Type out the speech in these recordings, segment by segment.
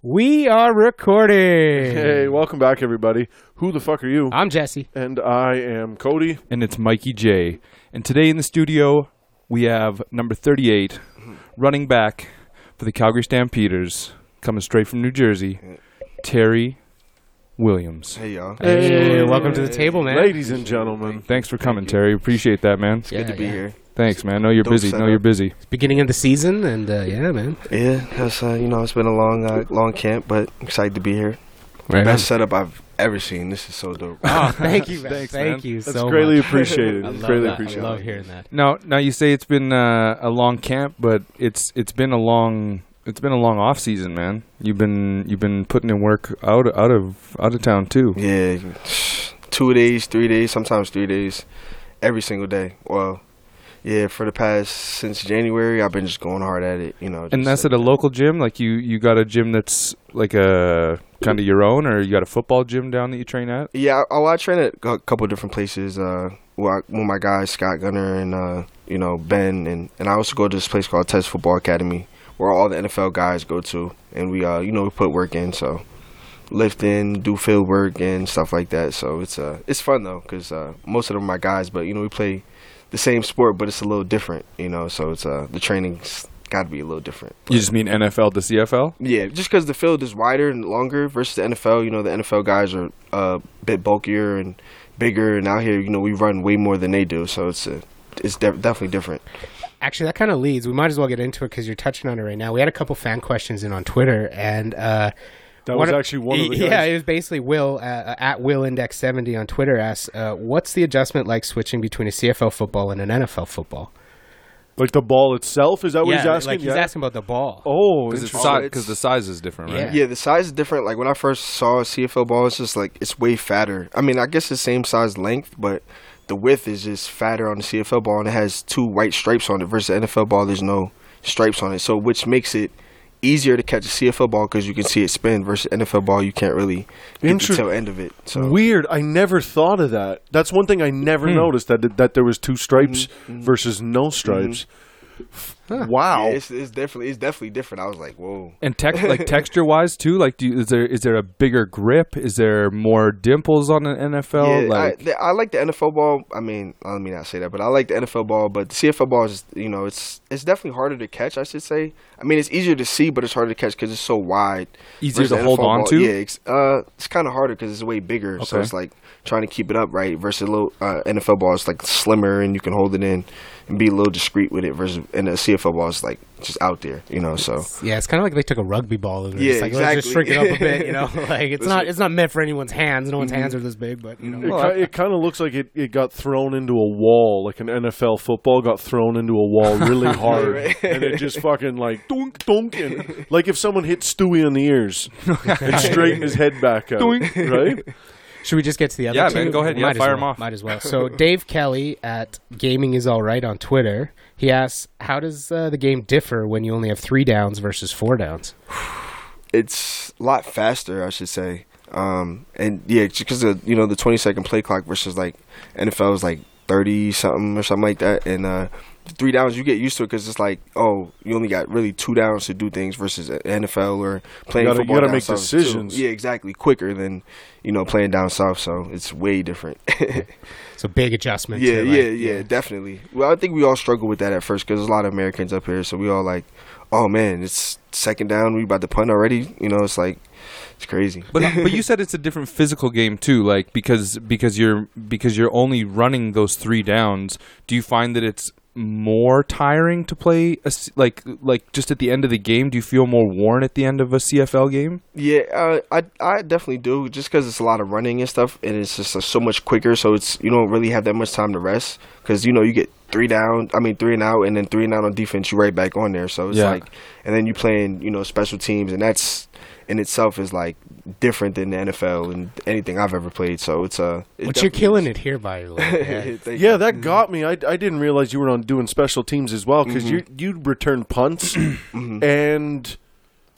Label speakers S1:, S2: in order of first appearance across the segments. S1: We are recording.
S2: Hey, welcome back, everybody. Who the fuck are you?
S1: I'm Jesse.
S2: And I am Cody.
S3: and it's Mikey J. And today in the studio, we have number 38, running back for the Calgary Stampeders, coming straight from New Jersey, Terry Williams.
S4: Hey y'all.
S1: Hey, welcome to the table, man.
S2: Ladies and gentlemen,
S3: Thanks for coming, Terry. Appreciate that, man.
S1: Yeah,
S4: Good to be
S1: yeah.
S4: here.
S3: Thanks, man. I know you're
S4: Dope
S3: busy. Know
S4: setup.
S3: you're busy.
S1: It's beginning of the season, and uh, yeah, man.
S4: Yeah, that's uh, you know it's been a long uh, long camp, but excited to be here.
S1: Right. Oh,
S4: Best setup I've ever seen. This is so dope.
S1: thank you, man. thank you
S2: that's
S1: so
S2: greatly
S1: much.
S2: appreciated.
S1: I love
S2: It's greatly
S1: that.
S2: appreciated.
S1: I love hearing that.
S3: Now, now you say it's been uh, a long camp, but it's it's been a long it's been a long off season, man. You've been you've been putting in work out out of out of town too.
S4: yeah, two days, three days, sometimes three days, every single day. Well, yeah, for the past since January, I've been just going hard at it. You know,
S3: And that's at
S4: just,
S3: a local gym. Like you, you got a gym that's like a kind of your own, or you got a football gym down that you train at.
S4: Yeah, I, oh, I train at a couple different places. Uh, where I, with my guys Scott Gunner and uh, you know Ben, and and I also go to this place called Test Football Academy, where all the NFL guys go to, and we uh, you know, we put work in, so lift in, do field work and stuff like that. So it's uh, it's fun though, cause uh, most of them are my guys, but you know, we play the same sport, but it's a little different, you know. So it's uh, the training's got to be a little different.
S3: You just mean NFL to CFL?
S4: Yeah, just because the field is wider and longer versus the NFL, you know, the NFL guys are uh, a bit bulkier and bigger, and out here, you know, we run way more than they do, so it's a, it's de- definitely different.
S1: Actually, that kind of leads. We might as well get into it because you're touching on it right now. We had a couple fan questions in on Twitter, and uh,
S2: that was actually one of the guys.
S1: Yeah, it was basically Will uh, at Will Index seventy on Twitter asks, uh, "What's the adjustment like switching between a CFL football and an NFL football?"
S2: Like the ball itself? Is that what Oh, he's asking?
S1: like he's
S2: yeah.
S1: asking about the ball.
S2: oh,
S3: Because
S2: interesting.
S4: Oh, it's-
S3: the size is different,
S1: Yeah.
S3: right?
S4: Yeah, the size is different. Like when I first saw a CFL ball, it's just like it's way fatter. I mean, I guess the same size length, but the width is just fatter on the CFL ball, and it has two white stripes on it. Versus the NFL ball, there's no stripes on it, so which makes it easier to catch a CFL ball because you can see it spin. Versus NFL ball, you can't really get
S2: Inter-
S4: the tail end of it. So
S2: Weird. I never thought of that. That's one thing I never
S1: Hmm.
S2: noticed that that there was two stripes
S1: Mm-hmm.
S2: versus no stripes. Wow.
S4: Yeah, it's, it's definitely it's definitely different. I was like, whoa.
S3: And tec- like texture wise too, like do you, is there is there a bigger grip? Is there more dimples on an NFL?
S4: yeah,
S3: like
S4: I, the, I like the NFL ball. I mean, let me not say that, but I like the NFL ball. But the CFL ball is, you know, it's it's definitely harder to catch. I should say. I mean, it's easier to see, but it's harder to catch because it's so wide.
S3: easier
S4: Versus
S3: to
S4: the
S3: hold
S4: NFL
S3: on
S4: ball,
S3: to?
S4: Yeah, it's, uh, it's kind of harder because it's way bigger. So
S3: Okay.
S4: it's like trying to keep it up right. Versus a little uh, NFL ball, it's like slimmer and you can hold it in and be a little discreet with it. Versus and the CFL ball is like just out there, you know. So
S1: Yeah, it's kind of like they took a rugby ball and they're
S4: Yeah,
S1: just like, let's just shrink
S4: exactly.
S1: it up a bit, you know. Like it's
S4: Listen.
S1: not it's not meant for anyone's hands. No one's hands are this big, but you know.
S4: Mm-hmm.
S2: It, ki- it kind of looks like it, it got thrown into a wall, like an NFL football got thrown into a wall really hard, and it just fucking like dunk dunk, and like if someone hit Stewie in the ears and straightened his head back out, right?
S1: Should we just get to the other?
S3: Yeah,
S1: two?
S3: man, go ahead. Yeah,
S1: Might as
S3: fire
S1: well.
S3: 'em off.
S1: Might as well. So Dave Kelly at Gaming is All Right on Twitter. He asks, "How does uh, the game differ when you only have three downs versus four downs?"
S4: it's a lot faster, I should say. Um, and yeah, because of you know the 20 second play clock versus like NFL was like 30 something or something like that, and uh, three downs you get used to it because it's like oh you only got really two downs to do things versus uh, a- NFL or playing
S2: gotta- you
S4: football.
S2: gotta
S4: down
S2: make
S4: south, too.
S2: decisions.
S4: Yeah, exactly. Quicker than you know playing down south, so it's way different.
S1: So big adjustment.
S4: Yeah,
S1: to, like,
S4: yeah, yeah, definitely. Well, I think we all struggle with that at first because there's a lot of Americans up here, so we all like, oh man, it's second down, we about to punt already. You know, it's like it's crazy.
S3: But but you said it's a different physical game too, like because because you're because you're only running those three downs. Do you find that it's more tiring to play a s like like just at the end of the game? Do you feel more worn at the end of a CFL game?
S4: Yeah, uh, I I definitely do just because it's a lot of running and stuff, and it's just uh, so much quicker. So it's you don't really have that much time to rest because you know you get three down, I mean three and out, and then three and out on defense, you right back on there. So it's
S3: Yeah.
S4: like, and then you playing you know special teams, and that's in itself is like different than the NFL and anything I've ever played. So it's uh, it
S1: But you're
S4: definitely
S1: killing
S4: is.
S1: it here by the
S4: Yeah,
S1: way.
S4: thank you.
S2: Yeah, that got me. I, I didn't realize you were on doing special teams as well because you you return punts Mm-hmm. and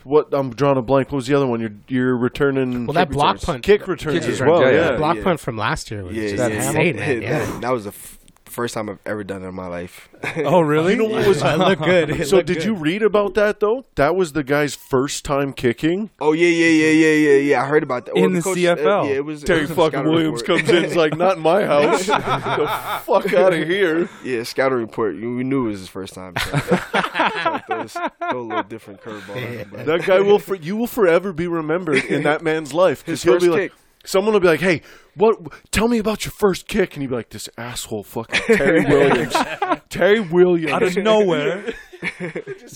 S2: what I'm drawing a blank. What was the other one? You're you're returning.
S1: Well, that block
S4: returns.
S1: punt,
S2: kick returns
S3: Kick
S2: as
S3: returns,
S2: well.
S3: yeah,
S2: Yeah,
S3: yeah.
S1: block
S4: yeah.
S1: punt from last year was
S4: Yeah,
S1: just
S4: yeah,
S1: insane, man.
S4: That,
S1: Yeah.
S4: that was the f- first time I've ever done it in my life.
S3: Oh, really?
S2: You know what was
S5: I look good. It
S2: so?
S5: looked
S2: Did
S5: good.
S2: you read about that though? That was the guy's first time kicking.
S4: Oh yeah, yeah, yeah, yeah, yeah, yeah. I heard about that.
S3: In the
S4: Well, coach- uh,
S3: CFL.
S4: yeah, it was it
S2: Terry
S4: was a
S2: fucking
S4: scouting
S2: Williams
S4: report.
S2: comes in. It's like, not in my house. the fuck out of here.
S4: Yeah, scouting report. We knew it was his first time. So. Like, those- throw a little different curveball. but-
S2: That guy will for, you will forever be remembered in that man's life. 'cause
S4: His
S2: he'll be
S4: first
S2: like,
S4: kick.
S2: someone will be like, "Hey, what? Tell me about your first kick." And he'll be like, "This asshole, fucking Terry Williams, Terry Williams."
S3: out of nowhere.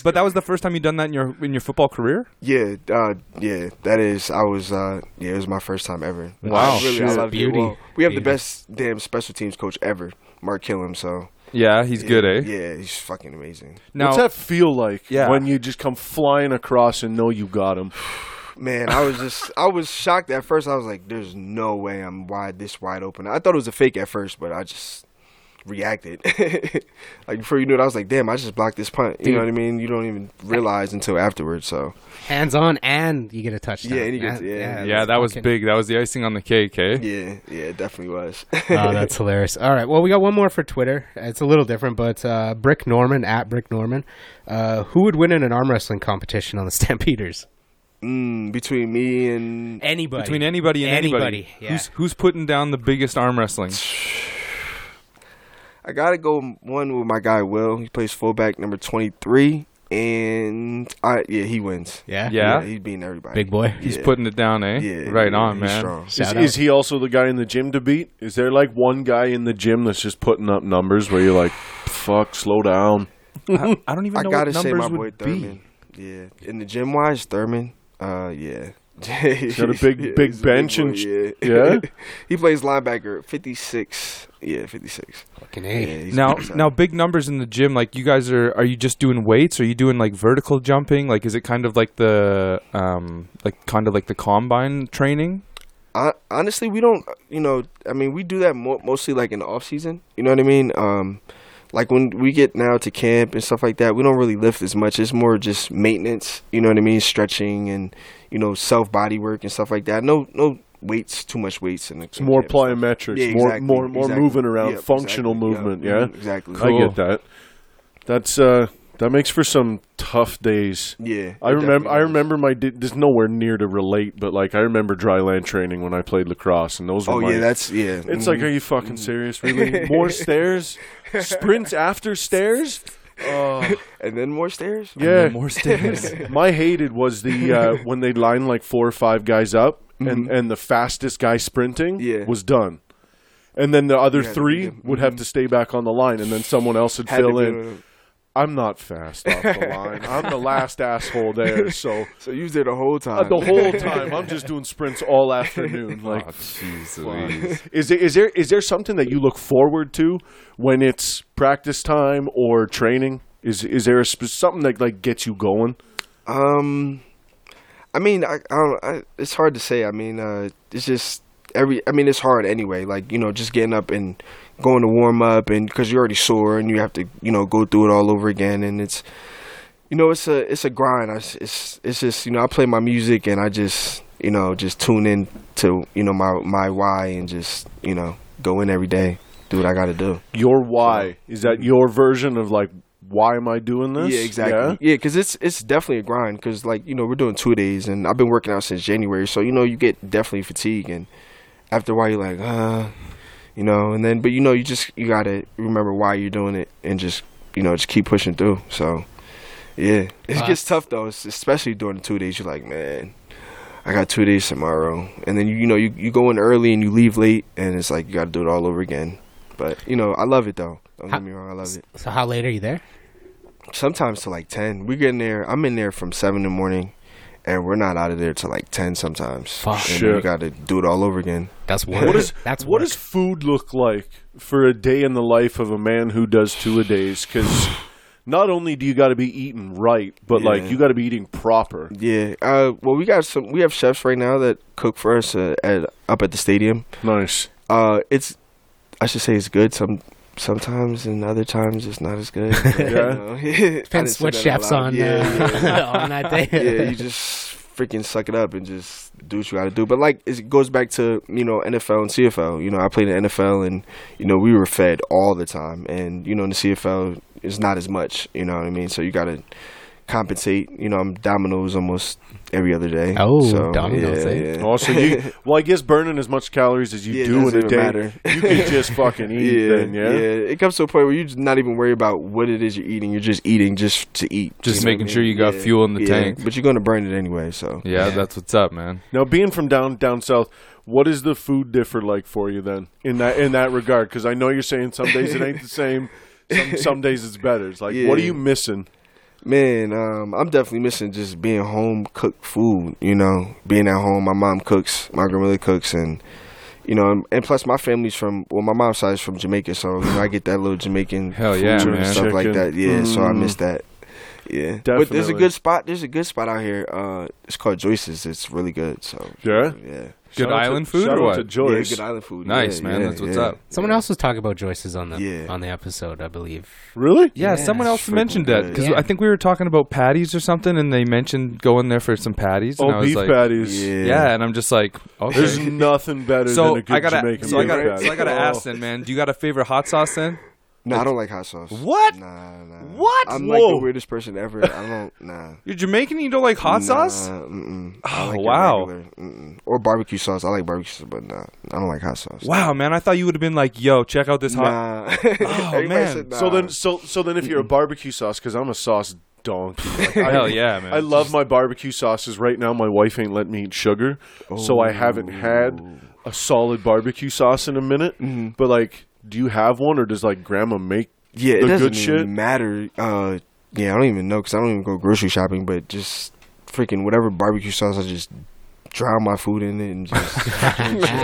S3: but that was the first time you done that in your in your football career.
S4: Yeah, uh, yeah, that is. I was, uh, yeah, it was my first time ever.
S3: Wow.
S4: I really, I
S1: Shit.
S4: love it.
S1: Beauty.
S4: Well, we have
S1: Beauty.
S4: the best damn special teams coach ever, Mark Killam. So
S3: Yeah, he's good, eh?
S4: yeah, he's fucking amazing.
S3: Now,
S2: What's that feel like
S3: Yeah.
S2: when you just come flying across and know you got him?
S4: Man, I was just, I was shocked at first. I was like, "There's no way I'm wide this wide open." I thought it was a fake at first, but I just reacted. like before you knew it, I was like, "Damn, I just blocked this punt." You know what I mean? You don't even realize until afterwards. So
S1: Hands on, and you get a touchdown.
S4: Yeah, and you get- yeah.
S3: yeah, that was
S1: fucking-
S3: big. That was the icing on the cake, eh?
S4: yeah, yeah, it definitely was.
S1: oh, that's hilarious. All right. Well, we got one more for Twitter. It's a little different, but uh, Brick Norman at Brick Norman. Uh, who would win in an arm wrestling competition on the Stampeders?
S4: mm, between me and
S1: Anybody.
S3: Between anybody and anybody,
S1: Anybody, yeah.
S3: who's who's putting down the biggest arm wrestling?
S4: I gotta go one with my guy Will. He plays fullback number twenty three, and I yeah he wins.
S1: Yeah.
S3: Yeah?
S4: he's beating everybody.
S1: Big boy.
S3: He's
S4: yeah.
S3: putting it down, eh?
S4: Yeah,
S3: right
S4: yeah,
S3: on,
S4: he's
S3: man.
S4: strong.
S2: Is,
S1: Shout out.
S2: is he also the guy in the gym to beat? Is there like one guy in the gym that's just putting up numbers where you're like, "Fuck, slow down."
S3: I, I don't even
S4: I
S3: know
S4: gotta
S3: what
S4: say
S3: numbers
S4: my boy
S3: would be.
S4: Thurman. Yeah, in the gym wise, Thurman. Uh, yeah. he's
S2: got a big- big
S4: he's a
S2: bench
S4: boy,
S2: and sh-
S4: yeah.
S2: yeah?
S4: he plays linebacker, fifty six. Yeah, fifty six.
S1: Fucking
S4: Yeah,
S1: A.
S4: he's
S3: Now,
S4: outside.
S3: now, big numbers in the gym. Like you guys are, are you just doing weights? Are you doing like vertical jumping? Like, is it kind of like the, um, like kind of like the combine training?
S4: I, honestly, we don't. You know, I mean, we do that mo- mostly like in the off season. You know what I mean? Um, like when we get now to camp and stuff like that, we don't really lift as much. It's more just maintenance. You know what I mean? Stretching and you know self body work and stuff like that. No, no weights, too much weights. And
S2: It's more plyometrics,
S4: Yeah, exactly,
S2: more more more
S4: exactly.
S2: moving around,
S4: Yep,
S2: functional
S4: exactly, yep,
S2: movement.
S4: mhm,
S2: Yeah,
S4: exactly.
S2: I
S3: Cool.
S2: get that. That's uh, that makes for some tough days.
S4: yeah,
S2: I
S4: it
S2: remember.
S4: definitely
S2: I
S4: is.
S2: remember my. Di- this is nowhere near to relate, but like I remember dry land training when I played lacrosse, and those. Were
S4: Oh
S2: my,
S4: yeah, that's Mm. yeah. Mm-hmm.
S2: It's like, are you fucking serious? Really? More stairs, sprints after stairs.
S4: and then more stairs.
S2: Yeah,
S3: More stairs.
S2: my hated was the uh, when they line like four or five guys up, and and the fastest guy sprinting
S4: Mm-hmm. Yeah.
S2: was done, and then the other
S4: Yeah, they
S2: three
S4: did. Mm-hmm.
S2: would have to stay back on the line, and then someone else would
S4: Had to
S2: fill
S4: be
S2: in.
S4: one of them.
S2: I'm not fast off the line. I'm the last asshole there, so.
S4: So you was there the whole
S2: Uh,
S4: time.
S2: the whole time, I'm just doing sprints all afternoon. Like,
S3: oh, jeez,
S2: fuck.
S3: Louise.
S2: is there is there is there something that you look forward to when it's practice time or training? Is is there a sp- something that like gets you going?
S4: Um, I mean, I, I don't. I, it's hard to say. I mean, uh, it's just every. I mean, it's hard anyway. Like you know, just getting up and going to warm up, and because you're already sore, and you have to you know go through it all over again, and it's. You know, it's a it's a grind. I, s- it's it's just you know I play my music and I just you know just tune in to you know my my why and just you know go in every day, do what I got to do.
S2: Your why is that your version of like why am I doing this?
S4: Yeah, exactly. Yeah, because it's it's definitely a grind. Because like you know we're doing two days, and I've been working out since January, so you know you get definitely fatigue, and after a while you're like, uh, you know, and then but you know you just you gotta remember why you're doing it, and just you know just keep pushing through. So yeah, it
S1: Wow.
S4: gets tough though, es- especially during the two days. You're like, man. I got two days tomorrow, and then you, you know you, you go in early and you leave late, and it's like you got to do it all over again. But you know I love it though. Don't
S1: How-
S4: get me wrong, I love it
S1: So how late are you there?
S4: sometimes to like 10 we get in there i'm in there from 7 in the morning and we're not out of there till like 10 sometimes
S1: Fuck.
S4: and then we
S2: Shit.
S4: gotta do it all over again
S1: That's work.
S2: What is
S1: that's
S2: what
S1: work.
S2: does food look like for a day in the life of a man who does two a days? Because not only do you got to be eating right, but like
S4: Yeah.
S2: you got to be eating proper.
S4: yeah uh well we got some we have chefs right now that cook for us uh, at up at the stadium
S2: Nice.
S4: uh it's i should say it's good some sometimes and other times it's not as good but, you know. I didn't
S1: depends
S4: say
S1: what
S4: that out
S1: chef's
S4: loud.
S1: on
S4: yeah,
S1: uh, on that day?
S4: yeah, yeah you just freaking suck it up and just do what you got to do. But like it goes back to you know NFL and CFL. You know, I played in NFL and you know we were fed all the time, and you know in the CFL it's not as much. You know what I mean? So you got to compensate. You know, I'm Domino's almost every other day.
S1: Oh,
S4: so,
S1: Domino's,
S4: yeah,
S1: eh?
S4: yeah.
S2: Also, you well, I guess burning as much calories as you
S4: Yeah, it
S2: do in
S4: doesn't
S2: a
S4: even
S2: day,
S4: matter.
S2: you can just fucking eat.
S4: yeah,
S2: then, yeah.
S4: It comes to a point where you're just not even worried about what it is you're eating. You're just eating just to eat.
S3: Just
S4: You know what
S3: making
S4: I
S3: sure you
S4: mean?
S3: got
S4: Yeah,
S3: fuel in the
S4: yeah.
S3: tank.
S4: But you're gonna burn it anyway. So
S3: Yeah, that's what's up, man.
S2: Now, being from down down south, what is the food differ like for you then in that in that regard? Because I know you're saying some days it ain't the same. Some, some days it's better. It's like, what are
S4: Yeah.
S2: you missing?
S4: Man, um, I'm definitely missing just being home cooked food. You know, being at home, my mom cooks, my grandmother cooks, and you know, and, and plus my family's from well, my mom's side's from Jamaica, so you know, I get that little Jamaican
S3: Hell
S4: food
S3: yeah,
S4: and
S3: man.
S4: stuff like that.
S2: Chicken.
S4: Yeah, so I
S2: Mm.
S4: miss that. Yeah, but there's a
S2: Definitely.
S4: good spot. There's a good spot out here. Uh, it's called Joyce's. It's really good. So
S2: Yeah.
S4: yeah,
S3: Good
S2: Shout out
S3: island
S2: to,
S3: food
S2: shout
S3: or
S2: out
S3: what?
S2: To
S4: yeah,
S2: Joyce.
S4: good island food.
S3: Nice,
S4: Yeah,
S3: man.
S4: yeah,
S3: that's what's
S4: yeah.
S3: up.
S1: Someone else was talking about Joyce's on the
S4: Yeah.
S1: on the episode, I believe.
S2: really?
S3: Yeah,
S4: Yeah,
S3: someone
S4: it's
S3: else
S4: freaking
S3: mentioned that because
S1: good.
S3: I think we were talking about patties or something, and they mentioned going there for some patties. and I
S2: Oh,
S3: was
S2: beef
S3: like,
S2: patties.
S4: Yeah.
S3: Yeah, and I'm just like,
S2: There's
S3: okay.
S2: nothing better
S3: So
S2: than a good
S3: I gotta,
S2: Jamaican
S3: so I
S2: beef
S3: gotta,
S2: patty.
S3: so I gotta ask then, man. Do you got a favorite hot sauce then?
S4: No, I don't like hot sauce.
S3: What?
S4: Nah, nah.
S3: What?
S4: I'm like
S3: Whoa.
S4: the weirdest person ever. I don't. Nah.
S3: You're Jamaican and you don't like hot
S4: Nah,
S3: sauce?
S4: Mm-mm. I
S3: Oh,
S4: like it
S3: wow.
S4: regular. Mm-mm. Or barbecue sauce. I like barbecue sauce, but nah, I don't like hot sauce.
S3: Wow, man. I thought you would have been like, yo, check out this hot.
S4: Nah.
S3: Oh,
S4: Everybody
S3: man.
S4: said
S2: So
S4: nah.
S2: then, so so then, if you're a barbecue sauce, because I'm a sauce donkey. Like, I-
S3: Hell yeah, man.
S2: I love my barbecue sauces. Right now, my wife ain't letting me eat sugar, so I haven't had
S3: Oh.
S2: a solid barbecue sauce in a minute.
S3: Mm-hmm.
S2: But like, do you have one, or does like Grandma make?
S4: yeah, it
S2: the
S4: doesn't
S2: good
S4: even
S2: shit?
S4: matter. Uh, yeah, I don't even know because I don't even go grocery shopping, but just freaking whatever barbecue sauce, I just drown my food in it and just.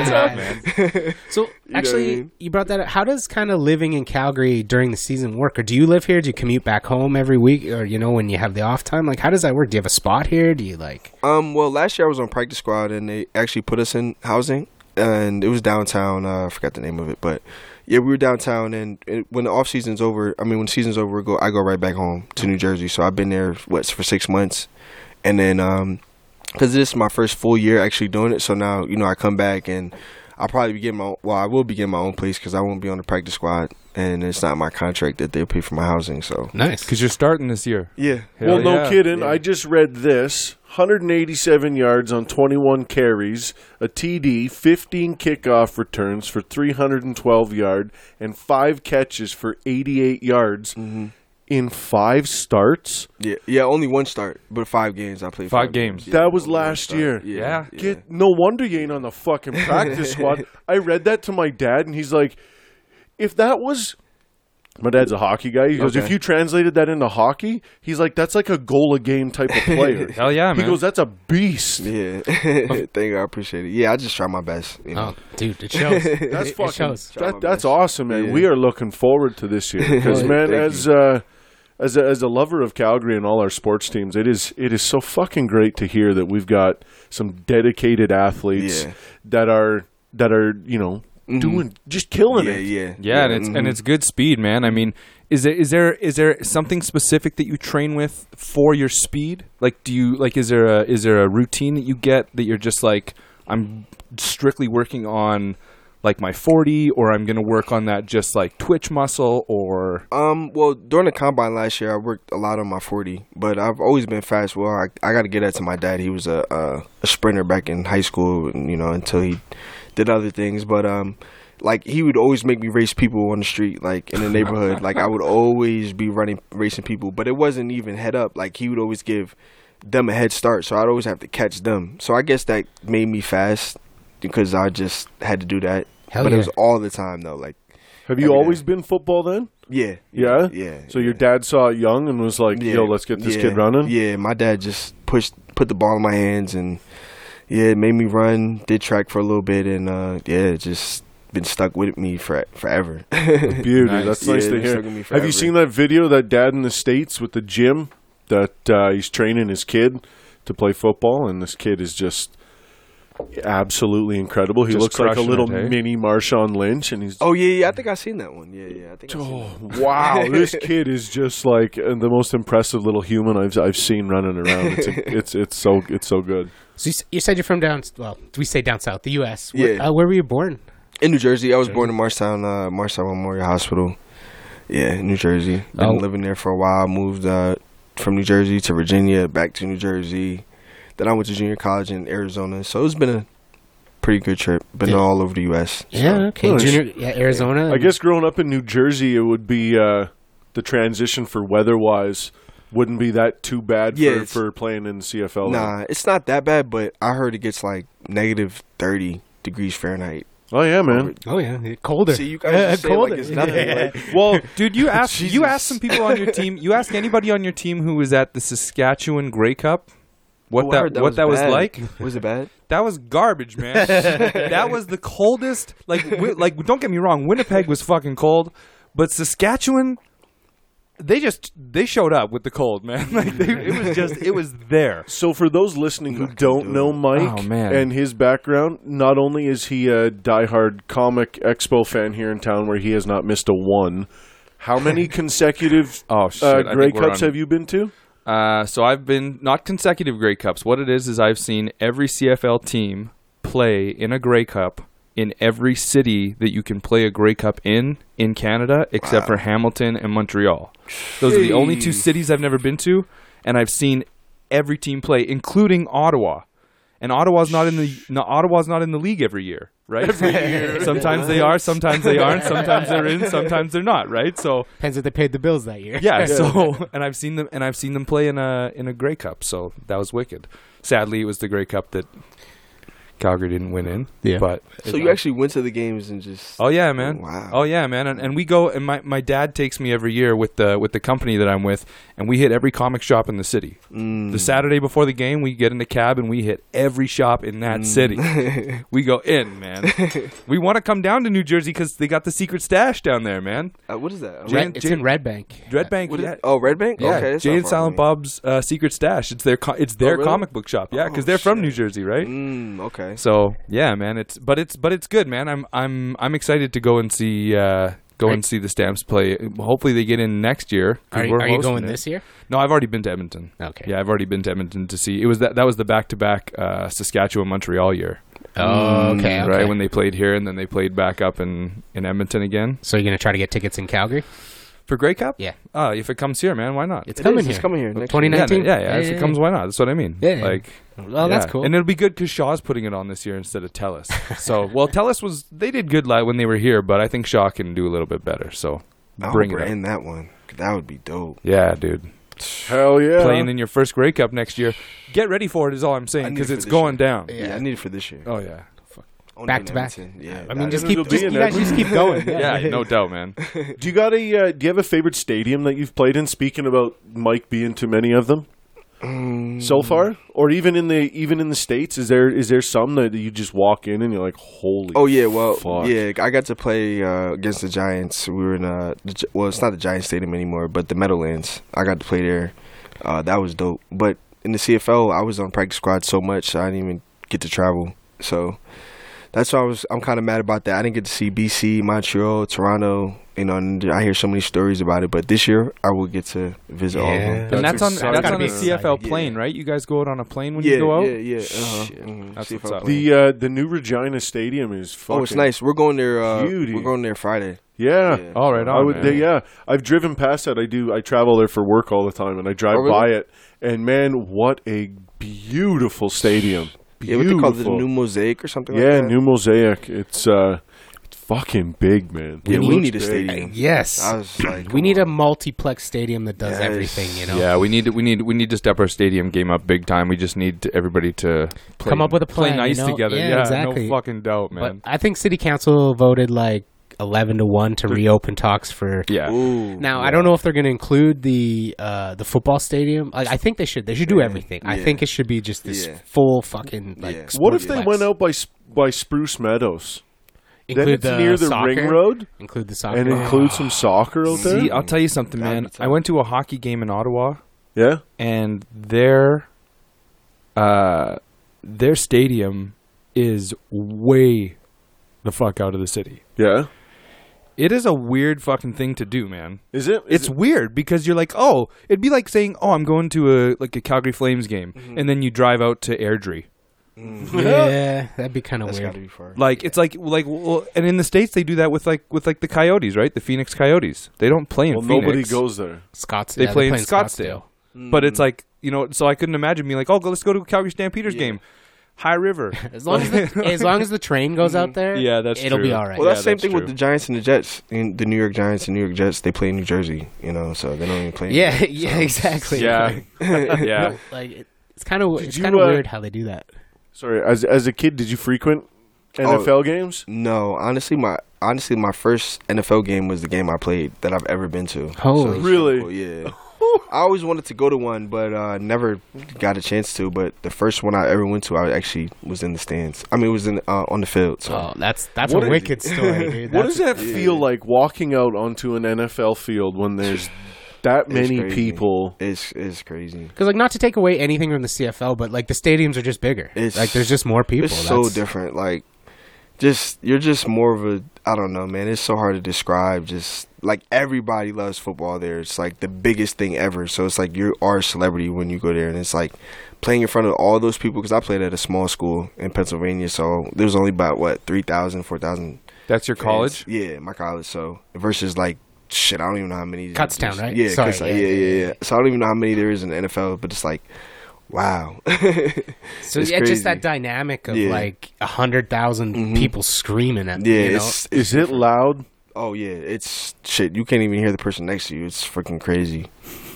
S1: So
S4: what I
S1: actually,
S4: mean?
S1: you brought that up. How does kind of living in Calgary during the season work? Or do you live here? Do you commute back home every week? Or you know when you have the off time? Like how does that work? Do you have a spot here? Do you like?
S4: um, well, last year I was on practice squad and they actually put us in housing. And it was downtown. Uh, I forgot the name of it, but yeah, we were downtown. And it, when the off season's over, I mean, when season's over, we go I go right back home to New Jersey. So I've been there what for six months, and then um, because this is my first full year actually doing it. So now you know I come back and I'll probably be getting my own- well I will be getting my own place because I won't be on the practice squad and it's not in my contract that they'll pay for my housing. So
S1: Nice.
S3: Because you're starting this year.
S4: yeah,
S2: well,
S3: Hell
S2: no
S3: yeah.
S2: kidding.
S4: Yeah.
S2: I just read this: 187 yards on 21 carries, a TD, 15 kickoff returns for 312 yard, and five catches for 88 yards
S3: Mm-hmm.
S2: in five starts.
S4: yeah, yeah. Only one start, but five games I played.
S3: Five games.
S2: That was
S4: only one
S2: last
S4: start.
S2: year.
S3: Yeah.
S2: Get no wonder you ain't on the fucking practice squad. I read that to my dad, and he's like, if that was. My dad's a hockey guy. He goes,
S4: Okay.
S2: if you translated that into hockey, he's like, that's like a goal a game type of player.
S3: Hell yeah,
S2: he
S3: man.
S2: goes, that's a beast.
S4: Yeah, thank you. I appreciate it. Yeah, I just try my best. You know?
S1: Oh, dude, it shows.
S2: That's
S1: That's it,
S2: fucking.
S1: it shows.
S4: Try my
S2: That, that's
S4: best.
S2: awesome, man.
S4: Yeah.
S2: We are looking forward to this year because,
S4: Well,
S2: man,
S4: thank
S2: as uh, as a, as a lover of Calgary and all our sports teams, it is it is so fucking great to hear that we've got some dedicated athletes
S4: Yeah. Mm-hmm.
S2: that are that are you know doing just killing
S4: yeah,
S2: it.
S4: yeah,
S3: Yeah, and it's
S2: Mm-hmm.
S3: and
S4: mhm.
S3: it's good speed, man. I mean, is there is there is there something specific that you train with for your speed? Like, do you like is there a is there a routine that you get that you're just like I'm strictly working on like my 40 or I'm going to work on that just like twitch muscle or
S4: Um, well, during the combine last year, I worked a lot on my forty, but I've always been fast. Well, I, I got to get that to my dad. He was a, a a sprinter back in high school, and you know, until he did other things. But um, like he would always make me race people on the street, like in the neighborhood. like I would always be running racing people, but it wasn't even head up. Like he would always give them a head start, so I'd always have to catch them. So I guess that made me fast because I just had to do that.
S1: Hell
S4: but
S1: yeah.
S4: it was all the time though, like.
S2: Have you
S4: Every day.
S2: always been football then?
S4: Yeah,
S2: Yeah?
S4: Oh, yeah.
S2: So your dad saw it young and was like, "Yo, let's get this
S4: yeah,
S2: kid running."
S4: Yeah, my dad just pushed, put the ball in my hands, and yeah, it made me run. Did track for a little bit, and uh, yeah, it just been stuck with me for forever.
S2: Beauty.
S3: Nice.
S2: That's
S4: Yeah,
S2: nice to
S4: they're
S2: hear.
S4: stuck with me
S2: Have you
S4: forever.
S2: seen that video that dad in the states with the gym that uh, he's training his kid to play football, and this kid is just absolutely incredible. He
S3: Just
S2: looks like a
S3: crushing
S2: little
S3: it, eh?
S2: mini Marshawn Lynch, and he's
S4: Oh yeah, yeah. I think I seen that one. Yeah, yeah. I think. I seen that.
S2: Oh wow! this kid is just like uh, the most impressive little human I've I've seen running around. It's it's it's so it's so good.
S1: So you, s- you said you're from down. Well, we say down south, the U.S. Where,
S4: Yeah.
S1: uh, where were you born?
S4: In New Jersey, I was born in Marshtown, uh, Marshtown Memorial Hospital. Yeah, New Jersey. Been
S1: Oh.
S4: living there for a while. Moved uh, from New Jersey to Virginia, back to New Jersey. Then I went to junior college in Arizona. So it's been a pretty good trip. Been
S1: Yeah.
S4: all over the U.S. so-
S1: Yeah, okay,
S2: Nice.
S1: junior, yeah, Arizona.
S2: I guess growing up in New Jersey, it would be uh, the transition for weather wise wouldn't be that too bad
S4: Yeah,
S2: for,
S4: it's-
S2: for playing in CFL.
S4: Nah, it's not that bad, but I heard it gets like negative 30 degrees Fahrenheit.
S2: Oh yeah, man.
S1: Oh yeah, colder.
S4: See, you guys just say it like it's nothing, like-
S3: Well, dude, you asked you
S4: Jesus.
S3: asked some people on your team. You asked anybody on your team who was at the Saskatchewan Grey Cup what
S4: Oh, I
S3: that,
S4: heard that
S3: what
S4: was
S3: that was
S4: bad.
S3: like.
S4: Was it bad?
S3: That was garbage, man. that was the coldest. Like, wi- like don't get me wrong, Winnipeg was fucking cold, but Saskatchewan, they just they showed up with the cold, man. Like, they, it was just it was there.
S2: So for those listening who don't know Mike
S3: Oh, man.
S2: and his background, not only is he a diehard comic expo fan here in town where he has not missed a one, how many consecutive
S3: Oh shit!
S2: uh,
S3: I
S2: Grey
S3: think we're
S2: Cups
S3: on-
S2: have you been to?
S3: Uh, so I've been not consecutive Grey Cups. What it is is I've seen every CFL team play in a Grey Cup in every city that you can play a Grey Cup in in Canada, except for Hamilton and Montreal. Those are the only two cities I've never been to, and I've seen every team play, including Ottawa. And Ottawa's not in the no, Ottawa's not in the league every year, right? Every year. sometimes they are, sometimes they aren't, sometimes they're in, sometimes they're not, right? So
S1: Depends if they paid the bills that year.
S3: yeah, so and I've seen them and I've seen them play in a in a Grey Cup, so that was wicked. Sadly, it was the Grey Cup that Calgary didn't win in.
S1: Yeah.
S3: But
S4: So you actually went to the games and just.
S3: Oh yeah, man.
S4: Wow.
S3: Oh yeah, man. And, and we go and my, my dad takes me every year with the with the company that I'm with and we hit every comic shop in the city.
S4: Mm.
S3: The Saturday before the game, we get in the cab and we hit every shop in that
S4: Mm.
S3: city. we go in, man. we want to come down to New Jersey cuz they got the secret stash down there, man.
S4: Uh, what is that?
S1: Red-
S3: Jan-
S1: it's
S3: Jan-
S1: in Red Bank.
S3: Red Bank
S4: What is-
S3: yeah.
S4: oh, Red Bank.
S3: Yeah,
S4: Okay, that's
S3: Jay
S4: not
S3: and
S4: far from
S3: Silent
S4: me. Oh,
S3: Bob's uh, Secret Stash. It's their co- it's their
S4: really?
S3: comic book shop. Yeah, because
S4: Oh,
S3: they're from
S4: shit.
S3: New Jersey, right?
S4: Mm, okay.
S3: So yeah, man. It's but it's but it's good, man. I'm I'm I'm excited to go and see uh, go and see the Stamps play. Hopefully they get in next year. 'cause
S1: Are, you-
S3: we're
S1: are you
S3: hosting
S1: going
S3: it.
S1: this year?
S3: No, I've already been to Edmonton.
S1: Okay.
S3: Yeah, I've already been to Edmonton to see. It was that that was the back to back Saskatchewan Montreal year,
S1: Oh,
S4: Mm,
S1: okay. okay.
S3: right? When they played here and then they played back up in in Edmonton again
S1: so you're gonna try to get tickets in Calgary?
S3: for Grey Cup.
S1: Yeah.
S3: Oh, if it comes here, man, why not?
S1: It's
S4: It
S1: coming
S4: is,
S1: here.
S4: It's coming here. Next year.
S1: 2019.
S3: Yeah, yeah, yeah. if it comes, why not? That's what I mean.
S1: Yeah, yeah.
S3: Like,
S1: Well, that's
S3: yeah.
S1: cool.
S3: And it'll be good because Shaw's putting it on this year instead of Tellus. So, well, Tellus was they did good li- when they were here, but I think Shaw can do a little bit better. So,
S4: I'll
S3: bring it. Up.
S4: brand that one. That would be dope.
S3: Yeah, dude.
S2: Hell yeah!
S3: Playing in your first Grey Cup next year. Get ready for it is all I'm
S4: I
S3: saying
S4: need
S3: because
S4: it for
S3: it's
S4: this
S3: going
S4: year.
S3: down.
S4: Yeah, I need it for this year.
S3: Oh yeah.
S4: Only
S1: back
S4: in
S1: to back.
S4: Edmonton. Yeah.
S1: I mean,
S4: that
S1: just
S4: is-
S1: keep
S2: It'll
S1: just,
S2: be
S1: you
S2: in
S1: guys just keep going.
S3: Yeah, no doubt, man.
S2: Do you got a? Uh, do you have a favorite stadium that you've played in? Speaking about Mike being to many of them
S4: Mm,
S2: so far, or even in the even in the states, is there is there some that you just walk in and you're like, holy?
S4: Oh yeah, well,
S2: fuck.
S4: yeah, I got to play uh, against the Giants. We were in uh, the, Gi- well, it's not the Giants Stadium anymore, but the Meadowlands. I got to play there. Uh, that was dope. But in the CFL, I was on practice squad so much I didn't even get to travel. So that's why I was. I'm kind of mad about that. I didn't get to see BC, Montreal, Toronto. You know, and I hear so many stories about it. But this year, I will get to visit all of them.
S1: Yeah.
S3: and that's on
S2: exciting.
S3: that's on
S1: Gotta
S3: the
S1: be
S3: CFL
S4: exciting.
S3: plane,
S4: Yeah.
S3: right? You guys go out on a plane when
S4: yeah,
S3: you go out.
S4: yeah, yeah, uh-huh.
S3: Shit.
S4: Mhm.
S3: That's
S4: CFL
S3: what's up.
S4: plane.
S2: The uh, the new Regina Stadium is fucking.
S4: oh, it's nice. We're going there. Uh,
S2: beauty.
S4: we're going there Friday.
S2: Yeah.
S4: Yeah.
S3: All right,
S2: I would,
S3: man.
S2: yeah, I've driven past that. I do. I travel there for work all the time, and I drive
S4: Oh, really?
S2: by it. And man, what a beautiful stadium! Beautiful.
S4: Yeah, what they call it, the new mosaic or something.
S2: yeah,
S4: like that?
S2: new mosaic. It's uh, it's fucking big, man.
S4: Yeah,
S2: It
S4: we
S2: looks
S4: need a
S2: big.
S4: stadium.
S1: Yes.
S4: I was like,
S1: we need a
S4: come on.
S1: multiplex stadium that does
S4: Yes.
S1: everything. You know.
S3: Yeah, we need to, we need we need to step our stadium game up big time. We just need to, everybody to play,
S1: Come up with a
S3: play
S1: plan,
S3: nice
S1: you know?
S3: together.
S1: Yeah,
S3: Yeah,
S1: exactly.
S3: no fucking doubt,
S1: But
S3: man.
S1: I think city council voted like eleven to one to reopen talks for.
S3: yeah,
S4: Ooh.
S1: Now I don't know if they're going to include the uh, the football stadium. Like, I think they should. They should do everything. I
S4: Yeah.
S1: think it should be just this
S4: Yeah.
S1: full fucking like.
S4: Yeah.
S2: What if they
S1: sportsplex.
S2: went out by Sp- by Spruce Meadows?
S1: Include
S2: then it's
S1: the
S2: near the
S1: soccer,
S2: ring road
S1: Include the soccer.
S2: and include some soccer out there.
S3: See, I'll tell you something,
S4: That'd
S3: man.
S4: be tough.
S3: I went to a hockey game in Ottawa,
S2: yeah,
S3: and their uh, their stadium is way the fuck out of the city.
S2: Yeah.
S3: It is a weird fucking thing to do, man.
S2: Is it? Is
S3: it's
S2: it-
S3: weird because you're like, oh, it'd be like saying, oh, I'm going to a like a Calgary Flames game,
S2: Mm-hmm.
S3: and then you drive out to Airdrie.
S1: yeah, that'd be kind of
S4: That's
S1: weird.
S4: gotta be far.
S3: Like it's like like well, and in the states they do that with like with like the Coyotes, right? The Phoenix Coyotes. They don't play in
S2: well,
S3: Phoenix.
S2: nobody goes there.
S1: Scottsdale.
S3: They
S1: they're
S3: play in
S1: playing
S3: Scottsdale. But it's like you know, so I couldn't imagine being like, oh, go- let's go to a Calgary Stampeders
S4: Yeah.
S3: game, High River.
S1: As long as the, as long as the train goes out there,
S3: Yeah, that's
S1: it'll be
S3: true.
S1: all right.
S4: Well,
S3: Yeah,
S4: that's the same
S3: that's
S4: thing with
S3: true.
S4: the Giants and the Jets. In the New York Giants and New York Jets, they play in New Jersey, you know, so they don't even play. in
S1: yeah,
S4: New York,
S1: yeah,
S4: so-
S1: exactly.
S3: yeah, yeah.
S1: like it, it's kind of
S2: Did
S1: it's
S2: you,
S1: kind of
S2: uh,
S1: weird how they do that.
S2: Sorry, as as a kid, did you frequent
S4: Oh,
S2: NFL games?
S4: No, honestly, my honestly my first NFL game was the game I played that I've ever been to.
S1: Holy.
S4: it's
S2: Really?
S4: cool, yeah. I always wanted to go to one, but uh, never got a chance to. But the first one I ever went to, I actually was in the stands. I mean, it was in uh, on the field. So
S1: Oh, that's that's
S2: What
S1: a
S2: is-
S1: wicked story, dude.
S2: What
S1: That's-
S2: does that feel like walking out onto an NFL field when there's that many
S4: crazy.
S2: people?
S4: it's it's crazy.
S1: Because like not to take away anything from the CFL, but like the stadiums are just bigger.
S4: It's-
S1: like there's just more people.
S4: It's so
S1: That's-
S4: different. Like, just you're just more of a I don't know, man. It's so hard to describe. Just like everybody loves football there. It's like the biggest thing ever. So it's like you are a celebrity when you go there, and it's like playing in front of all those people. Because I played at a small school in Pennsylvania, so there was only about what 3,000, 4,000
S3: That's your
S4: fans.
S3: college.
S4: Yeah, my college. So versus like. Shit, I don't even know how many.
S1: Kutztown,
S4: just-
S1: right?
S4: Yeah,
S1: Sorry,
S4: Kutztown,
S1: yeah,
S4: yeah,
S1: yeah,
S4: yeah, yeah. So I don't even know how many there is in the NFL, but it's like, wow.
S1: So
S4: It's
S1: yeah,
S4: crazy.
S1: just that dynamic of
S4: Yeah.
S1: like a hundred
S4: Mhm.
S1: people screaming at
S4: Yeah,
S1: you know?
S4: it's,
S2: Is it loud?
S4: Oh yeah, it's shit. You can't even hear the person next to you. It's freaking crazy.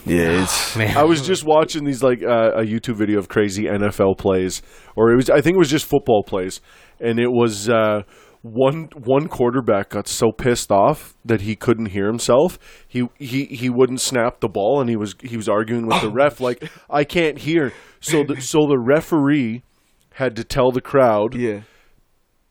S4: Yeah, it's
S1: Man.
S2: I was just watching these like uh, a YouTube video of crazy NFL plays, or it was I think it was just football plays, and it was uh, one one quarterback got so pissed off that he couldn't hear himself. He he he wouldn't snap the ball, and he was he was arguing with the ref like I can't hear. So the, so the referee had to tell the crowd
S4: yeah.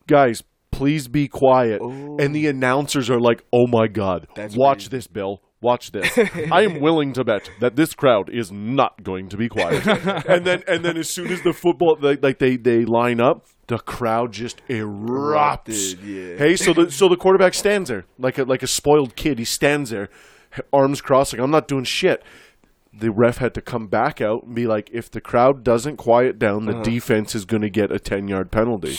S2: guys please be quiet
S4: Ooh.
S2: and the announcers are like oh my god
S4: That's
S2: watch
S4: crazy.
S2: this bill watch this i am willing to bet that this crowd is not going to be quiet and then and then as soon as the football like, like they they line up the crowd just erupts
S4: Erupted, yeah.
S2: hey so the so the quarterback stands there like a like a spoiled kid he stands there h- arms crossed like i'm not doing shit the ref had to come back out and be like, if the crowd doesn't quiet down,
S4: Uh-huh.
S2: the defense is going to get a ten yard penalty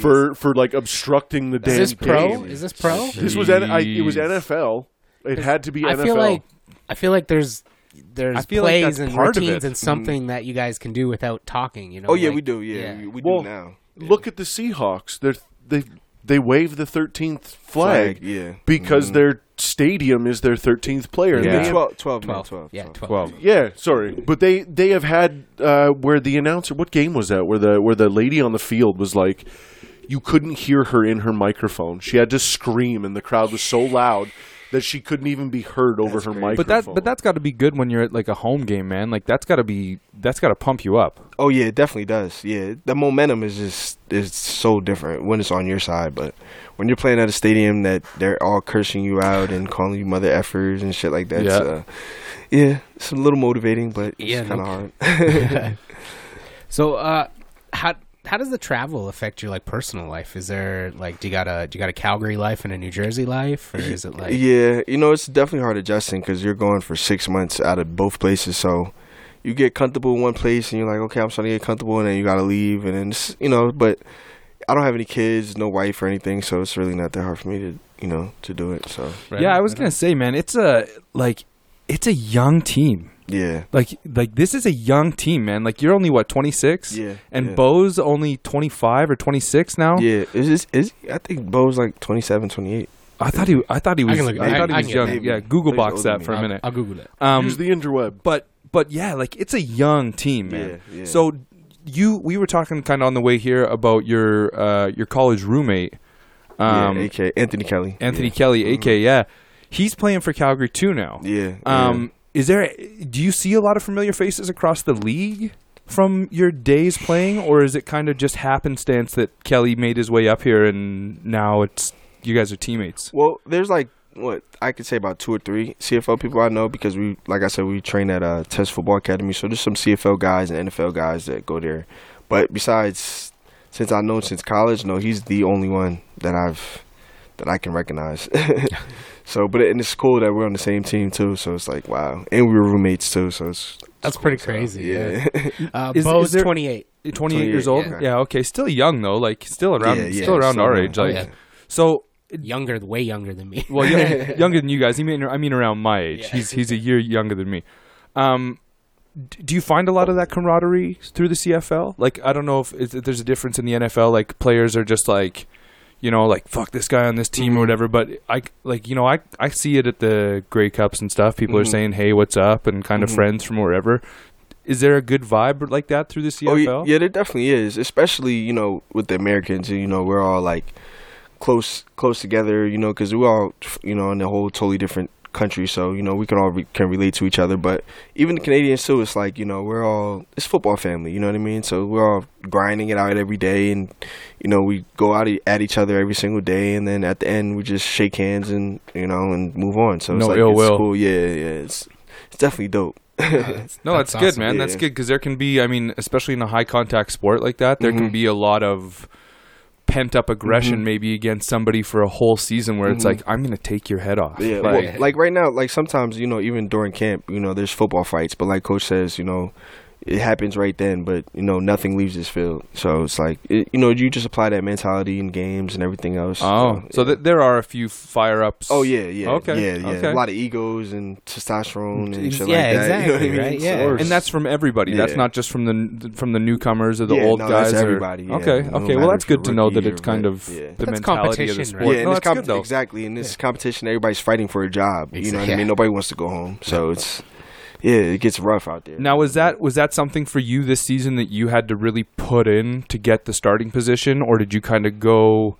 S2: for for like obstructing the
S1: is
S2: damn
S1: this pro?
S2: game.
S1: Is this pro?
S2: This was N- I, it was
S3: Jeez.
S2: NFL. It had to be
S1: I
S2: NFL.
S1: feel like I feel like there's there's
S3: I feel like
S1: plays
S3: that's
S1: and
S3: part of
S1: routines
S3: it.
S1: and something that you guys can do without talking. You know?
S4: Oh yeah,
S1: like-
S4: we do. Yeah, we, we do
S2: Well,
S4: now.
S2: Look at the Seahawks. They're, they they wave the thirteenth flag,
S4: Flag, yeah.
S2: because their stadium is their thirteenth player.
S3: Mm. Yeah.
S2: They-
S4: 12, 12, man,
S1: Twelve.
S4: 12,
S1: yeah,
S4: 12.
S1: twelve.
S3: Well,
S2: Yeah, sorry, but they they have had uh, where the announcer. What game was that? Where the where the lady on the field was like, you couldn't hear her in her microphone. She had to scream, and the crowd was so loud that she couldn't even be heard over her microphone.
S3: but that but that's got to be good when you're at like a home game, man. Like that's got to be that's got to pump you up.
S4: Oh yeah, it definitely does. Yeah, the momentum is just is so different when it's on your side, but when you're playing at a stadium that they're all cursing you out and calling you mother effers and shit like that. Yeah,
S3: Yeah.
S4: uh, yeah it's a little motivating, but it's
S1: Yeah, no
S4: kind of hard.
S1: So, uh, how how does the travel affect your like personal life? Is there like do you got a do you got a Calgary life and a New Jersey life, or is it like
S4: yeah you know it's definitely hard adjusting because you're going for six months out of both places so you get comfortable in one place and you're like okay i'm starting to get comfortable and then you gotta leave and then it's, you know but i don't have any kids no wife or anything so it's really not that hard for me to you know to do it so
S3: yeah, I was gonna say, man, it's a like it's a young team.
S4: yeah
S3: Like like this is a young team, man. Like you're only what 26,
S4: yeah
S3: and
S4: yeah.
S3: Bo's only 25 or 26 now.
S4: yeah is this is i think bo's like 27 28
S3: I thought he I thought he
S1: I
S3: was
S1: can
S3: I,
S1: look- I-
S3: thought he
S1: I
S3: was
S1: can-
S3: young.
S4: maybe.
S3: Yeah, Google
S4: Maybe
S3: box
S4: older than
S3: that
S4: me.
S3: for a minute.
S1: I'll Google it.
S3: Um,
S2: use the interweb.
S3: but but yeah, like it's a young team, man.
S4: Yeah, yeah.
S3: So you we were talking kind of on the way here about your uh, your college roommate, um,
S4: yeah aka anthony kelly
S3: Anthony Kelly, AK. Yeah, he's playing for Calgary too now.
S4: Mm-hmm. yeah, yeah.
S3: Um, is there? Do you see a lot of familiar faces across the league from your days playing, or is it kind of just happenstance that Kelly made his way up here and now it's you guys are teammates?
S4: Well, there's like what I could say about two or three CFL people I know because we, like I said, we train at uh, Test Football Academy. So there's some CFL guys and NFL guys that go there. But besides since I've known since college, no, he's the only one that I've that I can recognize. so, but it, and it's cool that we're on the same team too. So it's like wow, and we were roommates too. So it's
S1: That's pretty crazy. Yeah.
S4: yeah.
S1: Uh,
S3: Is-
S1: Bo's
S3: is there-
S1: 28.
S3: 28 years
S4: 28,
S3: old.
S4: yeah.
S3: Yeah, okay, still young though. Like still around,
S4: Yeah, yeah,
S3: still around
S4: still
S3: our
S4: around.
S3: age.
S4: Oh,
S3: Like
S4: yeah.
S3: so.
S1: Younger, way younger than me.
S3: Well, young, younger than you guys. I mean, I mean around my age.
S1: Yeah.
S3: He's he's a year younger than me. Um, d- do you find a lot of that camaraderie through the CFL? Like, I don't know if, if there's a difference in the NFL. Like, players are just like, you know, like fuck this guy on this
S4: Mm-hmm.
S3: team or whatever. But I like, you know, I I see it at the Grey Cups and stuff. People are
S4: Mhm.
S3: saying, hey, what's up, and kind of
S4: Mhm.
S3: friends from wherever. Is there a good vibe like that through the CFL?
S4: Oh, y- yeah, there definitely is, especially you know with the Americans. You know, we're all like close, close together. You know, because we're all you know in a whole totally different country, so you know we can all re- can relate to each other. But even the Canadians too, it's like you know we're all it's football family. You know what I mean? So we're all grinding it out every day, and you know we go out e- at each other every single day, and then at the end we just shake hands and you know and move on. So it's
S3: No
S4: like
S3: ill
S4: it's
S3: will.
S4: cool. Yeah, yeah, it's it's definitely dope.
S3: No, that's, good,
S1: awesome.
S3: man.
S4: Yeah.
S3: That's good because there can be, I mean, especially in a high contact sport like that, there can
S4: Mhm.
S3: be a lot of pent up aggression
S4: Mhm.
S3: maybe against somebody for a whole season where it's
S4: Mhm.
S3: like, I'm going to take your head off.
S4: Yeah,
S3: like,
S4: like, well, like right now, like sometimes you know, even during camp, you know, there's football fights, but like coach says, you know, it happens right then, but you know, nothing leaves this field. So it's like, it, you know, you just apply that mentality in games and everything else.
S3: oh, so
S4: yeah.
S3: th- there are a few fire ups.
S4: Oh yeah, yeah,
S3: Okay,
S4: okay, yeah, yeah.
S3: okay.
S4: A lot of egos and testosterone and
S1: Ex-
S4: shit
S1: yeah,
S4: like that. you know what
S1: exactly,
S4: I mean?
S1: right,
S4: So-
S1: yeah.
S3: And that's from everybody. That's
S4: Yeah.
S3: not just from the n- from the newcomers or the
S4: Yeah,
S3: old
S4: no,
S3: guys.
S4: that's
S3: or-
S4: everybody, yeah.
S3: Okay,
S4: No
S3: okay. Well,
S4: matter
S3: that's
S4: if you're
S3: good to know that
S4: rookie
S3: it's
S4: or
S3: kind
S4: vet,
S3: of
S4: yeah.
S3: the
S1: That's
S3: mentality of the
S1: competition,
S3: sport.
S1: right?
S4: yeah,
S3: no,
S4: and it's
S3: that's
S4: com-
S3: good though.
S4: exactly. And this competition, everybody's fighting for a job. You know what
S1: Exactly.
S4: I mean? Nobody wants to go home, so it's yeah, it gets rough out there.
S3: Now, was that was that something for you this season that you had to really put in to get the starting position, or did you kind of go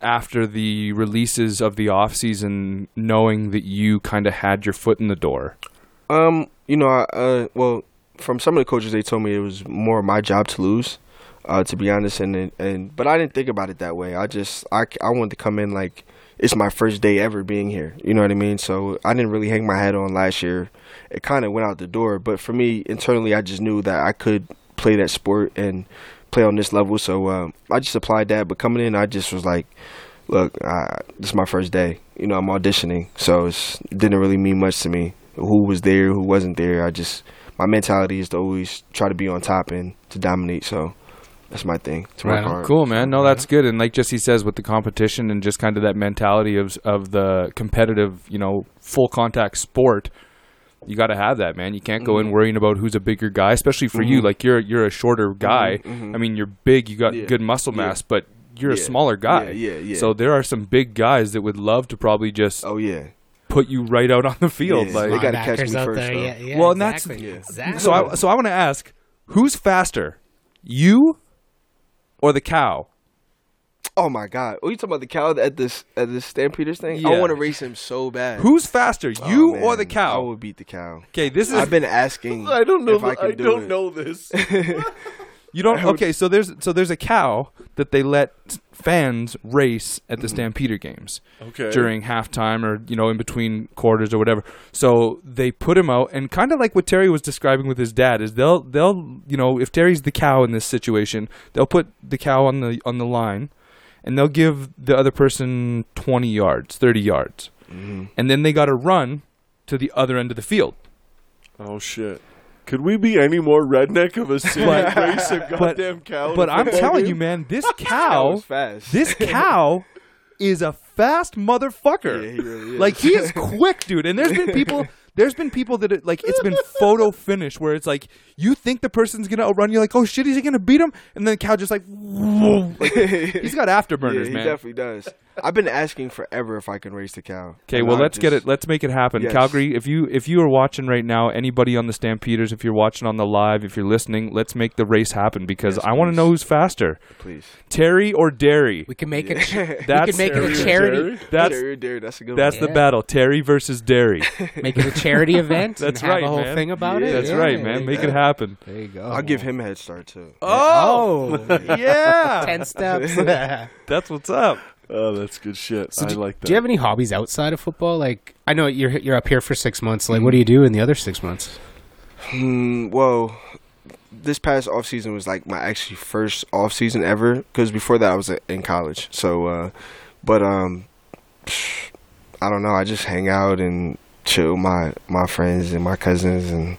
S3: after the releases of the off season, knowing that you kind of had your foot in the door?
S4: Um, you know, I, uh, well, from some of the coaches, they told me it was more my job to lose, uh, to be honest. And, and and but I didn't think about it that way. I just I I wanted to come in like it's my first day ever being here. You know what I mean? So I didn't really hang my head on last year. It kind of went out the door. But for me internally, I just knew that I could play that sport and play on this level. So um, I just applied that. But coming in, I just was like. Look, I, this is my first day. You know, I'm auditioning, so it's, it didn't really mean much to me who was there, who wasn't there. I just my mentality is to always try to be on top and to dominate. So that's my thing. To work
S1: Right on.
S4: hard.
S3: Cool, man. No, that's good. And like Jesse says, with the competition and just kind of that mentality of of the competitive, you know, full contact sport, you got to have that, man. You can't go in
S4: Mm-hmm.
S3: worrying about who's a bigger guy, especially for you.
S4: Mhm.
S3: Like you're you're a shorter guy. I mean, you're big. You got
S4: Mm-hmm, Yeah.
S3: good muscle
S4: Yeah.
S3: mass, but you're a
S4: Yeah.
S3: smaller guy.
S4: Yeah, yeah, yeah.
S3: So there are some big guys that would love to probably just
S4: Oh yeah.
S3: put you right out on the field.
S4: Yeah.
S3: like,
S4: They gotta catch
S1: Linebackers
S4: me
S1: out
S4: first,
S1: there,
S4: though.
S1: yeah, yeah,
S3: Well, and that's-
S1: exactly.
S4: Yeah.
S1: exactly.
S3: so I so I want to ask, who's faster, you or the cow?
S4: Oh my God. Oh, you talking about the cow at this at this Stampeders thing?
S3: Yeah.
S4: I want to race him so bad.
S3: Who's faster,
S4: Oh,
S3: you or
S4: man,
S3: the
S4: I
S3: cow?
S4: would beat the cow.
S3: Okay, this is
S4: I've been asking.
S2: I don't know.
S4: If I,
S2: th-
S4: can
S2: I,
S4: do
S2: don't
S4: it.
S2: know this.
S3: you don't. Okay, so there's so there's a cow that they let fans race at the Stampeder games.
S2: Okay.
S3: during halftime or you know in between quarters or whatever. So they put him out, and kind of like what Terry was describing with his dad is they'll they'll you know if Terry's the cow in this situation, they'll put the cow on the on the line, and they'll give the other person twenty yards, thirty yards,
S4: Mhm.
S3: and then they got to run to the other end of the field.
S2: Oh shit. Could we be any more redneck of a city
S3: But-
S2: race of
S3: but-
S2: goddamn cow?
S3: But I'm telling you, man, this
S4: That
S3: cow,
S4: was fast.
S3: this cow. Is a fast
S4: Yeah,
S3: motherfucker.
S4: he really is.
S3: Like he is quick, dude. And there's been people. There's been people that it, like it's been photo finish where it's like you think the person's gonna outrun you, like oh shit, he's gonna beat him, and then cow just like, whoa. Like, he's got
S4: yeah,
S3: afterburners,
S4: he
S3: man.
S4: definitely does. I've been asking forever if I can race the cow.
S3: Okay,
S4: And
S3: well
S4: I
S3: let's get
S4: just-
S3: it. Let's make it happen,
S4: Yes.
S3: Calgary. If you if you are watching right now, anybody on the Stampeders, if you're watching on the live, if you're listening, let's make the race happen because
S4: Yes,
S3: I want to
S4: please.
S3: know who's faster,
S4: Please.
S3: Terry or Derry.
S1: We can make it. We can
S3: That's-
S1: make it a
S2: Terry?
S1: charity.
S3: That's
S4: Dare, dare, that's a good
S3: that's
S4: one.
S3: the
S1: Yeah.
S3: battle, Terry versus Derry.
S1: Make it a charity event.
S3: That's
S1: and have
S3: right,
S1: A whole
S3: man.
S1: thing about it.
S3: That's
S1: Yeah,
S3: right,
S1: there
S3: man.
S1: you
S3: Make
S1: go.
S3: it happen.
S1: There you go.
S4: I'll give him a head start too.
S1: Oh,
S3: yeah,
S1: ten steps. do
S3: that's what's up.
S2: Oh, that's good shit. I like that.
S1: you have any hobbies outside of football? Like, I know you're you're up here for six months. Like, what do you do in the other six months?
S4: Hmm, Mm, well, this past off season was like my actually first off season ever because before that I was uh, in college. So, uh, but um, I don't know. I just hang out and chill with my my friends and my cousins and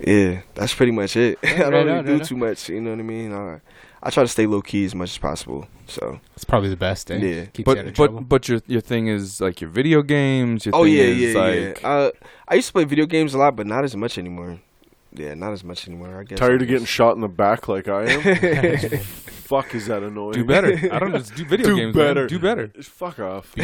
S4: yeah, that's pretty much it. I
S1: right
S4: don't really
S1: on,
S4: do
S1: right on.
S4: too much. You know what I mean? I I try to stay low key as much as possible. So
S1: It's probably the best. Eh?
S4: Yeah.
S1: Keeps you out
S3: but
S1: of trouble.
S3: but but your your thing is like your video games. Your
S4: oh
S3: thing
S4: yeah,
S3: is
S4: yeah,
S3: like,
S4: yeah. Uh, I used to play video games a lot, but not as much anymore. Yeah, not as much anymore. I guess
S2: Tired
S4: I
S2: of getting
S4: guess.
S2: shot in the back like I am. Fuck, is that annoying?
S3: Do better. I don't know. Just do video
S2: Do
S3: games. man.
S2: better.
S3: Do better.
S2: Fuck off.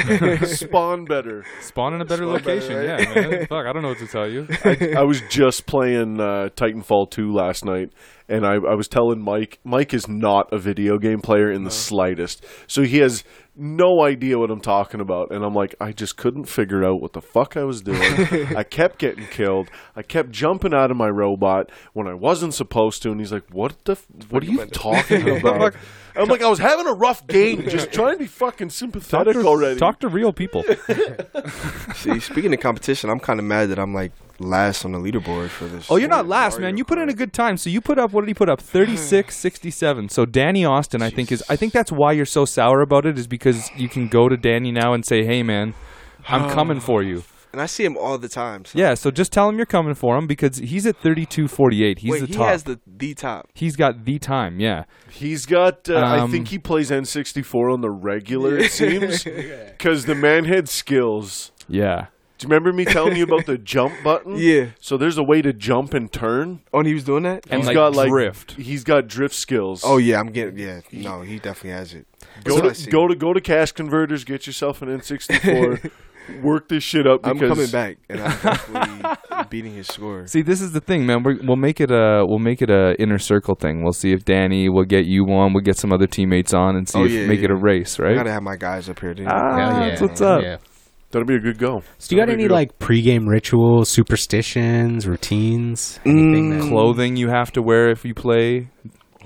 S2: Spawn better.
S3: Spawn in a better
S2: Spawn better,
S3: location.
S2: right?
S3: Yeah, man. Fuck, I don't know what to tell you.
S2: I was just playing uh, Titanfall 2 last night, and I, I was telling Mike, Mike is not a video game player in the slightest. So he has no idea what I'm talking about. And I'm like, I just couldn't figure out what the fuck I was doing. I kept getting killed. I kept jumping out of my robot when I wasn't supposed to. And he's like, What the? F- what are you talking about? I'm like, I was having a rough game, just trying to be fucking
S3: Talk
S2: sympathetic
S3: to,
S2: already.
S3: talk to real people.
S4: See, speaking of competition, I'm kind of mad that I'm like last on the leaderboard for this.
S3: Oh, you're not last,
S4: Mario
S3: man. You put in a
S4: Kart.
S3: good time. So you put up what did he put up? 36 67. So Danny Austin, I think is I think that's why you're so sour about it is because you can go to Danny now and say, "Hey, man, I'm coming for you."
S4: and I see him all the time. So.
S3: Yeah, so just tell him you're coming for him because he's at 3248. He's
S4: Wait,
S3: the
S4: he
S3: top.
S4: has the the top.
S3: he's got the time, yeah.
S2: He's got. Uh, I
S3: Um,
S2: think he plays N64 on the regular. It seems because the man had skills.
S3: Yeah.
S2: Do you remember me telling you about the jump button?
S4: Yeah.
S2: So there's a way to jump and turn.
S4: Oh, and he was doing that.
S3: And
S2: He's
S3: like
S2: got like
S3: drift.
S2: He's got drift skills.
S4: Oh yeah, I'm getting yeah. No, he definitely has it.
S2: go
S4: So I
S2: to
S4: see.
S2: go to go to cash converters. Get yourself an N64. work this shit up.
S4: I'm
S2: Because
S4: coming back, and I'm definitely beating his score.
S3: See, this is the thing, man. We're, we'll make it a we'll make it a inner circle thing. We'll see if Danny will get you one. We'll get some other teammates on and see
S4: Oh,
S3: if
S4: yeah,
S3: make
S4: yeah.
S3: it a race,
S4: I
S3: right?
S4: gotta have my guys up here. Dude.
S3: Ah,
S1: Hell
S3: that's what's up.
S1: Yeah.
S2: That'll be a good go.
S1: So you got
S2: That'll be
S1: any
S2: good.
S1: like pregame rituals, superstitions, routines,
S4: Mm.
S1: anything? that-
S3: Clothing you have to wear if you play.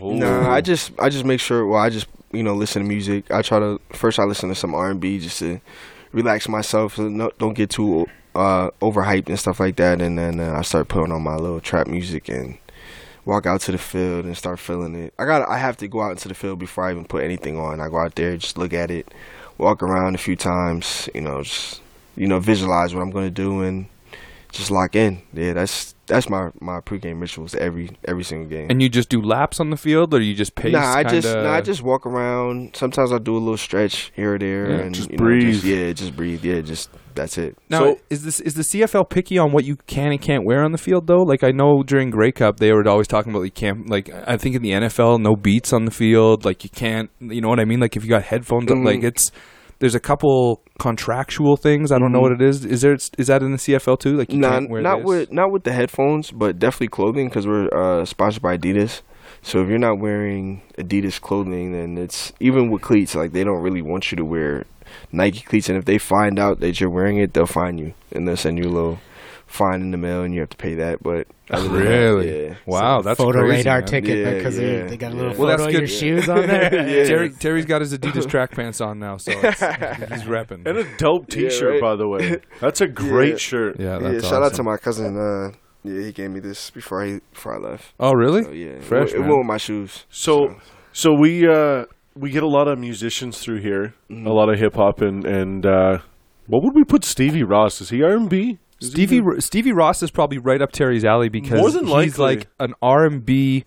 S4: No, I just I just make sure. Well, I just you know listen to music. I try to first I listen to some R and B just to relax myself. So no, don't get too uh, overhyped and stuff like that. And then uh, I start putting on my little trap music and walk out to the field and start feeling it. I got to I have to go out into the field before I even put anything on. I go out there, just look at it, walk around a few times. You know, just you know visualize what I'm gonna do and. Just lock in, yeah. That's that's my my pregame rituals every every single game.
S3: And you just do laps on the field, or you just pace?
S4: Nah, I just
S3: kinda-
S4: nah, I just walk around. Sometimes I do a little stretch here or there,
S3: Yeah,
S4: and
S2: just
S4: you know,
S2: breathe.
S4: just, yeah, just breathe. Yeah, just that's it.
S3: Now,
S2: So-
S3: is this is the CFL picky on what you can and can't wear on the field though? Like I know during Grey Cup they were always talking about you can't like I think in the NFL no beats on the field, like you can't, you know what I mean? Like if you got headphones on,
S4: Mhm.
S3: like it's there's a couple contractual things. I don't know what it is. Is there is that in the CFL too? Like you
S4: Mm-hmm. Nah,
S3: can't wear
S4: not
S3: this?
S4: with not with the headphones, but definitely clothing because we're uh, sponsored by Adidas. So if you're not wearing Adidas clothing, then it's even with cleats. Like they don't really want you to wear Nike cleats, and if they find out that you're wearing it, they'll find you and they'll send you a little fine in the mail, and you have to pay that. But other than that,
S3: Really?
S4: yeah.
S3: Wow, Oh, that's
S1: photo
S3: crazy,
S1: radar
S3: man.
S1: ticket
S4: Yeah,
S1: because they-
S4: yeah,
S1: they got a
S4: yeah.
S1: little
S3: Well, that's
S1: photo of your
S3: good.
S1: shoes on there.
S4: Yeah.
S3: Terry Terry's got his Adidas track pants on now, so it's, he's repping.
S2: and a dope
S4: Yeah,
S2: T-shirt
S4: right.
S2: by the way. That's a great
S4: Yeah.
S2: shirt.
S3: yeah, that's
S4: yeah,
S3: awesome.
S4: shout out to my cousin. Uh, yeah, he gave me this before I before I left.
S3: Oh, really?
S4: So, yeah,
S3: Fresh,
S4: It, it
S3: man.
S4: went with my shoes.
S2: So, so we uh, we get a lot of musicians through here,
S3: Mm-hmm.
S2: a lot of hip hop and and uh, what would we put Stevie Ross? Is he R and B?
S3: Stevie Stevie Ross is probably right up Terry's alley because
S2: More than
S3: he's
S2: likely.
S3: like an R and B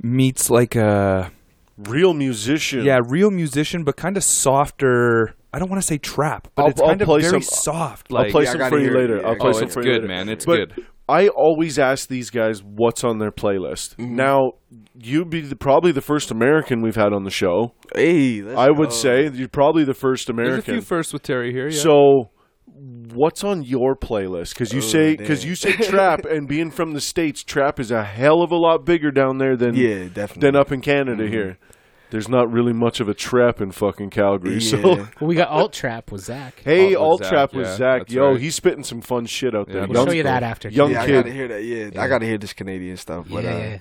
S3: meets like a
S2: Real musician.
S3: yeah real musician, but kind of softer. I don't want to say trap, but
S2: I'll-
S3: it's kind
S2: I'll play
S3: of very
S2: some- uh,
S3: soft.
S2: I'll
S3: Like
S2: play
S4: Yeah, I
S2: some
S4: gotta
S2: for you
S4: hear it.
S2: later.
S4: Yeah, I
S2: I'll play
S4: gotta
S2: some
S4: hear it.
S2: for you
S3: Oh, It's good,
S2: later.
S3: man. It's
S2: But
S3: good.
S2: I always ask these guys what's on their playlist.
S3: Mm-hmm.
S2: Now, you'd be the, probably the first American we've had on the show.
S4: Hey, let's
S2: I would
S4: go.
S2: say you're probably the first
S3: oh. There's a few
S2: American.
S3: firsts with Terry here. Yeah.
S2: So, what's on your playlist? Because
S4: Oh,
S2: you say because
S4: damn.
S2: you say trap, and being from the states, trap is a hell of a lot bigger down there than
S4: Yeah, Mm-hmm. definitely.
S2: than up in Canada here. There's not really much of a trap in fucking Calgary.
S4: Yeah.
S2: So
S1: Well, we got alt trap with Zach.
S2: hey,
S3: Alt with
S2: all
S3: Zach,
S2: trap with
S3: yeah,
S2: Zach.
S3: that's
S2: Yo,
S3: right.
S2: he's spitting some fun shit out there.
S3: Yeah,
S1: We'll show
S2: Young-
S1: you that after.
S2: young
S4: yeah, I
S2: kid.
S4: gotta hear that. Yeah, I gotta hear this Canadian stuff. But yeah, uh,
S1: Yeah.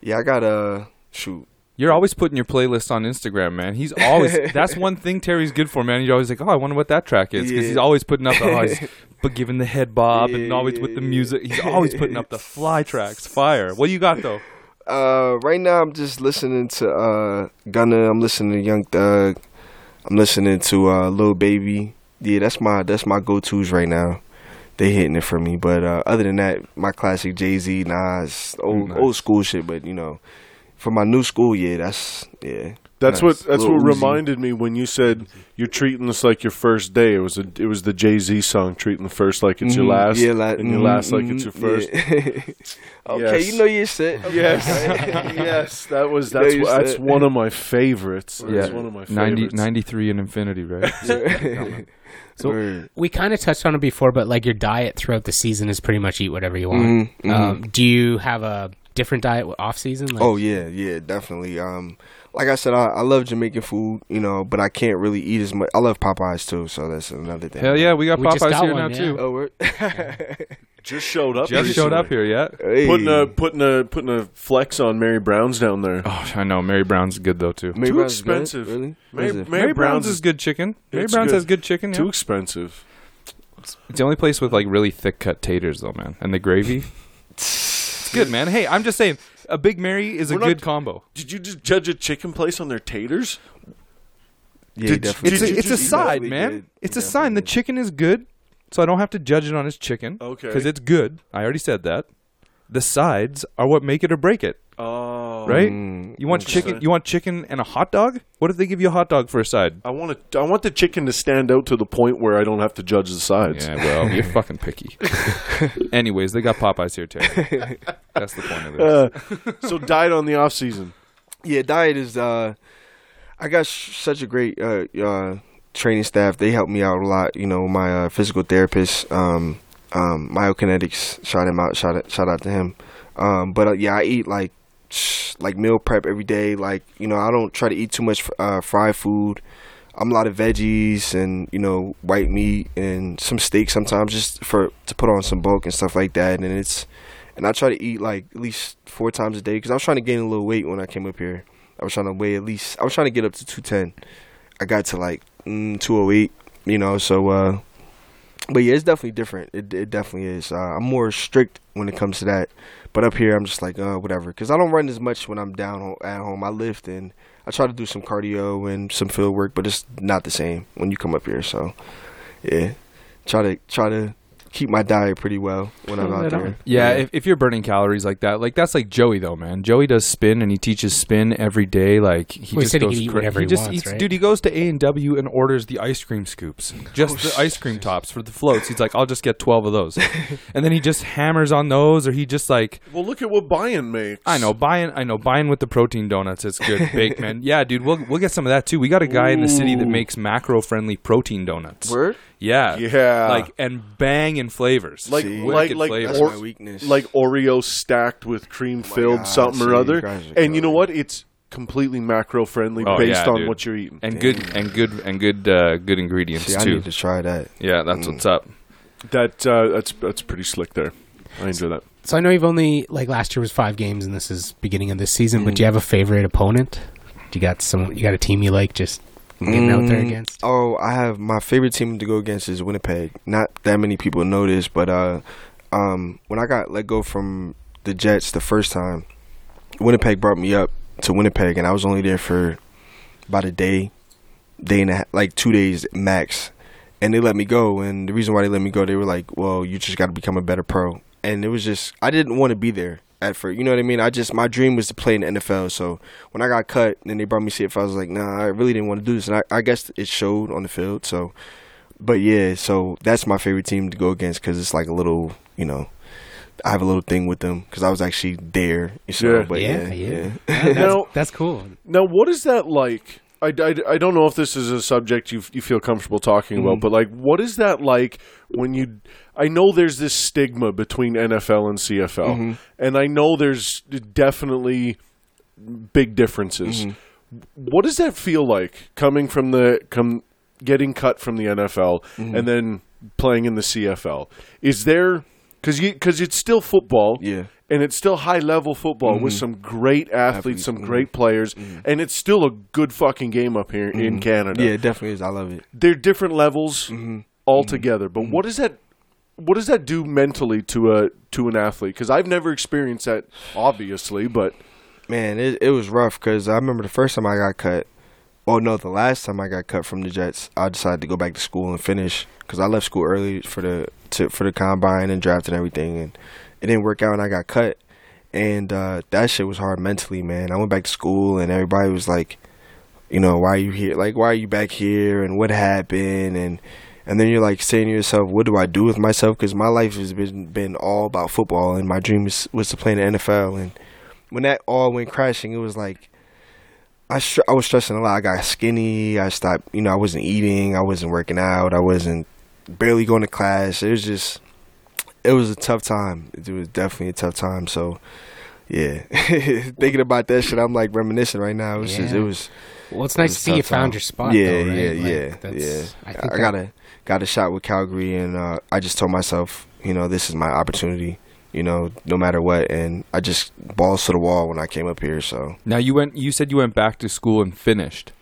S4: yeah I gotta shoot.
S3: You're always putting your playlist on Instagram, man. He's always that's one thing Terry's good for, man. You're always like, oh, I wonder what that track is because
S4: Yeah.
S3: he's always putting up, oh, he's, but giving the head bob and
S4: Yeah,
S3: always
S4: yeah,
S3: with the
S4: yeah.
S3: music. He's always putting up the fly tracks. Fire. What you got though?
S4: Uh, right now I'm just listening to uh Gunna. I'm listening to Young Thug. I'm listening to uh Lil Baby. Yeah, that's my that's my go tos right now. They hitting it for me. But uh, other than that, my classic Jay Z, Nas, old
S3: Nice.
S4: old school shit. But you know, for my new school, yeah, that's yeah.
S2: That's
S4: Nice.
S2: what that's
S4: Lil
S2: what
S4: Uzi.
S2: reminded me when you said you're treating this like your first day. It was a, it was the Jay Z song treating the first like it's your
S4: Mhm.
S2: last,
S4: yeah, la-
S2: and your
S4: mhm,
S2: last like it's
S4: mhm,
S2: your first.
S4: yeah. okay,
S2: Yes.
S4: you know your shit.
S2: Yes, yes, that was
S4: Yeah,
S2: that's
S4: you
S2: that's
S4: said-
S2: one of my favorites. That's
S4: Yeah.
S2: one of my
S3: Ninety
S2: favorites.
S3: ninety three 93 and infinity, right?
S4: Okay.
S1: So-
S4: Word.
S1: We kind of touched on it before, but like your diet throughout the season is pretty much eat whatever you want.
S4: Mhm, mhm.
S1: Um, do you have a different diet off season? Like,
S4: oh yeah, yeah, definitely. Um, like I said, I, I love Jamaican food, you know, but I can't really eat as much. I love Popeyes too, so that's another thing.
S3: Hell yeah, we got
S1: We just
S3: Popeyes
S1: got
S3: here
S1: one,
S3: now
S1: yeah.
S3: too.
S4: Oh, word.
S2: just showed up.
S3: Just showed
S2: recently.
S3: up here, yeah.
S4: Hey.
S2: Putting a putting a putting a flex on Mary Brown's down there.
S3: Oh, I know. Mary Brown's good though too.
S4: Mary
S2: too
S4: Brown's good?
S2: expensive.
S4: Really? What
S2: Mary,
S4: is it?
S2: Mary Brown's,
S3: is
S2: is
S3: good chicken. Mary
S2: It's
S3: Brown's
S2: good.
S3: has good chicken. Yeah.
S2: too expensive.
S3: It's the only place with like really thick cut taters though, man, and the gravy. it's good, man. Hey, I'm just saying, a Big Mary is a
S2: We're not-
S3: good combo.
S2: Did you just judge a chicken place on their taters?
S4: Yeah,
S2: Did-
S4: definitely.
S3: It's
S2: Did
S3: a,
S2: you
S3: it's a
S2: just-
S3: side,
S4: definitely
S3: man.
S4: did.
S3: It's a
S4: You
S3: sign. The
S4: definitely
S3: chicken is good, so I don't have to judge it on its chicken
S2: Okay.
S3: because it's good. I already said that. The sides are what make it or break it,
S2: oh,
S4: did.
S3: right?
S4: Mm,
S3: You want
S4: okay.
S3: chicken? You want chicken and a hot dog? What if they give you a hot dog for a side?
S2: I want to. I want the chicken to stand out to the point where I don't have to judge the sides.
S3: Yeah, well, you're fucking picky. Anyways, they got Popeyes here, Terry. That's the point of this.
S2: Uh, so died on the off season.
S4: Yeah, diet is. uh I got sh- such a great uh, uh training staff. They helped me out a lot. You know, my uh, physical therapist, um, um, Myokinetics. Shout him out. Shout out, shout out to him. Um, but uh, yeah, I eat like like meal prep every day. Like you know, I don't try to eat too much uh, fried food. I'm a lot of veggies and you know white meat and some steak sometimes just for to put on some bulk and stuff like that. And it's and I try to eat like at least four times a day because I was trying to gain a little weight when I came up here. I was trying to weigh at least I was trying to get up to 210. I got to like mm, 208, you know. So, uh, but yeah, it's definitely different. It it definitely is. Uh, I'm more strict when it comes to that. But up here, I'm just like uh, whatever because I don't run as much when I'm down ho- at home. I lift and I try to do some cardio and some field work, but it's not the same when you come up here. So, yeah, try to try to keep my diet pretty well when I'm out there.
S3: Yeah, If, if you're burning calories like that, like that's like Joey though, man. Joey does spin and he teaches spin every day. Like he
S1: Well, he
S3: just
S1: said he
S3: goes
S1: could eat
S3: cra-
S1: whatever he
S3: just
S1: wants,
S3: eats,
S1: right?
S3: dude. He goes to A and W and orders the ice cream scoops, just
S1: Oh,
S3: the ice cream tops for the floats. He's like, I'll just get twelve of those, and then he just hammers on those, or he just like
S2: Well, look at what Bayern makes.
S3: I know buying. I know buying with the protein donuts. It's good, baked man. Yeah, dude. We'll we'll get some of that too. We got a guy in the city that makes macro friendly protein donuts.
S4: Word.
S3: Yeah,
S2: Yeah.
S3: Like and bang in flavors.
S2: Like
S4: See?
S2: like
S3: Wicked
S2: like
S3: flavors.
S4: That's
S2: or-
S4: my weakness. Oh
S2: like Oreo stacked with cream filled
S4: God,
S2: something or
S4: see,
S2: other.
S4: you guys are
S2: And you know
S4: good.
S2: what? It's completely macro friendly
S3: Oh,
S2: based
S3: yeah,
S2: on
S3: dude.
S2: what you're eating.
S3: and good and good and good uh, good ingredients
S4: See, I
S3: too.
S4: need to try that.
S3: yeah, that's
S4: Mm.
S3: what's up.
S2: That uh, that's that's pretty slick there. I enjoy that.
S1: So I know you've only like last year was five games, and this is beginning of this season. But do you
S4: Mm.
S1: have a favorite opponent? Do you got some? You got a team you like? Just getting out there
S4: Mm,
S1: against.
S4: Oh, I have my favorite team to go against is Winnipeg. Not that many people know this, but uh, um, when I got let go from the Jets the first time, Winnipeg brought me up to Winnipeg, and I was only there for about a day, day and a half, like two days max. And they let me go, and the reason why they let me go, they were like, "Well, you just got to become a better pro." And it was just, I didn't want to be there at first. You know what I mean? I just, my dream was to play in the NFL. So when I got cut, then they brought me CFL. I was like, "Nah, I really didn't want to do this." And I, I guess it showed on the field. So, but yeah, so that's my favorite team to go against because it's like a little, you know, I have a little thing with them because I was actually there. So,
S2: Yeah.
S4: but
S1: Yeah,
S4: yeah,
S1: yeah.
S4: yeah.
S1: That's,
S2: Now-
S1: that's cool.
S2: Now, what is that like? I, I, I don't know if this is a subject you you feel comfortable talking about, but like, what is that like when you? I know there's this stigma between NFL and CFL, and I know there's definitely big differences. What does that feel like coming from the come getting cut from the NFL and then playing in the CFL? Is there because because it's still football,
S4: Yeah.
S2: and it's still high level football
S4: Mm-hmm.
S2: with some great athletes,
S4: Athletes,
S2: some
S4: mhm.
S2: great players, and it's still a good fucking game up here in Canada.
S4: Mm-hmm. Yeah, Mm-hmm. it definitely is. I love it.
S2: They're different levels altogether, but
S4: Mm-hmm.
S2: what does that what does that do mentally to a to an athlete? Because I've never experienced that, obviously, but
S4: man, it, it was rough because I remember the first time I got cut. Oh no, the last time I got cut from the Jets, I decided to go back to school and finish because I left school early for the to, for the combine and draft and everything, and it didn't work out, and I got cut, and uh, that shit was hard mentally, man. I went back to school, and everybody was like, you know, why are you here? Like, why are you back here? And what happened? And and then you're like saying to yourself, what do I do with myself? Because my life has been been all about football, and my dream is, was to play in the NFL, and when that all went crashing, it was like I str- I was stressing a lot. I got skinny. I stopped. You know, I wasn't eating. I wasn't working out. I wasn't barely going to class. It was just, it was a tough time. It was definitely a tough time. So, yeah, thinking about that shit, I'm like reminiscing right now. It was just, it
S1: Yeah.
S4: was.
S1: Well, it's nice
S4: It's
S1: to see you
S4: tough time.
S1: found your spot.
S4: Yeah,
S1: though, right?
S4: yeah,
S1: Like,
S4: yeah,
S1: that's- I think
S4: I,
S1: that-
S4: got a got a shot with Calgary, and uh, I just told myself, you know, this is my opportunity. You know, no matter what, and I just balls to the wall when I came up here. So.
S3: Now you went. You said you went back to school and finished.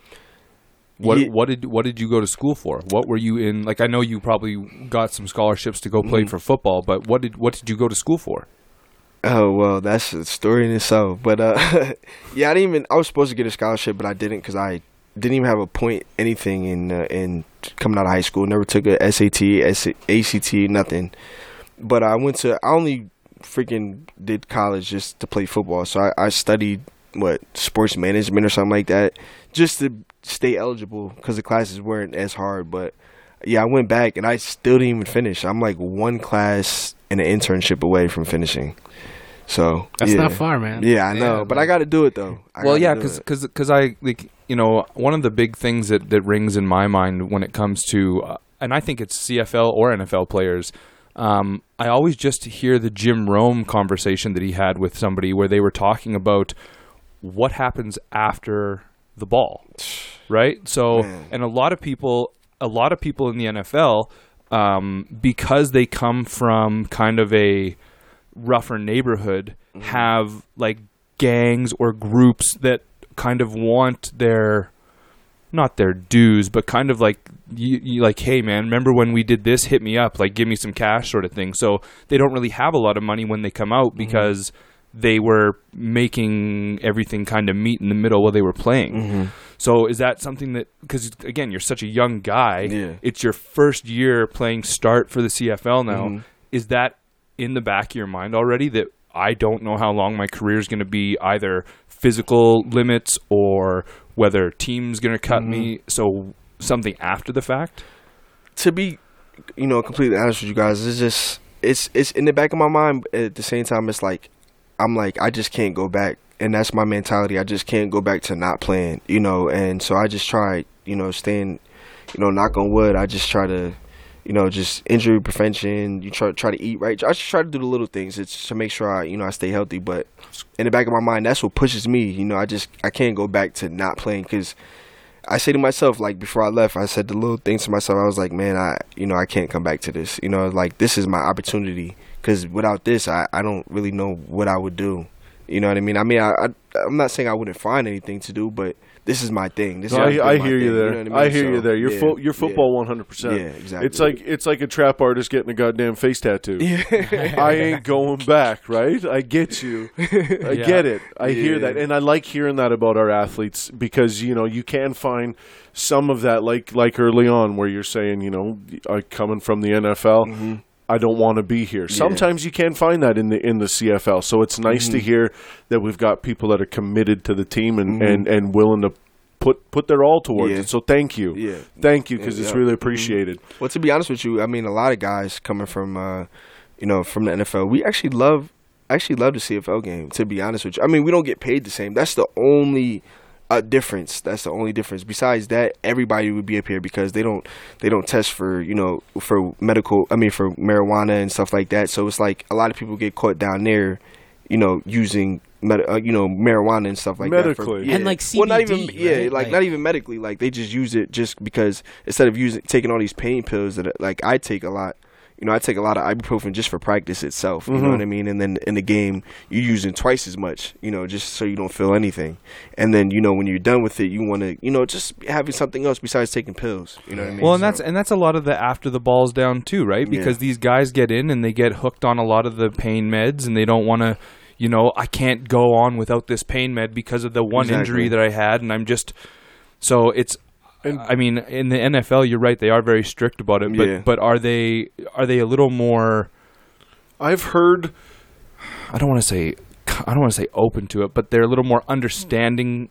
S3: What
S4: Ye-
S3: what did what did you go to school for? What were you in? Like I know you probably got some scholarships to go play for football, but what did what did you go to school for?
S4: Oh well, that's a story in itself. But uh, yeah, I didn't even. I was supposed to get a scholarship, but I didn't because I didn't even have a point anything in uh, in coming out of high school. Never took a SAT, SA, ACT, nothing. But I went to. I only freaking did college just to play football. So I, I studied what sports management or something like that, just to stay eligible because the classes weren't as hard. But yeah, I went back and I still didn't even finish. I'm like one class and an internship away from finishing. So
S1: That's
S4: yeah.
S1: not far, man.
S4: Yeah, I know,
S3: Yeah,
S4: but
S3: like-
S4: I got to do it though. I
S3: well,
S4: gotta
S3: yeah,
S4: do
S3: because
S4: it.
S3: I like you know one of the big things that that rings in my mind when it comes to uh, and I think it's CFL or NFL players. Um, I always just hear the Jim Rome conversation that he had with somebody where they were talking about what happens after the ball, right? So,
S4: Man.
S3: and a lot of people, a lot of people in the NFL, um, because they come from kind of a rougher neighborhood, have like gangs or groups that kind of want their not their dues, but kind of like you, you like, hey man, remember when we did this? Hit me up, like give me some cash, sort of thing. So they don't really have a lot of money when they come out because they were making everything kind of meet in the middle while they were playing. So is that something that because again, you're such a young guy,
S4: Yeah.
S3: it's your first year playing start for the CFL now.
S4: Mhm.
S3: Is that in the back of your mind already that I don't know how long my career is going to be either physical limits or whether team's going to cut me. So something after the fact.
S4: to be, you know, completely honest with you guys, it's just it's it's in the back of my mind. but At the same time, it's like I'm like I just can't go back, and that's my mentality. I just can't go back to not playing, you know. And so I just try, you know, staying, you know, knock on wood. I just try to. You know, just injury prevention. You try try to eat right. I just try to do the little things. It's to make sure I, you know, I stay healthy. But in the back of my mind, that's what pushes me. You know, I just I can't go back to not playing because I say to myself, like before I left, I said the little things to myself. I was like, man, I, you know, I can't come back to this. You know, like this is my opportunity. Because without this, I, I don't really know what I would do. You know what I mean? I mean, I, I, I'm not saying I wouldn't find anything to do, but this is my thing. This
S2: No,
S4: has been
S2: I, I
S4: my
S2: hear you
S4: thing,
S2: there.
S4: know what
S2: I, hear
S4: So,
S2: you there. You're
S4: yeah,
S2: fo- you're
S4: yeah.
S2: football 100.
S4: Yeah,
S2: percent
S4: exactly.
S2: It's like it's like a trap artist getting a goddamn face tattoo. I ain't going back, right? I get you. I get it. I hear that, and I like hearing that about our athletes because you know you can find some of that, like like early on where you're saying, you know, I coming from the NFL.
S4: Mm-hmm.
S2: I don't want to be here. Sometimes you can find that in the in the CFL. So it's nice
S4: Mm-hmm.
S2: to hear that we've got people that are committed to the team and, and, and willing to put put their all towards
S4: Mm-hmm. Yeah.
S2: it. So thank you.
S4: Yeah.
S2: Thank you because it's
S4: Yeah. Mm-hmm.
S2: really appreciated.
S4: Well, to be honest with you, I mean, a lot of guys coming from, uh, you know, from the NFL, we actually love, actually love the CFL game. To be honest with you, I mean, we don't get paid the same. That's the only uh, difference. That's the only difference. Besides that, everybody would be up here because they don't, they don't test for, you know, for medical. I mean, for marijuana and stuff like that. So it's like a lot of people get caught down there, you know, using. Med- uh, you know marijuana and stuff like that for-
S2: Medically.
S4: yeah.
S5: And, like,
S4: well not even
S5: CBD,
S4: yeah
S5: right?
S4: like
S5: Like-
S4: not even even medically, like they just use it just because instead of using taking all these pain pills that like I take a lot, you know, I take a lot of ibuprofen just for practice itself. You
S3: Mm-hmm.
S4: know what I mean? And then in the game, you're using twice as much, you know, just so you don't feel anything. And then you know when you're done with it, you want to, you know, just having something else besides taking pills. You know what I mean?
S3: Well, and
S4: So-
S3: that's and that's a lot of the after the balls down too, right? Because
S4: Yeah.
S3: these guys get in and they get hooked on a lot of the pain meds, and they don't want to. you know, I can't go on without this pain med because of the one
S4: Exactly.
S3: injury that I had, and I'm just so it's.
S2: And-
S3: I mean, in the NFL, you're right; they are very strict about it. But
S4: Yeah.
S3: but are they are they a little more?
S2: I've heard
S3: I don't want to say I don't want to say open to it, but they're a little more understanding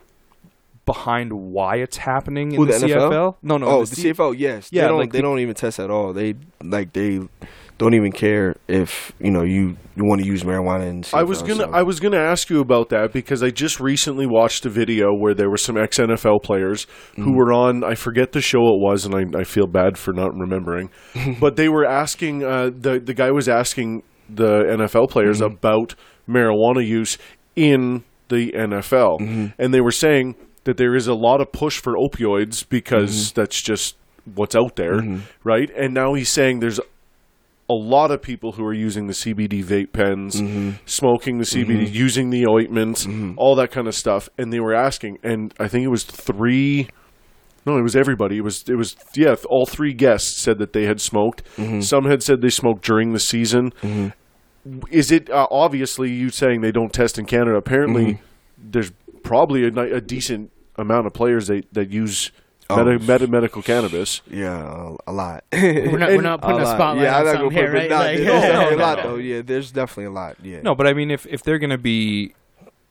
S3: behind why it's happening in
S4: Who,
S3: the,
S4: the NFL?
S3: CFL. No, no,
S4: oh,
S3: the
S4: the
S3: C-
S4: CFL, yes.
S3: Yeah,
S4: they don't,
S3: like
S4: they don't even test at all. They like they don't even care if you know you, you want to use marijuana. And
S2: I was gonna I was gonna ask you about that because I just recently watched a video where there were some ex NFL players who were on I forget the show it was and I, I feel bad for not remembering, but they were asking uh, the the guy was asking the NFL players about marijuana use in the NFL and they were saying that there is a lot of push for opioids because that's just what's out there right and now he's saying there's a lot of people who are using the CBD vape pens, smoking the CBD, using the ointments, all that kind of stuff, and they were asking, and I think it was three. No, it was everybody. It was it was yeah. All three guests said that they had smoked. Some had said they smoked during the season. Is it uh, obviously you saying they don't test in Canada? Apparently, there's probably a, ni- a decent amount of players that that use meta,
S4: Oh.
S2: meta medical cannabis.
S4: yeah, a, a lot.
S1: We're not, we're not putting a
S4: lot.
S1: spotlight
S4: yeah,
S1: on
S4: I'm not
S1: something
S4: gonna
S1: here,
S4: put
S1: right? Like- oh,
S4: nah, there's definitely
S3: no,
S4: a lot
S3: no.
S4: though. Yeah, there's definitely a lot. Yeah,
S3: No, but I mean, if if they're going to be,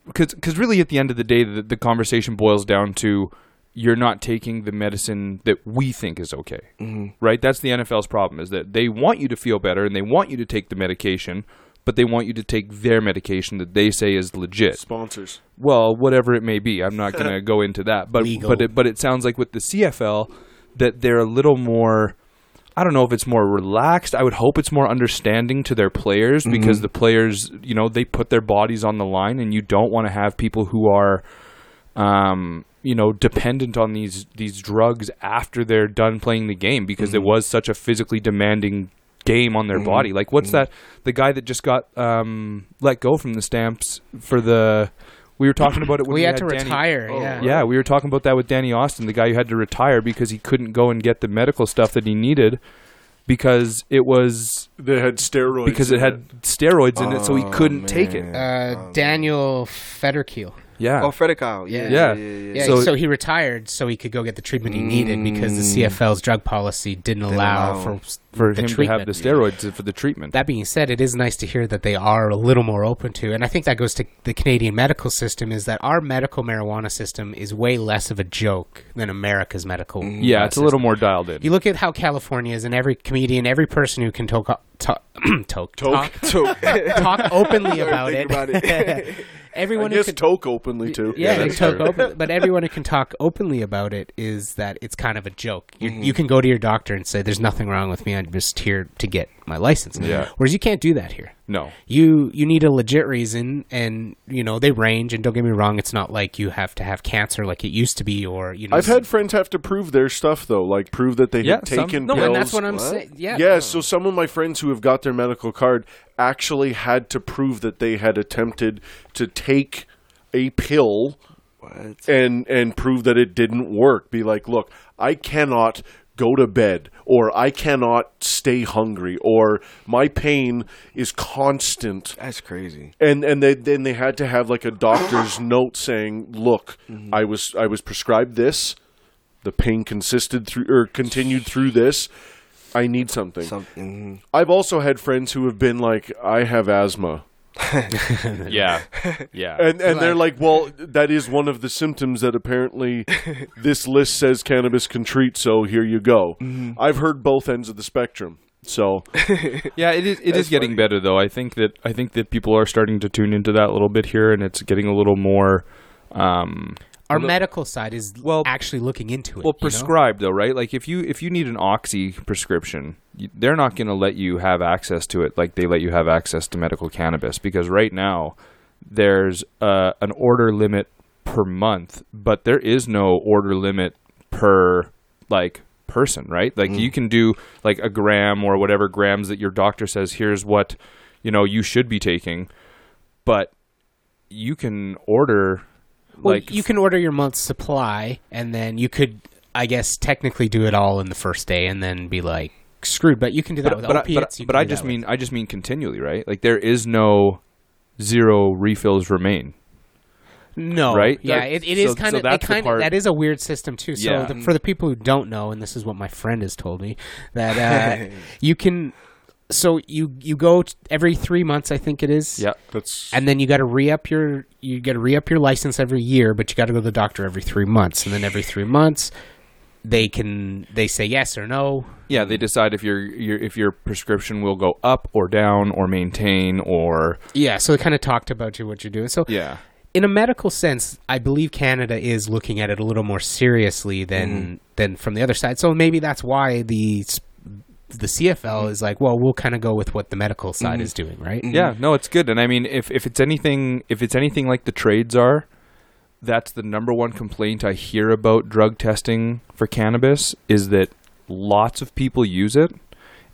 S3: because really at the end of the day, the, the conversation boils down to you're not taking the medicine that we think is okay, right? That's the NFL's problem is that they want you to feel better and they want you to take the medication, but they want you to take their medication that they say is legit.
S2: Sponsors.
S3: Well, whatever it may be, I'm not going to go into that. But
S1: Legal.
S3: but it, but it sounds like with the CFL that they're a little more. I don't know if it's more relaxed. I would hope it's more understanding to their players because the players, you know, they put their bodies on the line, and you don't want to have people who are, um, you know, dependent on these these drugs after they're done playing the game because it was such a physically demanding game on their body. Like, what's that? The guy that just got um, let go from the Stamps for the. We were talking about it when
S1: we had, to
S3: Danny-
S1: retire.
S2: Oh,
S1: yeah.
S2: right.
S3: yeah, we were talking about that with Danny Austin, the guy who had to retire because he couldn't go and get the medical stuff that he needed because it was
S2: They had steroids
S3: because it
S2: in
S3: had steroids in it, so he
S4: Oh,
S3: couldn't take it.
S4: man.
S1: Uh, Daniel Federkeel.
S3: Yeah,
S4: oh, Fred Kyle.
S3: Yeah.
S4: Yeah, yeah, yeah.
S1: Yeah,
S3: So- Mm.
S1: so, he retired so he could go get the treatment he needed because the CFL's drug policy didn't allow,
S4: allow
S1: for
S4: him.
S3: for
S1: the
S3: him to have
S1: treatment.
S3: the steroids for the treatment.
S1: That being said, it is nice to hear that they are a little more open to, and I think that goes to the Canadian medical system is that our medical marijuana system is way less of a joke than America's medical.
S3: yeah,
S1: marijuana
S3: it's a little more dialed in.
S1: You look at how California is, and every comedian, every person who can talk, talk, talk, talk,
S4: So-
S1: talk openly about it.
S4: think about it.
S1: Everyone
S2: I
S1: who
S2: guess
S1: can,
S2: Toke openly too.
S1: yeah, they
S2: that's
S1: talk
S2: true.
S1: open, but everyone who can talk openly about it is that it's kind of a joke. You
S2: Mm-hmm.
S1: You can go to your doctor and say, "There's nothing wrong with me. I'm just here to get my license."
S3: Yeah.
S1: Whereas you can't do that here.
S3: No,
S1: You you need a legit reason, and you know they range. And don't get me wrong, it's not like you have to have cancer like it used to be, or you know.
S2: I've had friends have to prove their stuff though, like prove that they
S3: Yeah,
S2: had
S3: some-
S2: taken
S3: no,
S2: pills.
S1: and that's what I'm
S4: What?
S1: saying. Yeah.
S2: yeah, so some of my friends who have got their medical card actually had to prove that they had attempted to take a pill
S4: What?
S2: and and prove that it didn't work. Be like, look, I cannot go to bed or I cannot stay hungry or my pain is constant
S4: That's crazy.
S2: and and they then they had to have like a doctor's note saying, "Look,
S3: Mm-hmm.
S2: I was I was prescribed this. The pain consisted through or continued through this. I need something."
S4: Something.
S2: I've also had friends who have been like, "I have asthma."
S3: yeah, yeah,
S2: And and they're like, "Well, that is one of the symptoms that apparently this list says cannabis can treat, so here you go."
S3: Mm-hmm.
S2: I've heard both ends of the spectrum. So,
S3: yeah. It is. It is getting better though. I think that I think that people are starting to tune into that a little bit here, and it's getting a little more. Um,
S1: Our medical side is
S3: Well-
S1: well actually looking into it. you
S3: Well,
S1: know?
S3: prescribed though, right? Like if you if you need an oxy prescription, y- they're not going to let you have access to it like they let you have access to medical cannabis because right now there's uh, an order limit per month, but there is no order limit per like person, right? Like
S1: Hmm.
S3: you can do like a gram or whatever grams that your doctor says here's what you know you should be taking, but you can order
S1: Well,
S3: like
S1: you can order your month's supply, and then you could, I guess, technically do it all in the first day, and then be like screwed. But you can do that with
S3: but, I-
S1: opiates.
S3: but,
S1: you
S3: but
S1: can
S3: I
S1: do
S3: just
S1: that
S3: mean I just mean continually, right? Like there is no zero refills remain.
S1: No,
S3: Right?
S1: Yeah,
S3: That-
S1: it, it is
S3: so-
S1: kind
S3: so
S1: of it
S3: that's the
S1: kind of
S3: part-
S1: that is a weird system too. So
S3: Yeah.
S1: the, for the people who don't know, and this is what my friend has told me, that uh, you can, so you you go t- every three months, I think it is.
S3: Yeah.
S2: That's
S1: And then you got to re up your you got to re up your license every year, but you got to go to the doctor every three months, and then every three months, they can they say yes or no.
S3: Yeah, they decide if your your if your prescription will go up or down or maintain or
S1: Yeah, so they kind of talked about you what you're doing. So
S3: yeah.
S1: in a medical sense, I believe Canada is looking at it a little more seriously than than from the other side. So maybe that's why the s- the CFL is like, well, we'll kind of go with what the medical side is doing, right?
S3: Yeah, no, it's good. And I mean, if if it's anything, if it's anything like the trades are, that's the number one complaint I hear about drug testing for cannabis is that lots of people use it,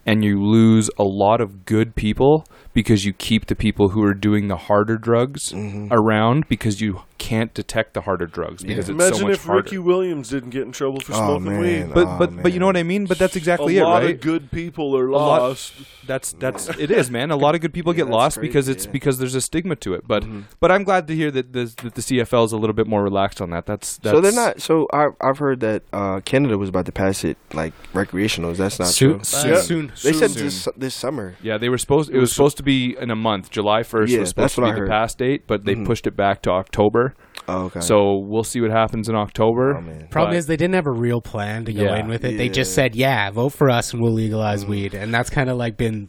S3: and you lose a lot of good people because you keep the people who are doing the harder drugs around because you can't detect the harder drugs because it's
S2: imagine
S3: so much
S2: if
S3: harder.
S2: Ricky Williams didn't get in trouble for
S4: Oh,
S2: smoking
S4: man.
S2: weed.
S3: but but
S4: Aw,
S3: but you know
S4: man.
S3: what I mean. But that's
S2: A
S3: exactly it,
S2: lot
S3: right?
S2: of good people are
S3: A lot-
S2: lost.
S3: That's that's it is, man. A lot of good people
S4: Yeah,
S3: get
S4: that's
S3: lost
S4: crazy,
S3: because it's
S4: yeah. Mm-hmm.
S3: because there's a stigma to it. But but I'm glad to hear that the, that the CFL is a little bit more relaxed on that. That's, that's
S4: so they're not. So I, I've heard that uh, Canada was about to pass it like recreationals. That's not
S1: Soon,
S4: true.
S1: soon,
S2: Yeah.
S1: soon.
S4: They said
S3: soon.
S4: this this summer.
S3: Yeah, they were supposed. It was supposed to be in a month. July first
S4: Yeah,
S3: was
S4: that's
S3: supposed to
S4: what
S3: be
S4: I
S3: the
S4: heard.
S3: past date, but they
S4: Mhm.
S3: pushed it back to October.
S4: Oh, okay.
S3: So we'll see what happens in October.
S4: Oh, man.
S1: Problem
S3: But-
S1: is, they didn't have a real plan to go
S3: Yeah.
S1: in with it. They just
S4: Yeah.
S1: said, "Yeah, vote for us, and we'll legalize weed." And that's kind of like been,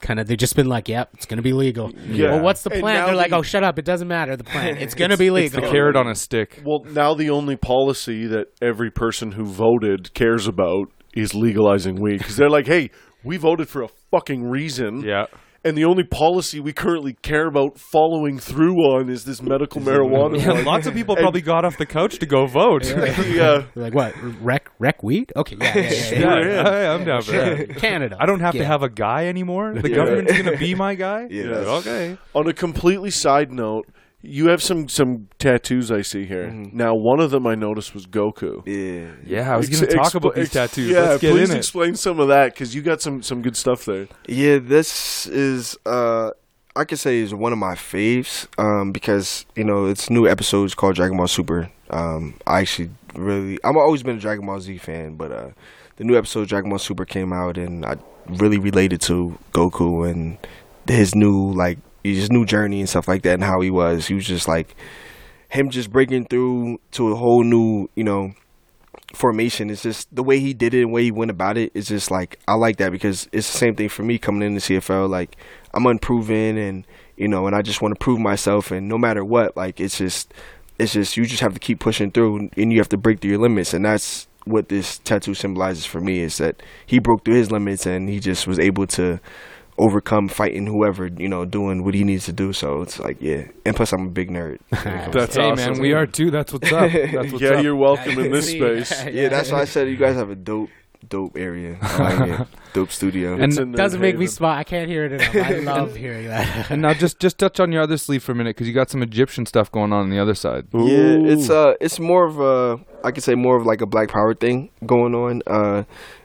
S1: kind of they've just been like, "Yep, it's gonna be legal."
S2: Yeah.
S1: Well, what's the
S2: And
S1: plan?
S2: now
S1: They're like,
S2: the-
S1: "Oh, shut up! It doesn't matter. The plan. It's gonna be
S3: It's
S1: legal."
S3: the carrot on a stick.
S2: Well, now the only policy that every person who voted cares about is legalizing weed because they're like, hey, we voted for a fucking reason.
S3: Yeah.
S2: And the only policy we currently care about following through on is this medical marijuana.
S3: Yeah,
S2: one.
S3: lots of people probably got off the couch to go vote. Yeah,
S2: The, uh,
S1: They're like what? Wreck, wreck weed? Okay, yeah, yeah, yeah, yeah.
S3: I, am down for that.
S1: Canada.
S3: I don't have to
S1: Yeah.
S3: have a guy anymore. The government's gonna be my guy.
S4: Yeah.
S3: Okay.
S2: on a completely side note, you have some some tattoos I see here. Now, one of them I noticed was Goku.
S4: Yeah.
S3: Yeah, Mm-hmm. I was going
S2: Ex-
S3: to talk
S2: expl-
S3: about these
S2: ex-
S3: tattoos.
S2: Yeah,
S3: Let's get
S2: please
S3: in it.
S2: explain some of that because you got some some good stuff there.
S4: Yeah, this is uh I could say is one of my faves um because you know it's new episodes called Dragon Ball Super. Um I actually really I've always been a Dragon Ball Z fan, but uh the new episode of Dragon Ball Super came out and I really related to Goku and his new like his new journey and stuff like that and how he was. He was just like him just breaking through to a whole new, you know, formation is just the way he did it and way he went about it is just like I like that because it's the same thing for me coming into CFL like I'm unproven and you know and I just want to prove myself and no matter what like it's just it's just you just have to keep pushing through and you have to break through your limits and that's what this tattoo symbolizes for me is that he broke through his limits and he just was able to overcome fighting whoever you know doing what he needs to do so it's like yeah and plus I'm a big nerd
S2: That's
S3: hey,
S2: awesome.
S3: man, we are too. That's what's up. That's what's
S2: yeah,
S3: up.
S2: you're welcome in this
S1: See,
S2: space.
S4: yeah that's why I said you guys have a dope dope area I like it dope studio
S3: And
S2: It's in the
S1: Doesn't make me
S2: haven.
S1: smile. I can't hear it enough. I love hearing that.
S3: and now just just touch on your other sleeve for a minute because you got some Egyptian stuff going on on the other side.
S4: Yeah,
S2: Ooh.
S4: it's uh, it's more of a I could say more of like a Black Power thing going on, uh,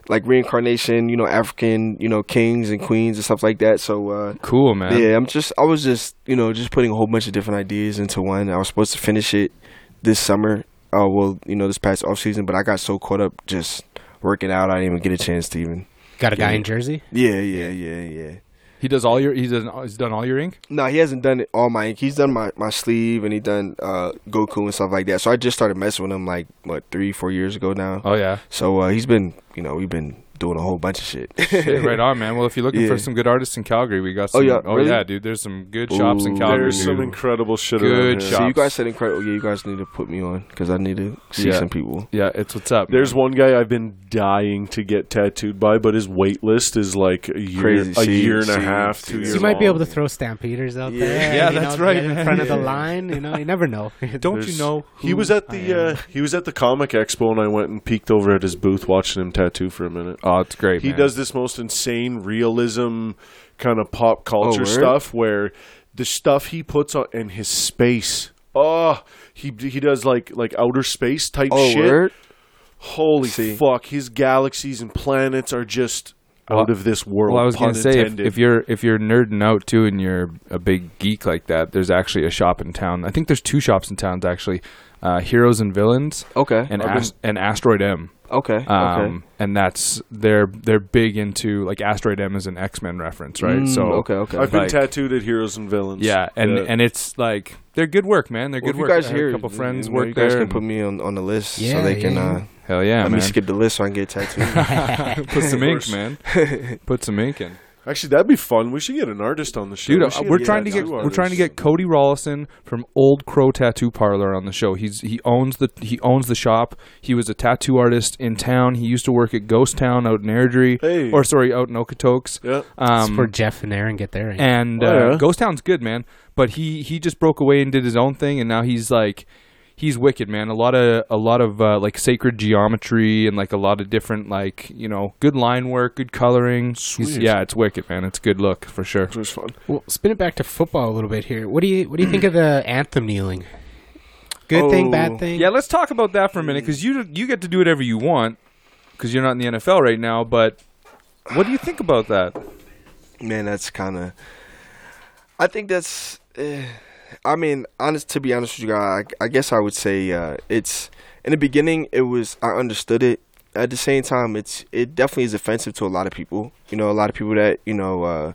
S4: like reincarnation, you know, African, you know, kings and queens and stuff like that. So uh,
S3: Cool, man.
S4: yeah, I'm just I was just you know just putting a whole bunch of different ideas into one. I was supposed to finish it this summer, uh, well you know this past off season, but I got so caught up just working out, I didn't even get a chance to even.
S1: Got a guy in Jersey.
S4: Yeah, yeah, yeah, yeah.
S3: He does all your. He does. He's done all your ink.
S4: No, he hasn't done it all my ink. He's done my, my sleeve and he done uh, Goku and stuff like that. So I just started messing with him like what three four years ago now.
S3: Oh yeah.
S4: So uh, he's been you know we've been doing a whole bunch of shit.
S3: Shit, right on, man. Well, if you're looking for
S4: Yeah.
S3: some good artists in Calgary, we got.
S4: Oh,
S3: Some,
S4: yeah, really?
S3: yeah, dude. There's some good shops in
S4: Ooh.
S3: Calgary.
S2: There's some
S3: dude.
S2: incredible shit.
S3: Good
S2: around here.
S3: shop.
S4: so you guys said incredible. Yeah, you guys need to put me on because I need to see
S3: Yeah.
S4: some people.
S3: yeah, it's what's up.
S2: There's
S3: man.
S2: one guy I've been dying to get tattooed by, but his wait list is like a year,
S4: Crazy.
S2: a
S4: See,
S2: year and a
S4: see,
S2: half, two
S4: see. So
S2: years.
S1: So you might be
S2: long.
S1: able to throw stampeders out
S4: Yeah.
S1: there.
S3: Yeah,
S1: you
S3: that's
S1: know,
S3: right,
S1: get In
S3: man.
S1: front of the
S4: Yeah.
S1: line, you know, you never know.
S3: Don't you
S2: There's-
S3: know?
S2: He was at the uh, he was at the comic expo, and I went and peeked over at his booth, watching him tattoo for a minute. Uh,
S3: Oh, it's great.
S2: He
S3: man.
S2: does this most insane realism kind of pop culture
S4: word?
S2: stuff where the stuff he puts on in his space. Oh, he he does like like outer space type
S4: Oh
S2: shit.
S4: word!
S2: Holy
S4: See.
S2: fuck! His galaxies and planets are just
S3: Well,
S2: out of this world.
S3: Well, I was
S2: pun
S3: going to say if,
S2: intended.
S3: if you're if you're nerding out too and you're a big geek like that, there's actually a shop in town. I think there's two shops in town actually, uh, Heroes and Villains
S4: Okay.
S3: and
S4: I've been-
S3: Ast- and Asteroid M.
S4: okay.
S3: Um,
S4: okay.
S3: And that's they're they're big into like Asteroid M is an X Men reference, right?
S4: Mm,
S3: so
S4: okay, okay.
S2: I've been
S3: like-
S2: tattooed at Heroes and Villains.
S3: yeah, and
S2: Yeah.
S3: and it's like they're good work, man. They're
S4: Well,
S3: good
S4: if you
S3: work.
S4: guys
S3: I had
S4: here,
S3: a couple
S4: you
S3: friends
S4: know,
S3: work
S4: you guys
S3: there.
S4: can put me on, on the list so
S1: Yeah,
S4: they can
S1: yeah,
S4: uh,
S1: yeah.
S3: and- hell yeah,
S4: let
S3: man.
S4: me skip the list so I can get tattooed.
S3: Put some
S2: Of
S3: ink,
S2: course.
S3: man. Put some ink in.
S2: actually, that'd be fun. We should get an artist on the show.
S3: Dude,
S2: We
S3: uh,
S2: should
S3: we're
S2: a
S3: trying to
S2: tattoo
S3: get we're
S2: artist.
S3: trying to get Cody Rollison from Old Crow Tattoo Parlor on the show. He's he owns the he owns the shop. He was a tattoo artist in town. He used to work at Ghost Town out in Airdrie,
S2: Hey.
S3: or sorry, out in Okotoks.
S2: Yeah.
S1: It's
S3: Um,
S1: for Jeff and Aaron get there.
S3: and
S2: Oh,
S3: uh,
S2: yeah.
S3: Ghost Town's good, man. But he he just broke away and did his own thing, and now he's like he's wicked, man. A lot of a lot of uh, like sacred geometry and like a lot of different like you know good line work, good coloring. He's-
S2: Sweet.
S3: yeah, it's wicked, man. It's a good look for sure.
S2: It was fun.
S1: Well, spin it back to football a little bit here. What do you what do you think of the anthem kneeling? Good thing,
S4: Oh.
S1: bad thing.
S3: Yeah, let's talk about that for a minute because you you get to do whatever you want because you're not in the NFL right now. But what do you think about that?
S4: Man, that's kind of. I think that's. Eh, I mean, honest to be honest with you guys, I, I guess I would say uh, it's in the beginning. It was I understood it. At the same time, it's it definitely is offensive to a lot of people. You know, a lot of people that you know uh,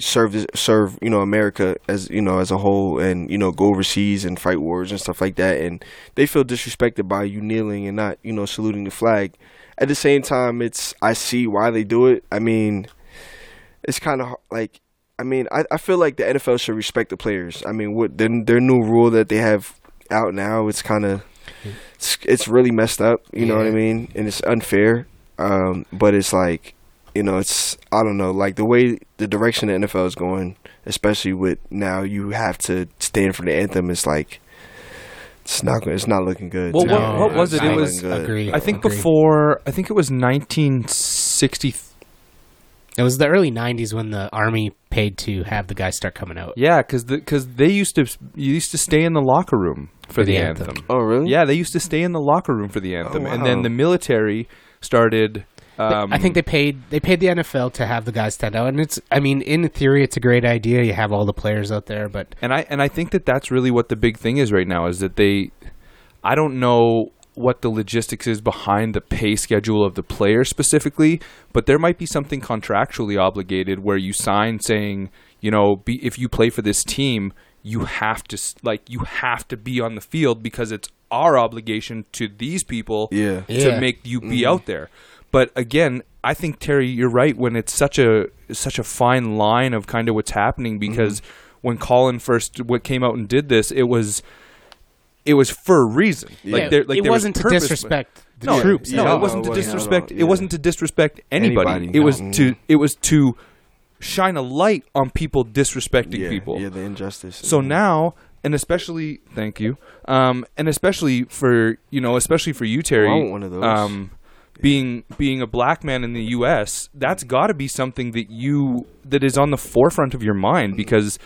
S4: serve this- serve you know America as you know as a whole, and you know go overseas and fight wars and stuff like that, and they feel disrespected by you kneeling and not you know saluting the flag. At the same time, it's I see why they do it. I mean, it's kind of like I mean I, I feel like the NFL should respect the players. I mean what their their new rule that they have out now it's kind of it's, it's really messed up. You know what I
S1: Yeah.
S4: mean? And it's unfair. Um, but it's like you know it's I don't know like the way the direction the NFL is going, especially with now you have to stand for the anthem. It's like it's not go- it's not looking good.
S3: Well,
S4: to me.
S3: what- what was it?
S4: It's
S3: It
S4: not
S3: was-
S4: looking good.
S1: agree.
S3: I think
S1: agree.
S3: before I think it was 1960.
S1: it was the early '90s when the army paid to have the guys start coming out.
S3: Yeah, because because they used to you used to stay in the locker room for, the, anthem.
S4: Oh really?
S3: Yeah, they used to stay in the locker room for the anthem, and then
S4: wow.
S3: the military started. Um,
S1: I think they paid they paid the NFL to have the guys stand out, and it's I mean in theory it's a great idea. You have all the players out there, but
S3: And I and I think that that's really what the big thing is right now is that they I don't know what the logistics is behind the pay schedule of the player specifically, but there might be something contractually obligated where you sign saying, you know, be, if you play for this team, you have to s- like you have to be on the field because it's our obligation to these people
S4: Yeah.
S1: Yeah.
S3: to make you be out there. But again, I think Terry, you're right when it's such a such a fine line of kind of what's happening because when Colin first what came out and did this, it was it was for a reason.
S1: Yeah,
S3: Like there, like
S1: it
S3: there was
S1: wasn't to
S3: purpose-
S1: disrespect the
S3: no,
S1: troops.
S3: No,
S1: at all.
S3: it wasn't
S4: No,
S3: to
S4: it wasn't.
S3: disrespect.
S4: No,
S3: It
S4: yeah.
S3: wasn't to disrespect anybody.
S4: Anybody,
S3: It was
S4: no.
S3: to it was to shine a light on people disrespecting
S4: Yeah,
S3: people.
S4: yeah, the injustice.
S3: So now, and especially, thank you, um, and especially for you know, especially for you, Terry,
S4: I want one of those.
S3: Um, being being a black man in the U.S., that's got to be something that you that is on the forefront of your
S4: Mm-hmm.
S3: mind because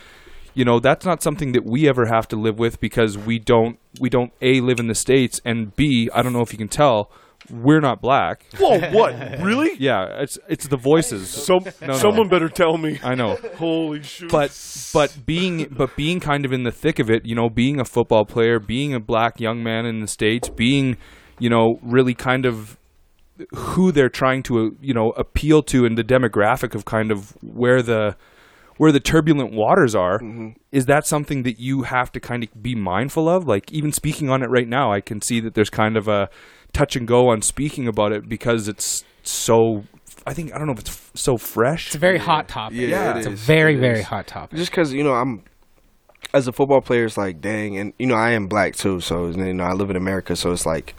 S3: you know that's not something that we ever have to live with because we don't we don't a live in the states and b I don't know if you can tell we're not black.
S2: Whoa, what? Really?
S3: Yeah, it's it's the voices.
S2: Some,
S3: no.
S2: someone better tell me.
S3: I know
S2: Holy shit.
S3: but but being but being kind of in the thick of it, you know, being a football player, being a black young man in the states, being, you know, really kind of who they're trying to uh, you know appeal to and the demographic of kind of where the where the turbulent waters are is that something that you have to kind of be mindful of like even speaking on it right now i can see that there's kind of a touch and go on speaking about it because it's so i think i don't know if it's f- so fresh
S1: It's a very hot topic.
S4: Yeah,
S1: Yeah,
S4: it
S1: it's a
S4: is.
S1: very
S4: It
S1: very
S4: is.
S1: hot topic.
S4: just because you know I'm as a football player, it's like dang, and you know I am black too, so you know I live in America, so it's like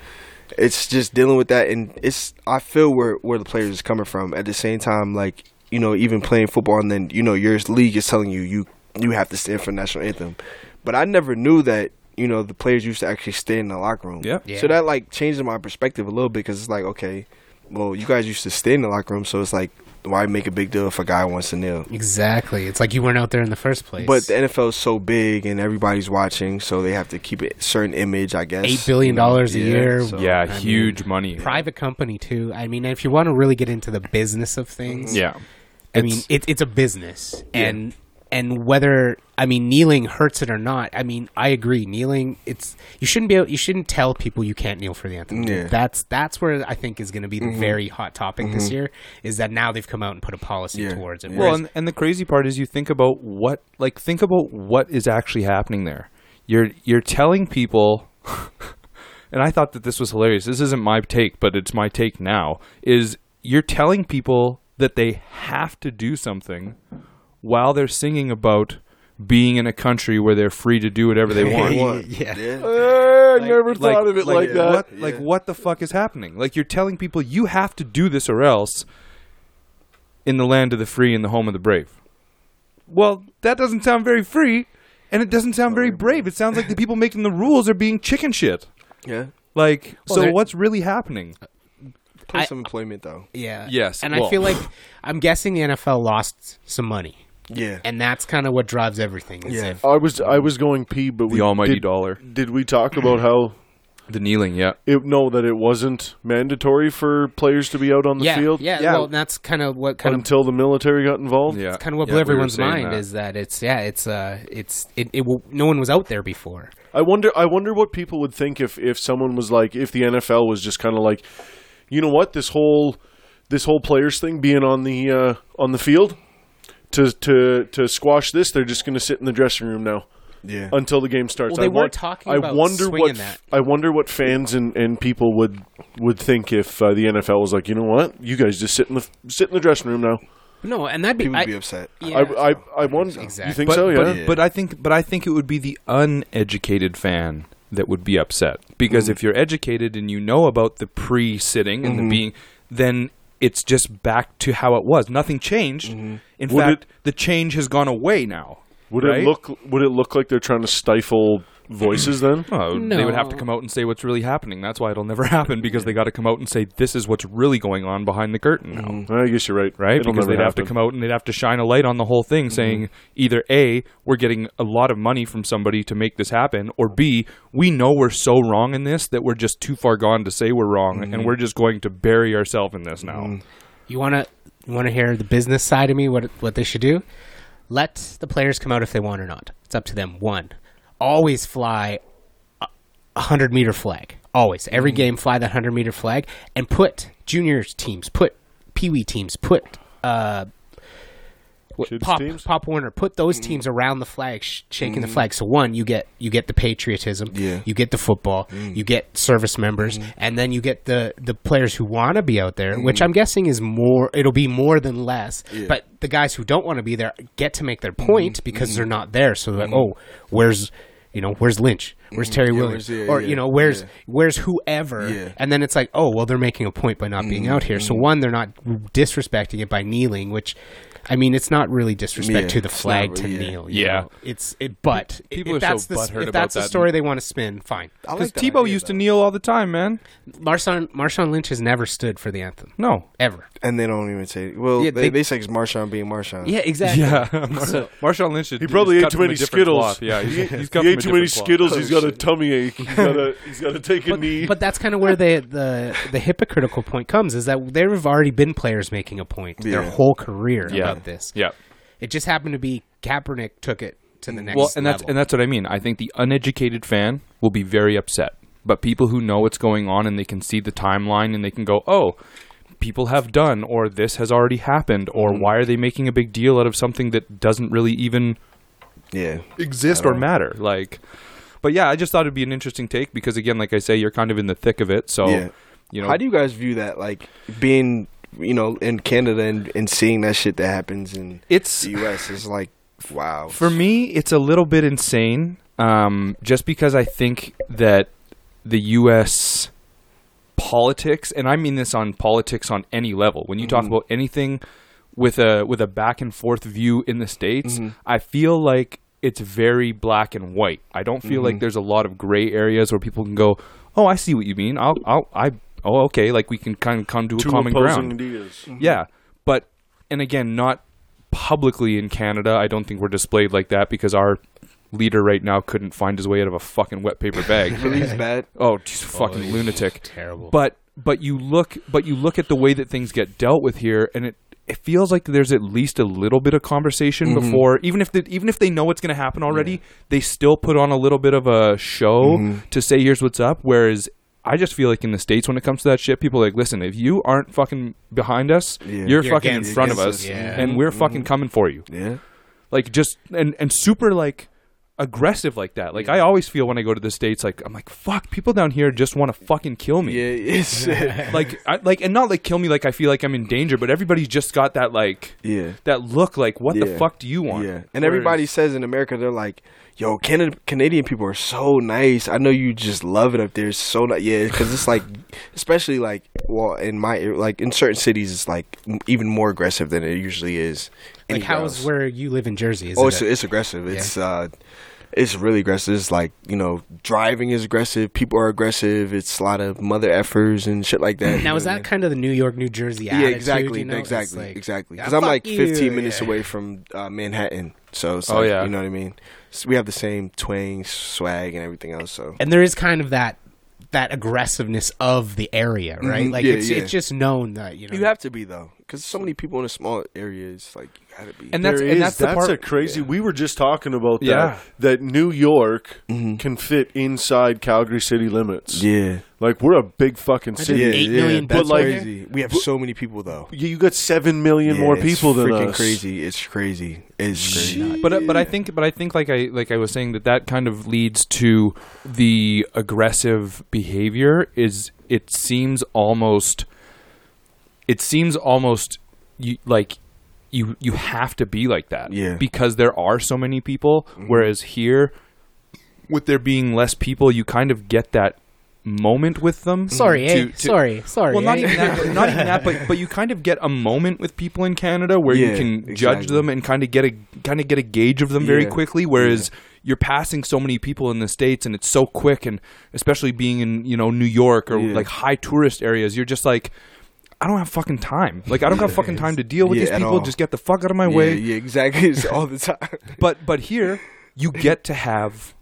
S4: it's just dealing with that, and it's I feel where where the players is coming from. At the same time, like you know even playing football, and then you know your league is telling you you you have to stand for national anthem, but I never knew that. You know the players used to actually stay in the locker room.
S3: Yeah.
S1: Yeah.
S4: So that like changes my perspective a little bit because it's like okay, well you guys used to stay in the locker room, so it's like why make a big deal if a guy wants to kneel?
S1: Exactly. It's like you weren't out there in the first place.
S4: But the NFL is so big and everybody's watching, so they have to keep a certain image, I guess.
S1: $8 billion dollars a
S4: Yeah,
S1: year.
S4: so-
S3: yeah,
S1: mean,
S3: huge money.
S1: Private company, too. I mean, if you want to really get into the business of things,
S3: Yeah,
S1: I mean, it, it's a business, and and whether I mean kneeling hurts it or not, I mean, I agree. Kneeling, it's you shouldn't be able, you shouldn't tell people you can't kneel for the anthem.
S4: Yeah.
S1: That's that's where I think is going to be the
S3: Mm-hmm.
S1: very hot topic this year is that now they've come out and put a policy
S4: Yeah.
S1: towards it.
S3: Well,
S1: Whereas-
S3: and, and the crazy part is you think about what like think about what is actually happening there. You're you're telling people and I thought that this was hilarious. This isn't my take, but it's my take now is you're telling people that they have to do something while they're singing about being in a country where they're free to do whatever they want.
S1: Yeah.
S2: I never thought of it like, that.
S3: What, Like what the fuck is happening? Like you're telling people you have to do this or else. In the land of the free and the home of the brave. Well, that doesn't sound very free, and it doesn't sound very brave. It sounds like the people making the rules are being chicken shit.
S4: Yeah.
S3: Like,
S1: Well,
S3: so
S1: they're-
S3: what's really happening?
S1: I-
S4: Place of employment, though.
S1: yeah.
S3: Yes,
S1: And I
S3: well.
S1: feel like I'm guessing the NFL lost some money,
S4: Yeah.
S1: and that's kind of what drives everything. is
S4: Yeah.
S1: if-
S2: I was I was going pee, but we
S3: The almighty
S2: did,
S3: dollar,
S2: Did we talk about how
S3: the kneeling. Yeah,
S2: it no that it wasn't mandatory for players to be out on the
S1: yeah,
S2: field?
S1: yeah. Well, that's kind of what kind of
S2: until the military got involved.
S3: yeah.
S1: kind of what
S3: Oh, Yeah,
S1: blew
S3: we were
S1: everyone's
S3: saying
S1: mind
S3: that.
S1: is that it's yeah it's uh it's it, it will, no one was out there before
S2: I wonder. I wonder what people would think if if someone was like if the NFL was just kind of like, you know what, this whole this whole players thing being on the uh, on the field to to to squash this, they're just going to sit in the dressing room now
S4: Yeah.
S2: until the game starts.
S1: Well, they
S2: I
S1: were
S2: won-
S1: talking
S2: I
S1: about
S2: wonder
S1: swinging
S2: what
S1: that.
S2: I wonder what fans and, and people would would think if uh, the NFL was like, you know what, you guys just sit in the sit in the dressing room now.
S1: no and that'd be,
S4: People
S1: I,
S4: would be upset.
S1: yeah.
S2: I I I wonder.
S1: Exactly.
S2: You think
S3: but,
S2: so? Yeah.
S3: but, but I think, but I think it would be the uneducated fan that would be upset
S2: Hmm.
S3: because if you're educated and you know about the pre-sitting
S2: Mm-hmm.
S3: and the being, then it's just back to how it was. Nothing changed. In
S2: Mm-hmm. Would
S3: fact, the change has gone away now.
S2: would
S3: right?
S2: it look Would it look like they're trying to stifle voices then?
S3: Oh, They would have to
S1: No.
S3: come out and say what's really happening. That's why it'll never happen because they got to come out and say this is what's really going on behind the curtain now.
S2: I guess you're right.
S3: right?
S2: It'll
S3: because
S2: never
S3: they'd have to
S2: happen. Mm-hmm.
S3: come out and they'd have to shine a light on the whole thing, saying either a we're getting a lot of money from somebody to make this happen, or b we know we're so wrong in this that we're just too far gone to say we're wrong,
S2: Mm-hmm.
S3: and we're just going to bury ourselves in this now.
S2: Mm.
S1: you want to you want to hear the business side of me what what they should do let the players come out if they want or not it's up to them one always fly a- a 100 meter flag always
S4: Mm.
S1: every game fly that 100 meter flag and put juniors teams put pee wee teams put uh what-
S2: Kids
S1: Pop,
S2: teams?
S1: Pop Warner put those
S4: Mm-hmm.
S1: teams around the flag, sh- shaking the flag. So one, you get you get the patriotism,
S4: Yeah. Mm. Mm-hmm.
S1: you get the football, you get service members, and then you get the the players who want to be out there, which I'm guessing is more. It'll be more than less, but the guys who don't want to be there get to make their
S4: Mm-hmm.
S1: point because they're not there. So they're like, oh, where's you know where's Lynch, where's Terry Williams,
S4: where's- Mm-hmm. yeah,
S1: or
S4: yeah,
S1: you know where's
S4: yeah.
S1: where's whoever,
S4: Yeah. Mm-hmm.
S1: and then it's like, oh, well, they're making a point by not being out here. So one, they're not disrespecting it by kneeling, which. I mean, it's not really disrespect
S4: Yeah,
S1: to the
S4: it's not
S1: flag to
S4: really- yeah.
S1: kneel. you
S3: Yeah.
S1: know? it's it. But if
S3: People are so
S1: that's the,
S3: butthurt
S1: if
S3: about
S1: that's the
S3: that.
S1: story they want to spin, fine.
S3: Because Tebow used to kneel all the time, man.
S1: Marshawn Marshawn Lynch has never stood for the anthem
S3: No,
S1: ever.
S4: And they don't even say. Well,
S1: Yeah,
S4: they,
S1: they-
S4: they, say it's Marshawn being Marshawn.
S1: Yeah, exactly.
S3: yeah, Mar- Marshawn Lynch.
S2: He probably ate too many Skittles.
S3: Yeah,
S2: he,
S3: he's, he's
S2: he
S3: cut
S2: ate
S3: from
S2: too
S3: a
S2: many
S3: different cloth.
S2: Skittles. he's got a tummy ache. He's got to. He's got to take a knee.
S1: But that's kind of where the, the the hypocritical point comes is that there have already been players making a point their
S4: Yeah.
S1: whole career
S3: Yeah.
S1: about this.
S3: Yeah.
S1: It just happened to be Kaepernick took it to the next
S3: well, and that's
S1: level.
S3: and that's what I mean. I think the uneducated fan will be very upset, but people who know what's going on and they can see the timeline and they can go, "Oh, people have done, or this has already happened, or
S1: Mm-hmm.
S3: why are they making a big deal out of something that doesn't really even
S4: Yeah.
S3: exist or matter?" Like, but yeah, I just thought it'd be an interesting take because, again, like I say, you're kind of in the thick of it, so
S4: Yeah.
S3: you know.
S4: How do you guys view that? Like being, you know, in Canada and, and seeing that shit that happens in
S3: it's
S4: the U.S. is like, wow.
S3: For me, it's a little bit insane, um, just because I think that the U.S. politics, and I mean this on politics on any level, when you talk
S2: Mm-hmm.
S3: about anything with a with a back and forth view in the states,
S2: Mm-hmm.
S3: I feel like it's very black and white. I don't feel
S2: Mm-hmm.
S3: like there's a lot of gray areas where people can go, "Oh, I see what you mean. I'll, I'll, I, oh, okay." Like we can kind of come to a
S2: Two
S3: common
S2: opposing
S3: ground.
S2: ideas.
S3: Yeah, but and again, not publicly in Canada. I don't think we're displayed like that because our leader right now couldn't find his way out of a fucking wet paper bag.
S4: Really bad.
S3: oh, he's a fucking
S1: Oh,
S3: lunatic.
S1: Terrible.
S3: But but you look but you look at the way that things get dealt with here, and it it feels like there's at least a little bit of conversation
S4: Mhm.
S3: before even if the, even if they know what's going to happen already, they still put on a little bit of a show
S4: Mhm.
S3: to say here's what's up. Whereas I just feel like in the states when it comes to that shit, people are like listen, if you aren't fucking behind us,
S4: Yeah.
S3: you're,
S1: You're
S3: fucking in
S1: against
S3: front of
S4: us,
S3: us,
S1: yeah.
S3: and we're fucking coming for you
S4: Yeah.
S3: like just and and super like aggressive like that. Like I always feel when I go to the states, like I'm like fuck, people down here just want to fucking kill me.
S4: Yeah. Yes.
S3: Like I, like and not like kill me like I feel like I'm in danger, but everybody's just got that like
S4: yeah.
S3: that look like what the
S4: Yeah.
S3: fuck do you want?
S4: Yeah. And everybody says in America, they're like, "Yo, Canada, Canadian people are so nice. I know you just love it up there. It's so nice. Yeah, because it's like, especially like, well, in my area- like in certain cities, it's like m- even more aggressive than it usually is.
S1: like,
S4: anywhere
S1: how's
S4: else.
S1: where you live in Jersey? Is
S4: Oh,
S1: it
S4: it's,
S1: a-
S4: it's aggressive. It's uh, it's really aggressive. It's like you know, driving is aggressive. People are aggressive. It's a lot of mother effers and shit like that.
S1: now is that kind of the New York, New Jersey
S4: yeah,
S1: attitude?
S4: exactly,
S1: you know? It's
S4: exactly,
S1: like,
S4: exactly.
S1: "Ah,
S4: Because I'm
S1: fuck
S4: like
S1: you,"
S4: 15 minutes
S1: yeah.
S4: away from uh, Manhattan, so it's
S3: Oh,
S4: like,
S3: yeah.
S4: you know what I mean. So we have the same twang, swag, and everything else. So
S1: And there is kind of that that aggressiveness of the area, right?
S4: Mhm,
S1: Like
S4: yeah,
S1: it's
S4: yeah.
S1: it's just known that you know
S4: you have to be though, because so many people in a small area. It's like you gotta be.
S3: And that's
S2: There
S3: and
S2: is-
S3: that's the part.
S2: a crazy. We were just talking about that.
S3: Yeah.
S2: That New York
S4: Mhm.
S2: can fit inside Calgary city limits.
S4: yeah,
S2: Like we're a big fucking
S1: That's
S2: city.
S1: it.
S4: yeah,
S1: Eight
S4: yeah,
S1: million
S4: that's
S2: people there?
S4: crazy. We have so many people though.
S2: You, you got seven million
S4: Yeah,
S2: more
S4: it's
S2: people than
S4: freaking
S2: us.
S4: crazy. It's crazy. It's crazy.
S3: but but I think but I think like I like I was saying that that kind of leads to the aggressive behavior is it seems almost it seems almost you, like you you have to be like that
S4: Yeah.
S3: because there are so many people whereas here with there being less people you kind of get that moment with them
S1: sorry, eh?
S3: Mm-hmm. to- to-
S1: sorry, sorry.
S3: well, not
S1: eh?
S3: even that. but- Not even that. But but you kind of get a moment with people in Canada where you
S4: Yeah,
S3: can judge
S4: exactly.
S3: them and kind of get a kind of get a gauge of them very
S4: Yeah,
S3: quickly. Whereas you're passing so many people in the states, and it's so quick, and especially being in you know New York or
S4: Yeah.
S3: like high tourist areas, you're just like. I don't have fucking time. Like I don't have fucking time to deal with
S4: Yeah,
S3: these
S4: at
S3: people.
S4: all.
S3: Just get the fuck out of my
S4: yeah,
S3: way.
S4: yeah, exactly. It's all the time.
S3: But but here you get to have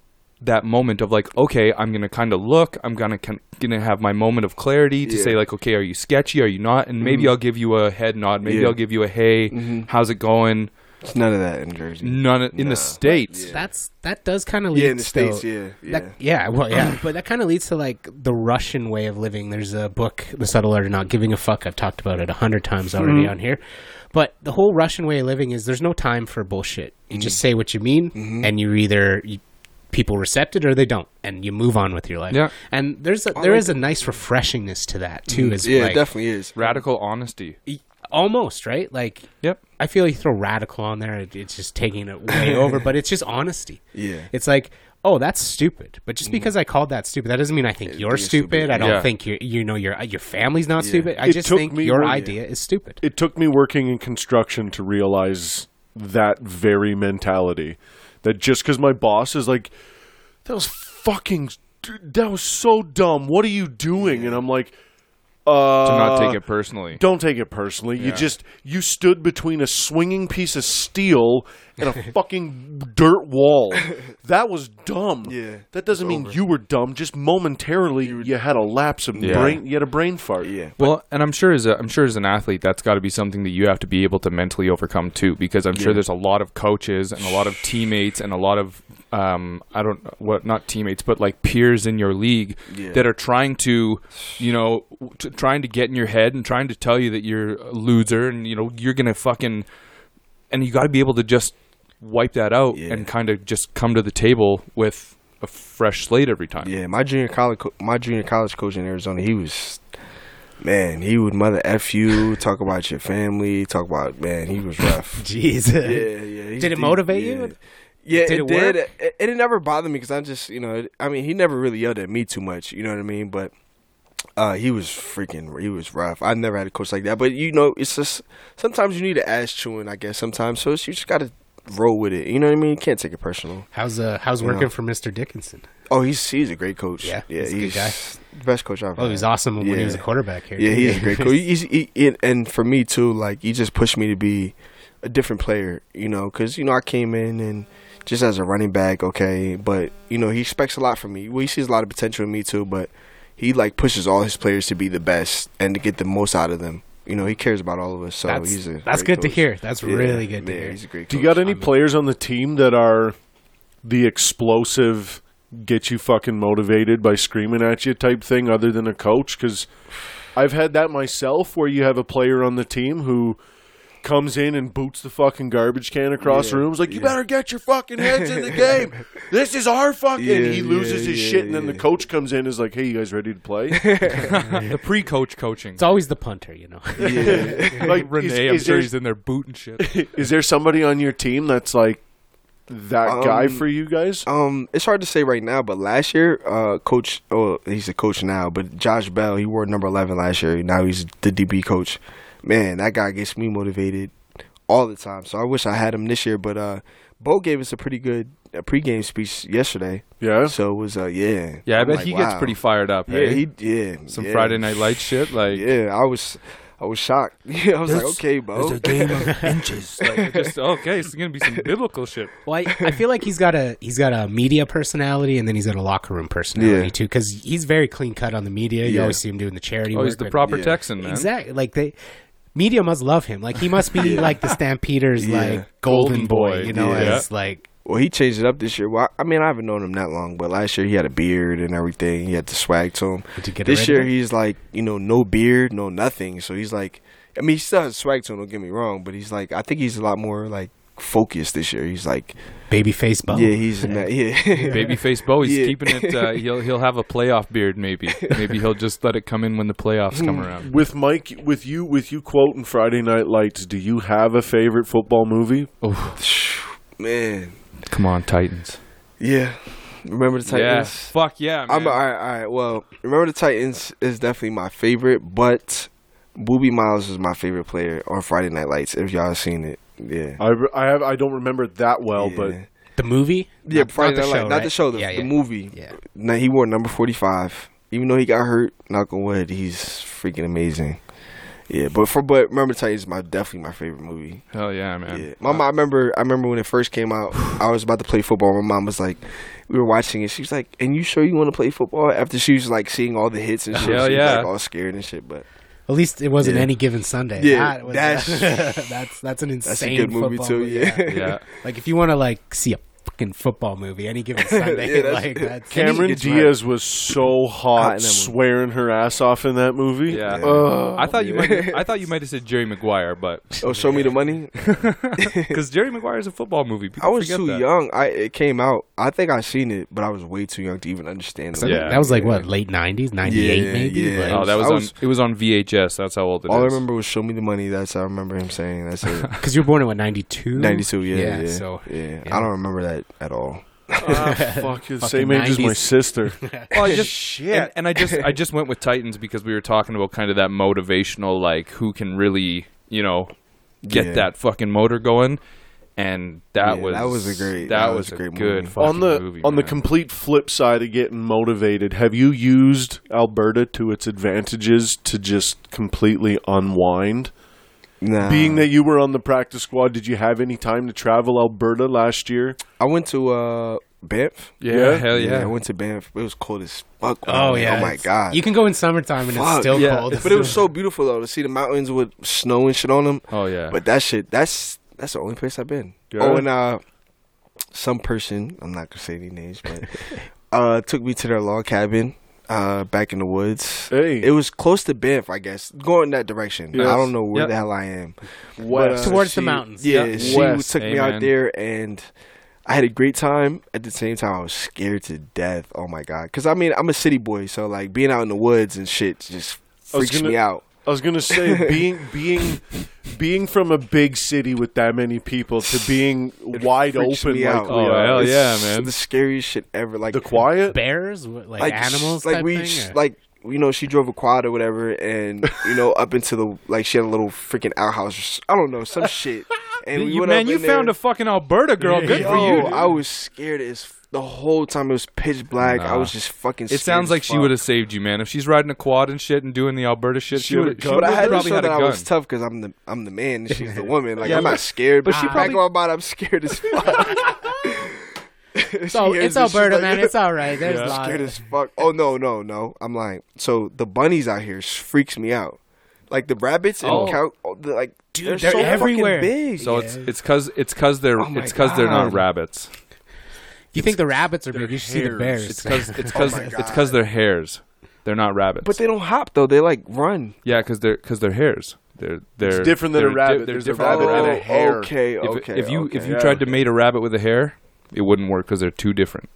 S3: that moment of like, okay, I'm gonna kind of look. I'm gonna con- gonna have my moment of clarity to
S4: Yeah. Mm-hmm.
S3: say like, okay, are you sketchy? Are you not? And maybe I'll give you a head nod. Maybe
S4: Yeah.
S3: I'll give you a hey,
S4: Mhm.
S3: how's it going?
S4: It's none of that in Jersey.
S3: None in
S4: Nah.
S3: the states.
S4: Yeah.
S1: That's that does kind of lead
S4: Yeah, in the
S1: to-
S4: states. Yeah, yeah.
S1: That, yeah, well, yeah, but that kind of leads to like the Russian way of living. There's a book, The Subtle Art of Not Giving a Fuck. I've talked about it a hundred times already
S4: Mm-hmm.
S1: on here, but the whole Russian way of living is there's no time for bullshit. You just
S4: Mm.
S1: say what you mean,
S4: Mm-hmm.
S1: and you either you, people accept it or they don't, and you move on with your life.
S3: Yeah.
S1: and there's a,
S4: I
S1: there
S4: like
S1: is
S4: Mm-hmm.
S1: a nice refreshingness to that too. Is
S4: yeah,
S1: like,
S4: it definitely is.
S3: Radical honesty.
S1: e- almost right, like.
S3: Yep.
S1: I feel you throw radical on there, it, it's just taking it way over, but it's just honesty.
S4: Yeah. Mm-hmm.
S1: It's like, oh, that's stupid. But just because I called that stupid, that doesn't mean I think you're stupid.
S4: stupid.
S1: I don't
S3: Yeah.
S1: think you you know your your family's not stupid. I
S2: It
S1: just
S2: took
S1: think
S2: me
S1: your
S2: one-
S1: idea is stupid.
S2: it took me working in construction to realize that very mentality that just because my boss is like that was fucking that was so dumb what are you doing and i'm like uh
S3: To not take it personally.
S2: don't take it personally you just you stood between a swinging piece of steel and a fucking dirt wall that was dumb
S4: Yeah,
S2: that doesn't mean you were dumb just momentarily you, had a lapse of
S3: Yeah.
S2: brain you had a brain fart
S4: Yeah.
S3: Well, and I'm sure as a, I'm sure as an athlete, that's got to be something that you have to be able to mentally overcome too, because I'm sure there's a lot of coaches and a lot of teammates and a lot of um, I don't what not teammates, but like peers in your league
S4: Yeah.
S3: that are trying to, you know, w- t- trying to get in your head and trying to tell you that you're a loser and you know you're gonna fucking, and you got to be able to just wipe that out
S4: Yeah.
S3: and kind of just come to the table with a fresh slate every time.
S4: Yeah, my junior college, co- my junior college coach in Arizona, he was, man, he would mother f you, talk about your family, talk about man, he was rough.
S1: Jeez.
S4: yeah, yeah. he-
S1: Did it
S4: he-
S1: motivate
S4: yeah.
S1: you?
S4: Yeah,
S1: Did
S4: it,
S1: it
S4: did.
S1: work?
S4: It, it never bothered me because I just, you know, I mean, he never really yelled at me too much. You know what I mean? But uh, he was freaking, he was rough. I never had a coach like that. But you know, it's just sometimes you need to ass chewing, I guess. Sometimes, so it's, you just gotta roll with it. You know what I mean? You can't take it personal.
S1: How's uh how's
S4: You
S1: working
S4: know.
S1: for Mr. Dickinson?
S4: Oh, he's he's a great coach.
S1: Yeah,
S4: yeah,
S1: he's
S4: he's,
S1: a good guy.
S4: the best coach I've.
S1: Oh, he was awesome when he was a
S4: Yeah.
S1: quarterback here.
S4: Yeah,
S1: too.
S4: he's a great coach. He's, he, he- and for me too, like he just pushed me to be a different player. You know, because you know I came in and just as a running back, okay, but you know he expects a lot from me. Well, he sees a lot of potential in me too, but he like pushes all his players to be the best and to get the most out of them. You know, he cares about all of us. So
S1: that's
S4: he's a
S1: that's
S4: great
S1: good to
S4: coach.
S1: hear. That's
S4: Yeah,
S1: really good to
S4: yeah,
S1: hear.
S4: He's a great.
S2: Do you
S4: coach.
S2: got any
S1: I'm-
S2: players on the team that are the explosive, get you fucking motivated by screaming at you type thing other than a coach? Because I've had that myself where you have a player on the team who comes in and boots the fucking garbage can across
S4: Yeah,
S2: rooms like, you
S4: yeah.
S2: better get your fucking heads in the game. This is our fucking.
S4: Yeah,
S2: he loses
S4: yeah,
S2: his
S4: yeah,
S2: shit, and then the
S4: yeah.
S2: coach comes in and is like, hey, you guys ready to play?
S3: the pre-coach coaching.
S1: It's always the punter, you know.
S2: like,
S3: Renee,
S2: is,
S3: I'm
S2: is
S3: sure
S2: there-
S3: he's in there booting shit.
S2: is there somebody on your team that's like that
S4: Um,
S2: guy for you guys?
S4: Um, it's hard to say right now, but last year, uh, coach, oh, he's a coach now, but Josh Bell, he wore number 11 last year. Now he's the DB coach. Man, that guy gets me motivated all the time. So I wish I had him this year, but, uh, Bo gave us a pretty good uh, pregame speech yesterday.
S2: Yeah.
S4: So it was, uh, yeah.
S3: Yeah, I
S4: I'm
S3: bet
S4: like,
S3: he gets
S4: wow.
S3: pretty fired up.
S4: Yeah,
S3: hey?
S4: he, yeah.
S3: some
S4: yeah.
S3: Friday Night Light shit. Like,
S4: Yeah, I was, I was shocked. Yeah, I was like,
S3: This
S4: okay, Bo.
S3: game of inches. Like, just okay, it's gonna be some biblical shit.
S1: Well, I, I feel like he's got a he's got a media personality and then he's got a locker room personality
S4: Yeah.
S1: too because he's very clean cut on the media. You
S4: Yeah.
S1: always see him doing the charity.
S3: Oh, he's
S1: work,
S3: the
S1: but-
S3: proper
S4: Yeah.
S3: Texan, man.
S1: Exactly. Like they media must love him. Like he must be like the Stampeders
S4: Yeah.
S1: like golden,
S3: Golden
S1: boy,
S3: boy.
S1: you know,
S3: Yeah.
S1: as like
S4: Well, he changed it up this year. Well, I I mean, I haven't known him that long, but last year he had a beard and everything. He had the swag to him.
S1: Did you get a
S4: this
S1: red
S4: year
S1: one?
S4: he's like, you know, no beard, no nothing. So he's like, I mean, he still has swag to him. Don't get me wrong, but he's like, I think he's a lot more like focused this year. He's like,
S1: baby face bum.
S4: yeah, he's in that, yeah.
S3: Babyface Bo, he's
S4: Yeah.
S3: keeping it. Uh, he'll he'll have a playoff beard, maybe. Maybe he'll just let it come in when the playoffs come around.
S2: With Mike, with you, with you quoting Friday Night Lights, do you have a favorite football movie?
S3: Oh,
S4: man,
S3: come on, Titans.
S4: yeah. Remember the Titans?
S3: Yeah, fuck yeah, man.
S4: I'm all right, all right. Well, remember the Titans is definitely my favorite, but Booby Miles is my favorite player on Friday Night Lights. If y'all seen it, yeah.
S2: I, re- I have, I don't remember it that well, but
S4: Yeah.
S1: The movie?
S4: Yeah,
S1: Not-
S4: Friday
S1: not
S4: Night
S1: the
S4: Lights.
S1: show,
S4: Not the
S1: right?
S4: show, the,
S1: Yeah, yeah.
S4: the movie.
S1: Yeah.
S4: Now he wore number forty five. Even though he got hurt, knock on wood, he's freaking amazing. Yeah, but for but remember Titans is my definitely my favorite movie.
S3: Hell yeah, man.
S4: Yeah. My mom I remember I remember when it first came out, I was about to play football. My mom was like we were watching it. She was like, And you sure you wanna play football? After she was like seeing all the hits and shit,
S3: Hell
S4: she was
S3: yeah.
S4: like all scared and shit, but
S1: At least it wasn't
S4: Yeah.
S1: any given Sunday.
S4: Yeah,
S1: that was,
S4: that's-
S1: that's that's an insane
S4: that's a good movie
S1: football
S4: too, yeah.
S3: Yeah.
S1: Like if you want to like see a fucking football movie any given Sunday,
S4: Yeah, that's-
S1: like that's
S2: Cameron
S4: It's right.
S2: Diaz was so
S4: Hot in
S2: hot,
S4: that movie.
S2: swearing her ass off in that movie.
S3: Yeah.
S4: Yeah.
S3: I thought you
S4: Yeah.
S3: might. I thought you might have said Jerry Maguire, but
S4: Oh, show me the money.
S3: because Jerry Maguire is a football movie.
S4: I
S3: People
S4: was
S3: forget
S4: too
S3: that.
S4: young. I it came out. I think I seen it, but I was way too young to even understand it.
S1: I think
S3: Yeah.
S1: that was like what late nineties, ninety eight
S4: Yeah,
S1: maybe.
S4: yeah.
S1: Like,
S3: Oh, that was,
S4: I
S3: on.
S4: was-
S3: It was on VHS. That's how old it is.
S4: All I remember was "Show me the money." That's I remember him saying. That's it.
S1: Because you were born in what ninety two?
S4: Ninety two. Yeah, yeah.
S1: So
S4: yeah.
S1: yeah.
S4: I don't remember that at all.
S2: Ah, fuck, it's the
S1: Fucking
S2: same age as my
S1: 90s.
S2: sister.
S3: Well, I just,
S4: Shit.
S3: And, and I just I just went with Titans because we were talking about kind of that motivational, like who can really you know get
S4: Yeah.
S3: that fucking motor going, and that
S4: Yeah,
S3: was
S4: that was a great-
S3: that,
S4: that
S3: was, a great good
S4: movie.
S3: fucking
S2: on the
S3: movie,
S2: on the
S3: man.
S2: complete flip side of getting motivated, have you used Alberta to its advantages to just completely unwind?
S4: Nah.
S2: Being that you were on the practice squad, did you have any time to travel Alberta last year?
S4: I went to uh, Banff.
S3: yeah,
S2: Yeah?
S3: hell yeah.
S4: I went to Banff. It was cold as fuck. man.
S1: Oh yeah.
S4: Oh my
S1: it's-
S4: god.
S1: You can go in summertime and it's
S4: Fuck,
S1: still
S3: yeah.
S1: cold.
S4: but it was so beautiful though to see the mountains with snow and shit on them.
S3: oh yeah.
S4: But that shit, that's that's the only place I've been.
S2: Yeah.
S4: Oh, and uh, some person, I'm not gonna say any names, but uh, took me to their log cabin uh back in the woods.
S2: Hey.
S4: It was close to Banff, I guess, going that direction.
S2: Yes.
S4: I don't know where
S3: Yep.
S4: the hell I am.
S2: West.
S4: But, uh,
S1: Towards the mountains.
S4: Yeah,
S3: Yep.
S4: she
S2: West.
S4: took me
S3: Amen.
S4: out there and I had a great time. At the same time, I was scared to death. Oh my god! Because I mean, I'm a city boy, so like being out in the woods and shit just
S2: I was
S4: freaks
S2: gonna-
S4: me out.
S2: I was gonna say being being being from a big city with that many people to being wide
S4: freaks
S2: open
S4: me
S2: like
S4: out.
S2: we
S3: Oh,
S2: are.
S3: hell
S4: It's
S3: yeah, man.
S4: The scariest shit ever. Like
S2: The quiet.
S1: bears, what, like, animals,
S4: sh- like
S1: type
S4: we
S1: thing,
S4: sh-
S1: or-
S4: like you know she drove a quad or whatever and you know up into the like she had a little freaking outhouse or s- i don't know some shit and we
S3: you,
S4: went
S3: man,
S4: up
S3: you
S4: in
S3: found
S4: there.
S3: a fucking Alberta girl. Good for
S4: Yo,
S3: you. dude.
S4: i was scared as The whole time it was pitch black. I
S3: Nah.
S4: was just fucking.
S3: It sounds like she would have saved you, man. If she's riding a quad and shit and doing the Alberta shit,
S2: She
S3: she would
S2: would've
S3: have
S2: gunned
S4: But I had to
S3: probably
S4: show
S3: had
S4: that
S3: a
S4: I
S3: gun.
S4: was tough because I'm the I'm the man and she's the woman. Like
S3: Yeah,
S4: I'm
S3: but-
S4: not scared, but
S1: but she
S4: she
S1: probably-
S4: probably on about I'm scared as fuck.
S1: So it's Alberta, man. It's all right. There's
S3: Yeah.
S1: a lot.
S4: scared as fuck. Oh no, no, no! I'm lying. So the bunnies out here s- freaks me out. Like the rabbits and
S3: Oh.
S4: cow, oh, they're like
S1: Dude,
S4: they're,
S1: they're
S4: so
S1: everywhere.
S4: fucking big.
S3: So it's it's cause it's cause they're
S4: Oh my
S3: it's cause they're not
S4: God.
S3: rabbits.
S1: You think the rabbits are
S2: Their
S1: big? You should see the
S2: hairs.
S1: bears.
S3: It's cause it's
S4: Oh
S3: cause
S4: my
S3: it's
S4: God.
S3: cause they're hares. They're not rabbits.
S4: but they don't hop though. They like run.
S3: yeah, cause they're cause they're hares. They're they're
S2: different than a
S3: they're
S2: rabbit.
S3: di- they're
S2: There's a
S3: different than a
S2: rabbit and a
S3: Oh. rabbit.
S2: hair.
S4: oh, Okay,
S3: If,
S4: okay.
S3: if you
S4: okay.
S3: if you
S2: Yeah.
S3: tried to mate a rabbit with a hare, it wouldn't work because they're too different.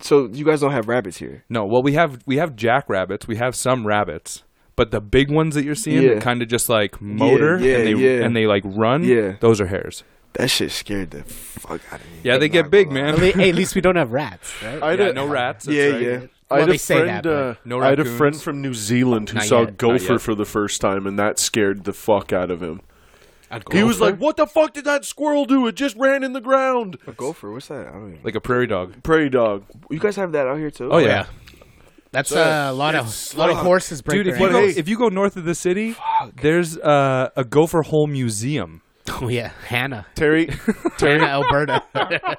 S4: so you guys don't have rabbits here.
S3: No, well we have we have jackrabbits, we have some rabbits, but the big ones that you're seeing
S4: Yeah.
S3: that kind of just like motor
S4: yeah,
S3: and they
S4: yeah.
S3: and they like run.
S4: Yeah.
S3: those are hares.
S4: That shit scared the fuck out of me.
S3: Yeah,
S4: I'm
S3: they
S4: not
S3: get big,
S4: gonna lie.
S1: At
S3: man.
S1: le- hey, at least we don't have rats, right?
S2: I had
S3: yeah,
S2: a-
S3: no rats. that's
S4: Yeah,
S3: right.
S4: yeah.
S1: Well,
S2: I had
S1: they
S2: a
S1: say
S2: friend.
S1: that,
S2: uh,
S3: No
S2: I had a
S3: raccoons.
S2: friend from New Zealand who
S1: Not
S2: saw
S1: yet. Not
S2: gopher
S3: yet.
S2: for the first time, and that scared the fuck out of him.
S1: A
S2: He was
S1: gopher?
S2: like, "What the fuck did that squirrel do? It just ran in the ground."
S4: A gopher? What's that? I don't even.
S3: like a prairie dog.
S4: Oh,
S2: Prairie dog.
S4: You guys have that out here too?
S3: Oh, yeah.
S1: That's uh, a lot of
S2: it's
S1: lot of
S2: like-
S1: horses break
S3: Dude, if
S1: their
S3: you,
S2: But
S3: go,
S2: hey-
S1: ankles.
S3: if you go north of the city, there's uh, a gopher hole museum.
S1: Oh yeah, Hannah,
S2: Terry,
S1: Hannah, Alberta.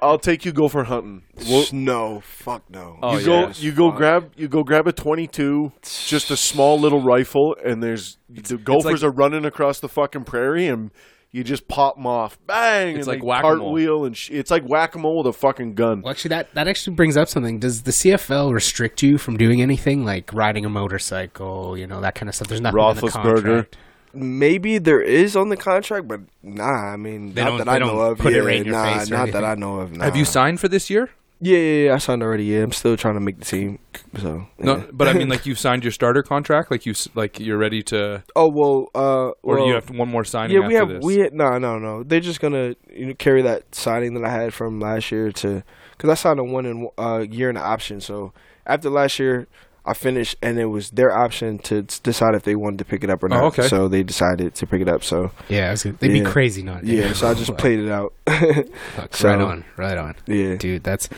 S2: I'll take you gopher hunting. We'll-
S4: Sh- no, fuck no.
S3: Oh,
S2: you go,
S3: yeah.
S2: you go grab, you go grab a twenty-two, just a small little rifle, and there's the gophers
S3: like-
S2: are running across the fucking prairie, and you just pop them off, bang! and
S3: It's like
S2: they
S3: whack-a-mole.
S2: cartwheel, and sh- it's like whack a mole with a fucking gun.
S1: well, actually, that that actually brings up something. Does the CFL restrict you from doing anything like riding a motorcycle? You know that kind of stuff. There's nothing in the
S2: Roethlisberger.
S1: contract.
S4: Maybe there is on the contract, but nah. I mean,
S3: They
S4: not
S3: don't-
S4: that
S3: they
S4: I
S3: don't
S4: know of.
S1: put it
S4: yeah,
S1: right in your
S4: nah,
S1: face or
S4: not
S1: anything.
S4: that I know of. Nah.
S3: Have you signed for this year?
S4: Yeah, yeah, yeah. I signed already. Yeah, I'm still trying to make the team. So. yeah.
S3: No, but I mean, like you've signed your starter contract. Like you, s- like you're ready to,
S4: Oh well. Uh.
S3: or
S4: well,
S3: you have one more signing.
S4: Yeah, we have.
S3: after this?
S4: We had, no, no, no. They're just gonna you know carry that signing that I had from last year to because I signed a one and uh, year and an option. So after last year, I finished, and it was their option to s- decide if they wanted to pick it up or
S3: Oh,
S4: not.
S3: okay.
S4: So they decided to pick it up. So
S1: Yeah, I was gonna- they'd be
S4: Yeah.
S1: crazy not. to.
S4: yeah. So I just played it out.
S1: Fuck,
S4: so-
S1: right on, right on,
S4: yeah.
S1: dude. That's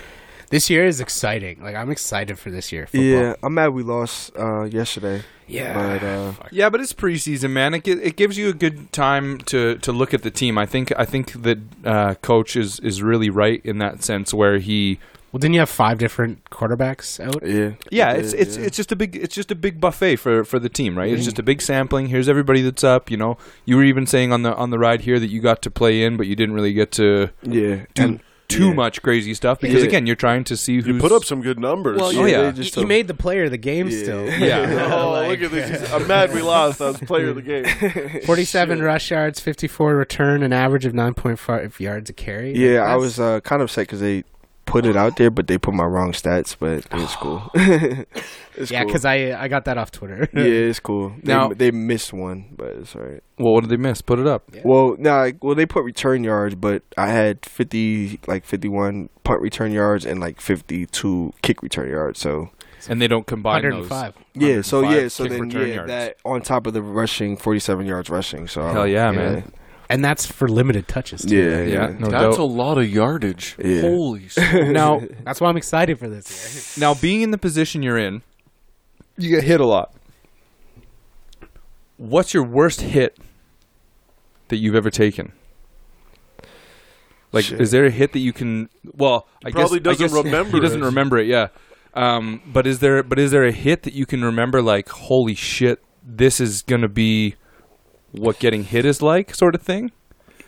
S1: this year is exciting. Like I'm excited for this year. Football.
S4: Yeah, I'm mad we lost uh, yesterday.
S1: yeah.
S4: But, uh,
S3: Yeah, but it's preseason, man. It, gi- it gives you a good time to, to look at the team. I think I think that uh, coach is, is really right in that sense where he
S1: Well, didn't you have five different quarterbacks out?
S4: yeah,
S3: yeah
S4: It
S3: it's
S4: did,
S3: it's
S4: yeah.
S3: it's just a big it's just a big buffet for for the team right it's just a big sampling here's everybody that's up you know you were even saying on the on the ride here that you got to play in but you didn't really get to
S4: yeah.
S3: do
S4: And-
S3: too
S4: yeah.
S3: much crazy stuff because
S4: Yeah.
S3: again you're trying to see who's
S2: You put up some good numbers.
S3: Well,
S4: Yeah,
S3: Oh, yeah.
S4: they
S1: You,
S4: just
S1: you
S4: told-
S1: made the player of the game still.
S3: yeah
S2: Oh, look at this! He's- I'm mad we lost. I was player of the game.
S1: 47 rush yards, 54 return, an average of 9.5 yards a carry.
S4: Yeah,
S1: Like,
S4: I
S1: that's-
S4: was uh, kind of upset because they put it out there, but they put my wrong stats. But it's cool. it's
S1: Yeah,
S4: cool.
S1: because I I got that off Twitter.
S4: yeah, it's cool. They,
S3: Now-
S4: they missed one, but it's alright.
S3: well what did they miss put it up
S1: Yeah.
S4: Well, no, nah, well they put return yards, but I had fifty, like fifty-one punt return yards and like fifty-two kick return yards. So
S3: and they don't combine those
S1: 105.
S4: yeah, so
S3: 105
S4: yeah, so
S3: kick
S4: then
S3: return
S4: yeah,
S3: yards.
S4: that on top of the rushing, forty-seven yards rushing. So
S3: Hell yeah, man.
S1: And that's for limited touches, too.
S4: Yeah, yeah,
S3: yeah
S4: yeah.
S3: no
S2: That's a
S3: doubt.
S2: lot of yardage.
S4: Yeah.
S2: Holy
S3: now
S1: That's why I'm excited for this.
S3: now being in the position you're in you get hit a lot what's your worst hit that you've ever taken like
S4: Shit.
S3: is there a hit that you can well i
S2: probably
S3: guess, I
S2: doesn't
S3: guess-
S2: remember
S3: he doesn't
S2: it.
S3: remember it yeah um, but is there but is there a hit that you can remember like holy shit this is gonna be what getting hit is like sort of thing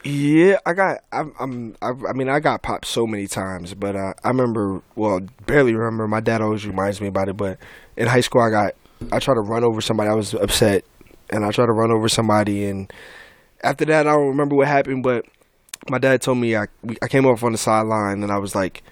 S4: Yeah, I got. I'm. I'm I, I mean, I got popped so many times, but uh, I remember. Well, barely remember. My dad always reminds me about it. But in high school, I got. I tried to run over somebody. I was upset, and I tried to run over somebody. And after that, I don't remember what happened. But my dad told me I. we- I came off on the sideline, and I was like,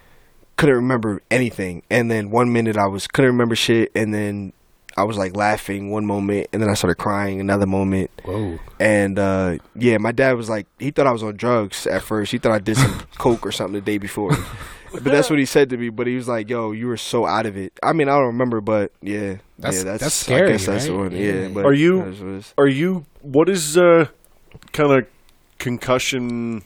S4: couldn't remember anything. And then one minute, I was couldn't remember shit, and then I was like laughing one moment, and then I started crying another moment.
S1: Whoa.
S4: And uh, yeah, my dad was like, he thought I was on drugs at first. He thought I did some coke or something the day before. but that's what he said to me. But he was like, "Yo, you were so out of it." I mean, I don't remember, but yeah,
S1: That's-
S4: yeah,
S1: that's
S4: I
S1: scary,
S4: guess that's the
S1: right?
S4: one. Yeah.
S1: Yeah.
S4: but
S2: Are you-
S4: that is what it is.
S2: Are you? What is uh, kind of concussion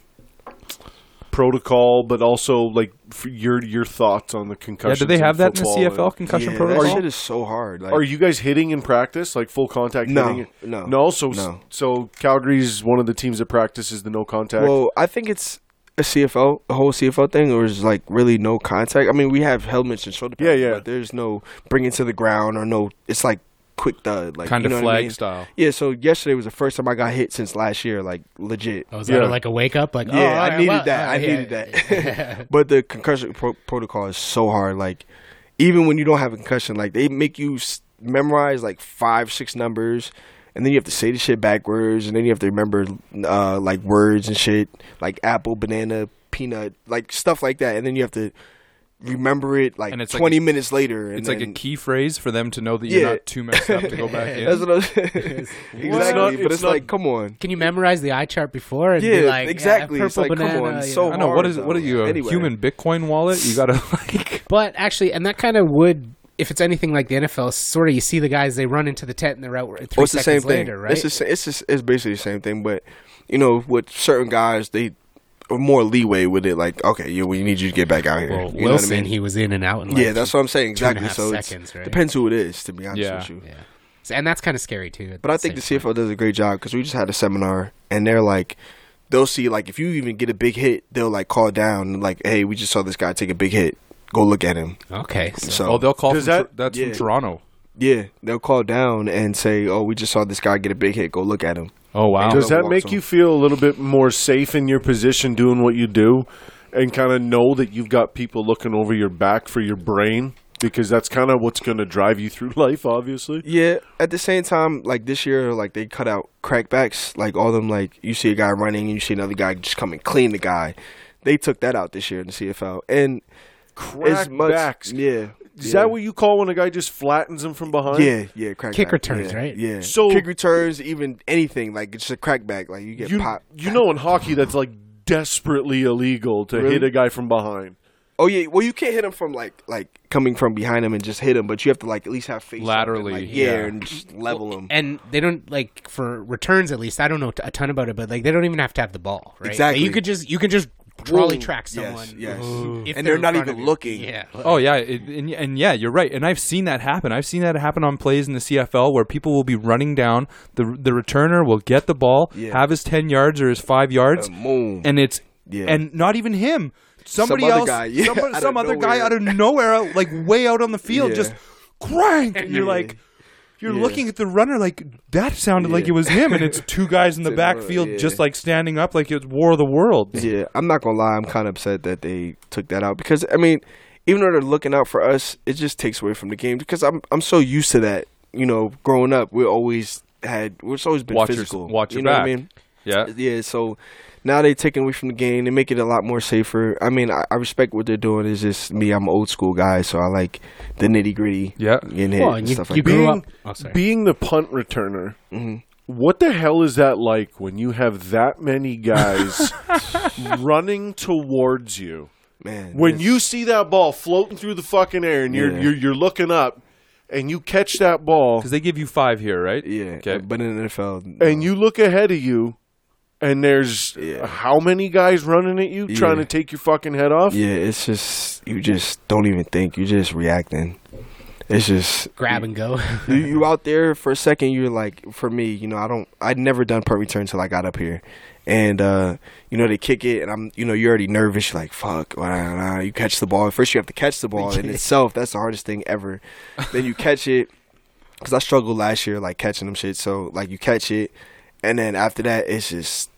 S2: protocol, but also like f- your your thoughts on the concussion.
S3: Yeah, do they have that in the CFL concussion
S4: yeah,
S3: protocol?
S4: That shit is so hard. Like,
S2: Are you guys hitting in practice, like full contact?
S4: No,
S2: hitting?
S4: no,
S2: no. So,
S4: no.
S2: so Calgary's one of the teams that practices the no contact.
S4: Well, I think it's a CFL, a whole CFL thing, or is like really no contact. I mean, we have helmets and shoulder pads,
S2: Yeah, yeah.
S4: but there's no bringing to the ground or no. It's like quick thud, like
S3: kind
S4: you know
S3: of
S4: what I
S3: flag
S4: mean?
S3: style.
S4: Yeah, so yesterday was the first time I got hit since last year, like legit.
S1: Oh, is
S2: Yeah.
S1: that like a wake up? Like,
S4: Yeah,
S1: oh, all
S4: I
S1: right,
S4: needed
S1: well,
S4: that.
S1: all
S4: I
S1: right,
S4: needed
S1: yeah.
S4: that. but the concussion pro- protocol is so hard. Like, even when you don't have a concussion, like they make you s- memorize like five, six numbers, and then you have to say the shit backwards, and then you have to remember uh, like words and shit, like apple, banana, peanut, like stuff like that, and then you have to remember it like
S3: And it's like
S4: twenty
S3: a-
S4: minutes later. And
S3: It's like a
S4: then-
S3: key phrase for them to know that you're
S4: Yeah.
S3: not too messed up to go back in.
S4: That's what I was exactly,
S2: not-
S4: but
S2: it's
S4: it's
S2: not-
S4: like, come on.
S1: Can you memorize the eye chart before and be
S4: Yeah,
S1: like,
S4: exactly.
S1: Yeah, purple
S4: It's like, come
S1: banana,
S4: on, it's
S1: you
S4: so
S3: I know what is
S4: hard,
S3: what are
S4: though.
S3: you a
S4: Anyway.
S3: human Bitcoin wallet? You gotta like
S1: But actually, and that kind of would, if it's anything like the NFL, sort of you see the guys they run into the tent and they're out three
S4: Well, it's the
S1: seconds
S4: same thing.
S1: later, right?
S4: It's the sa- it's just, it's basically the same thing, but you know, with certain guys, they are more leeway with it. Like, okay, yeah, we need you to get back out here.
S1: well,
S4: You know what I
S1: Wilson,
S4: mean?
S1: he was in and out. In like
S4: yeah, that's what I'm saying.
S1: two and a
S4: Exactly.
S1: half
S4: So it
S1: seconds, right?
S4: depends who it is, to be honest
S3: Yeah.
S4: with you.
S1: Yeah. So- And that's kind of scary too. at
S4: But I think the
S1: same
S4: CFL
S1: point.
S4: does a great job because we just had a seminar and they're like, they'll see like if you even get a big hit, they'll like call down and like, hey, we just saw this guy take a big hit. Go look at him.
S1: Okay. So,
S4: So
S3: oh they'll call from
S2: Does
S3: Tor-
S2: that-
S3: that's
S4: yeah.
S3: from Toronto.
S4: yeah, they'll call down and say, oh, we just saw this guy get a big hit. Go look at him.
S3: Oh wow.
S2: Does that
S4: walk
S2: make
S4: zone.
S2: you feel a little bit more safe in your position doing what you do, and kind of know that you've got people looking over your back for your brain? Because that's kind of what's going to drive you through life, obviously.
S4: Yeah. At the same time, like this year, like they cut out crackbacks. Like all them, like you see a guy running, and you see another guy just come and clean the guy. They took that out this year in the CFL, and as much,
S2: Crackbacks.
S4: yeah.
S2: Is
S4: yeah.
S2: that what you call when a guy just flattens him from behind?
S4: Yeah, yeah, crackback.
S1: Kick returns,
S4: yeah,
S1: right?
S4: Yeah.
S2: So-
S4: kick returns, even anything like it's a crackback. Like you get
S2: you,
S4: popped.
S2: you know in hockey that's like desperately illegal to
S4: Really?
S2: hit a guy from behind.
S4: Oh yeah. Well, you can't hit him from like like coming from behind him and just hit him, but you have to like at least have face up and,
S3: Laterally,
S4: like, yeah,
S3: yeah.
S4: and just level him.
S1: and they don't like for returns at least. I don't know t- a ton about it, but like they don't even have to have the ball, right? Like,
S4: Exactly.
S1: you could just you can just trolley
S4: Ooh,
S1: track
S4: yes,
S1: someone,
S4: yes.
S1: if
S4: And they're
S1: in
S4: not
S1: front of
S4: even
S1: you.
S4: looking.
S1: Yeah.
S3: Oh yeah, it, and, and yeah, you're right. And I've seen that happen. I've seen that happen on plays in the CFL where people will be running down. the The returner will get the ball,
S4: Yeah.
S3: have his ten yards or his five yards,
S4: And boom.
S3: and it's
S4: Yeah.
S3: and not even him. Somebody
S4: other
S3: else,
S4: guy, yeah,
S3: somebody,
S4: out of
S3: some other guy
S4: nowhere.
S3: out of nowhere, out- like way out on the field,
S4: Yeah.
S3: just crank. And you're
S4: Yeah.
S3: like, you're
S4: Yeah.
S3: looking at the runner like that sounded like
S4: Yeah.
S3: it was him, and it's two guys in the
S4: It's another-
S3: backfield
S4: yeah.
S3: just like standing up like it's War of the Worlds.
S4: Yeah, I'm not gonna lie. I'm kind of upset that they took that out because I mean, even though they're looking out for us, it just takes away from the game because I'm I'm so used to that. You know, growing up, we always had it's always been
S3: Watch your-
S4: physical.
S3: watch
S4: you
S3: your
S4: know what I
S3: back. Uh,
S4: mean?
S3: Yeah,
S4: Yeah. So now they taking away from the game. They make it a lot more safer. I mean, I, I respect what they're doing. It's just me. I'm an old school guy, so I like the nitty gritty.
S3: Yeah.
S4: Getting hit
S1: Well,
S4: and
S1: and you,
S4: stuff
S1: you
S4: like
S1: grew
S4: that.
S1: up. Oh, sorry.
S2: Being the punt returner,
S4: Mhm.
S2: what the hell is that like when you have that many guys running towards you?
S4: Man,
S2: When
S4: it's-
S2: you see that ball floating through the fucking air and you're
S4: Yeah.
S2: you're, you're looking up and you catch that ball
S3: because they give you five here, right?
S4: yeah,
S3: Okay.
S4: but in the NFL, no.
S2: and you look ahead of you and there's
S4: Yeah.
S2: how many guys running at you
S4: Yeah.
S2: trying to take your fucking head off?
S4: Yeah, it's just you just don't even think. You're just reacting. It's just
S1: Grab and go.
S4: you, you out there for a second. You're like, for me, you know, I don't. I'd never done punt return until I got up here, and uh, you know they kick it, and I'm, you know, you're already nervous. You're like, fuck, blah, blah, blah. you catch the ball. First, you have to catch the ball in itself. That's the hardest thing ever. Then you catch it because I struggled last year, like catching them shit. So like you catch it, and then after that, it's just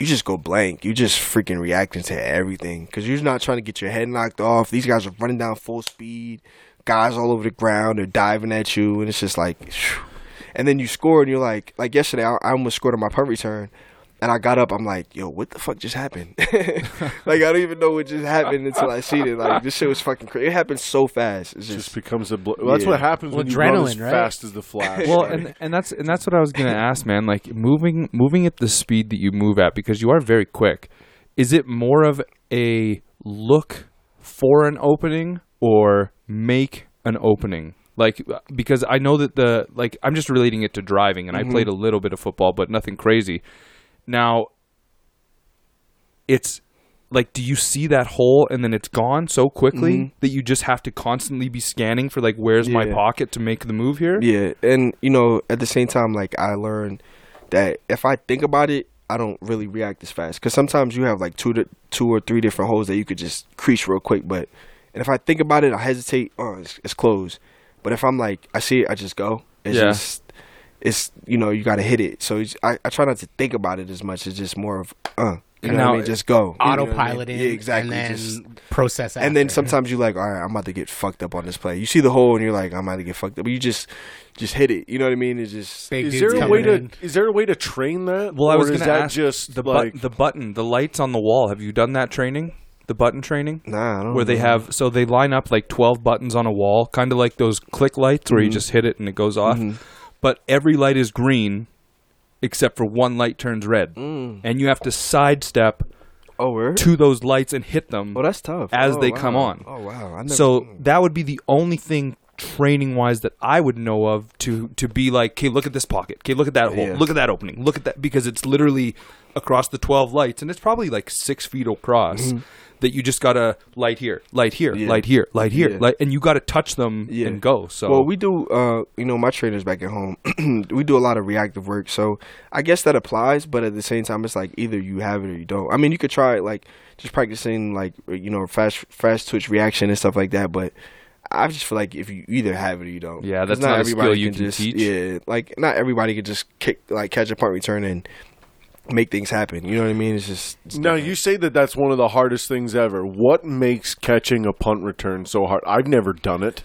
S4: you just go blank. You just freaking reacting to everything because you're not trying to get your head knocked off. These guys are running down full speed, guys all over the ground, they're diving at you, and it's just like, phew. and then you score, and you're like, like yesterday, I, I almost scored on my punt return. And I got up. I'm like, "Yo, what the fuck just happened?" like I don't even know what just happened until I seen it. Like this shit was fucking crazy. It happened so fast. It's
S2: It
S4: just
S2: just becomes a. Bl- well, that's
S4: Yeah.
S2: what happens
S1: Well,
S2: when you run as
S1: adrenaline, right?
S2: fast as the flash.
S3: well,
S2: right?
S3: and and that's and that's what I was gonna ask, man. Like moving moving at the speed that you move at, because you are very quick. Is it more of a look for an opening or make an opening? Like because I know that the like I'm just relating it to driving, and I played a little bit of football, but nothing crazy. Now, it's like do you see that hole and then it's gone so quickly that you just have to constantly be scanning for like where's my
S4: Yeah.
S3: pocket to make the move here?
S4: Yeah, and you know, at the same time, like I learned that if I think about it, I don't really react as fast because sometimes you have like two to two or three different holes that you could just crease real quick. But and if I think about it, I hesitate. Oh, it's, it's closed. But if I'm like, I see it, I just go. It's
S3: Yeah.
S4: just, it's you know, you got to hit it. So it's, I, I try not to think about it as much. It's just more of, uh, you know,
S3: Now-
S4: what I mean? just go. You know what I mean?
S1: autopilot in,
S4: Yeah, exactly.
S1: and then
S4: just
S1: process.
S4: and then
S1: after.
S4: sometimes you're like, all right, I'm about to get fucked up on this play. You see the hole and you're like, I'm about to get fucked up. But you just, just hit it. You know what I mean? It's just
S1: Big
S2: Is
S1: dudes
S2: there a
S1: coming
S2: way to
S1: in.
S2: is there a way to train that?
S3: Well, I
S2: Or
S3: was
S2: is
S3: going to
S2: that
S3: ask
S2: just
S3: the bu-
S2: like
S3: the button, the lights on the wall. Have you done that training? The button training?
S4: nah. I don't
S3: where they
S4: know.
S3: have so they line up like 12 buttons on a wall kind of like those click lights where you just hit it and it goes off but every light is green except for one light turns red and you have to sidestep
S4: oh, word?
S3: to those lights and hit them
S4: Oh, that's tough.
S3: as
S4: Oh,
S3: they
S4: wow.
S3: come on.
S4: Oh wow. I never,
S3: so that would be the only thing training wise that I would know of to to be like okay look at this pocket okay look at that hole
S4: Yeah.
S3: look at that opening look at that because it's literally across the 12 lights and it's probably like 6 feet across that you just got to light here light here
S4: Mm-hmm. Yeah.
S3: light here light here
S4: Yeah.
S3: light, and you got to touch them
S4: Yeah.
S3: and go so
S4: Well, we do. Uh, you know, my trainers back at home, we do a lot of reactive work. So I guess that applies, but at the same time, it's like either you have it or you don't. I mean, you could try it, like just practicing, like you know, fast fast twitch reaction and stuff like that. But I just feel like if you either have it or you don't,
S3: Yeah,
S4: 'Cause
S3: that's not a skill you can
S4: just,
S3: teach.
S4: Yeah, like not everybody could just kick, like catch a punt return and make things happen. You know what I mean? It's just it's
S2: Now
S4: different.
S2: you say that that's one of the hardest things ever. What makes catching a punt return so hard? I've never done it.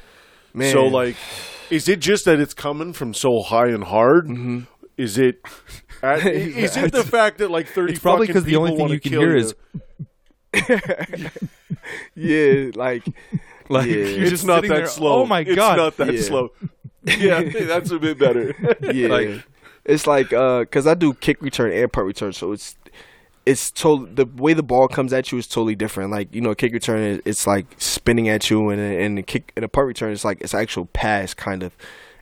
S4: Man.
S2: So like, is it just that it's coming from so high and hard?
S3: Mm-hmm.
S2: Is it? At, is it the fact that like thirty?
S3: it's probably
S2: because
S3: because the only thing you can hear is
S4: yeah, like
S3: like
S4: Yeah.
S3: you're
S2: It's
S3: just
S2: not
S3: sitting
S2: that
S3: there,
S2: slow.
S3: oh my
S2: It's
S3: god
S2: not that
S4: Yeah.
S2: slow. Yeah, that's a bit better.
S4: yeah.
S3: Like-
S4: it's like uh, cause I do kick return and punt return, so it's it's totally the way the ball comes at you is totally different. Like you know, kick return is it's like spinning at you, and and the kick and a punt return is like it's actual pass kind of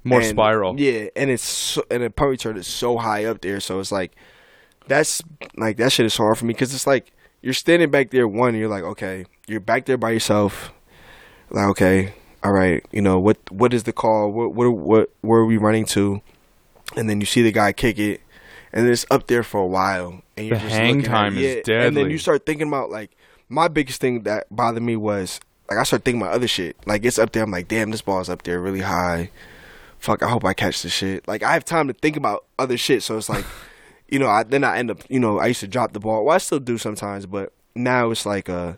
S3: More
S4: And-
S3: spiral.
S4: Yeah, and it's so, and a punt return is so high up there, so it's like that's like that shit is hard for me because it's like you're standing back there one, and you're like okay, you're back there by yourself, like okay, all right, you know what what is the call? What what what where are we running to? And then you see the guy kick it, and it's up there for a while, and you're
S3: The
S4: just
S3: hang
S4: looking at
S3: time
S4: it.
S3: is
S4: yeah, And then
S3: deadly.
S4: you start thinking about like my biggest thing that bothered me was like I started thinking about other shit. Like it's up there, I'm like damn, this ball's up there really high. Fuck, I hope I catch this shit. Like I have time to think about other shit, so it's like. you know, I then I end up, you know, I used to drop the ball. Well, I still do sometimes, but now it's like uh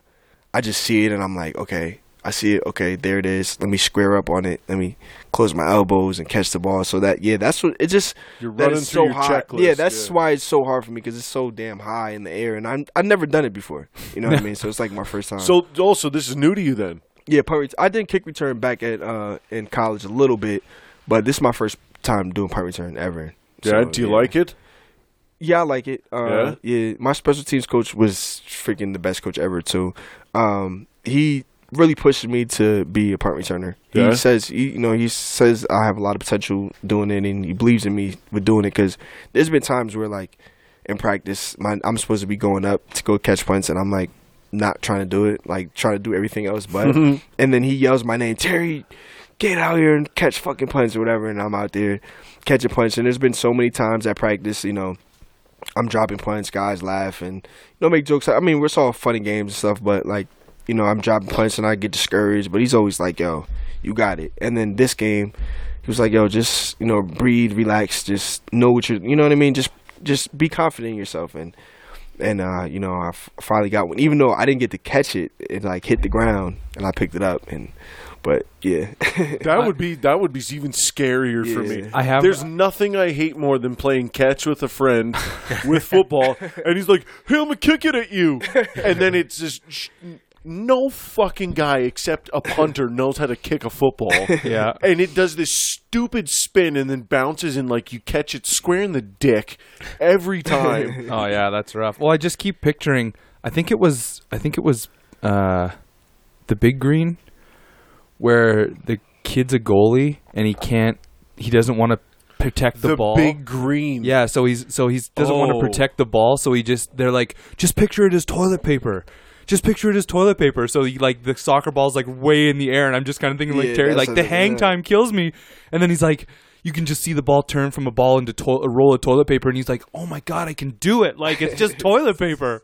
S4: I just see it and I'm like, okay, I see it, okay, there it is. Let me square up on it. Let me close my elbows and catch the ball. So that yeah, that's what it just
S2: You're
S4: that
S2: running
S4: is
S2: through
S4: so
S2: your
S4: high.
S2: checklist,
S4: Yeah, that's
S2: yeah.
S4: why it's so hard for me because it's so damn high in the air and I'm I've never done it before. You know what I mean? So it's like my first time.
S2: So also, this is new to you then.
S4: yeah, punt ret- I did kick return back at uh in college a little bit, but this is my first time doing punt return ever.
S2: Yeah.
S4: So,
S2: Do you like it?
S4: yeah, I like it. Uh, yeah? my special teams coach was freaking the best coach ever too. Um, he really pushed me to be a punt returner.
S2: Yeah?
S4: He says, he, you know, he says I have a lot of potential doing it, and he believes in me with doing it. Because there's been times where like in practice, my, I'm supposed to be going up to go catch punts, and I'm like not trying to do it, like trying to do everything else. But and then he yells my name, Terry, get out here and catch fucking punts or whatever. And I'm out there catching punts. And there's been so many times at practice, you know. I'm dropping punts, guys laugh and you know make jokes. I mean, we're all funny games and stuff, but like, you know, I'm dropping punts and I get discouraged. But he's always like, "Yo, you got it." And then this game, he was like, "Yo, just you know, breathe, relax, just know what you're, you know what I mean. Just just be confident in yourself." And and uh, you know, I f- finally got one, even though I didn't get to catch it. It like hit the ground and I picked it up. And but yeah,
S2: That would be that would be even scarier for
S4: Yeah.
S2: me.
S3: I have-
S2: There's nothing I hate more than playing catch with a friend with football, and he's like, "Hey, I'm gonna kick it at you," and then it's just sh- no fucking guy except a punter knows how to kick a football.
S3: Yeah.
S2: and it does this stupid spin and then bounces and like you catch it square in the dick every time.
S3: oh yeah, that's rough. Well, I just keep picturing. I think it was. I think it was uh, the big green, where the kid's a goalie and he can't. He doesn't want to protect the, ball.
S2: big green.
S3: yeah, so he's so he's doesn't want
S2: Oh.
S3: to protect the ball. So he just they're like just picture it as toilet paper, just picture it as toilet paper. So you, like the soccer ball's like way in the air, and I'm just kind of thinking like
S4: Yeah,
S3: Terry,
S4: that's
S3: like
S4: what
S3: the
S4: it-
S3: hang
S4: yeah.
S3: time kills me. And then he's like, you can just see the ball turn from a ball into to- a roll of toilet paper, and he's like, oh my god, I can do it! Like it's just toilet paper.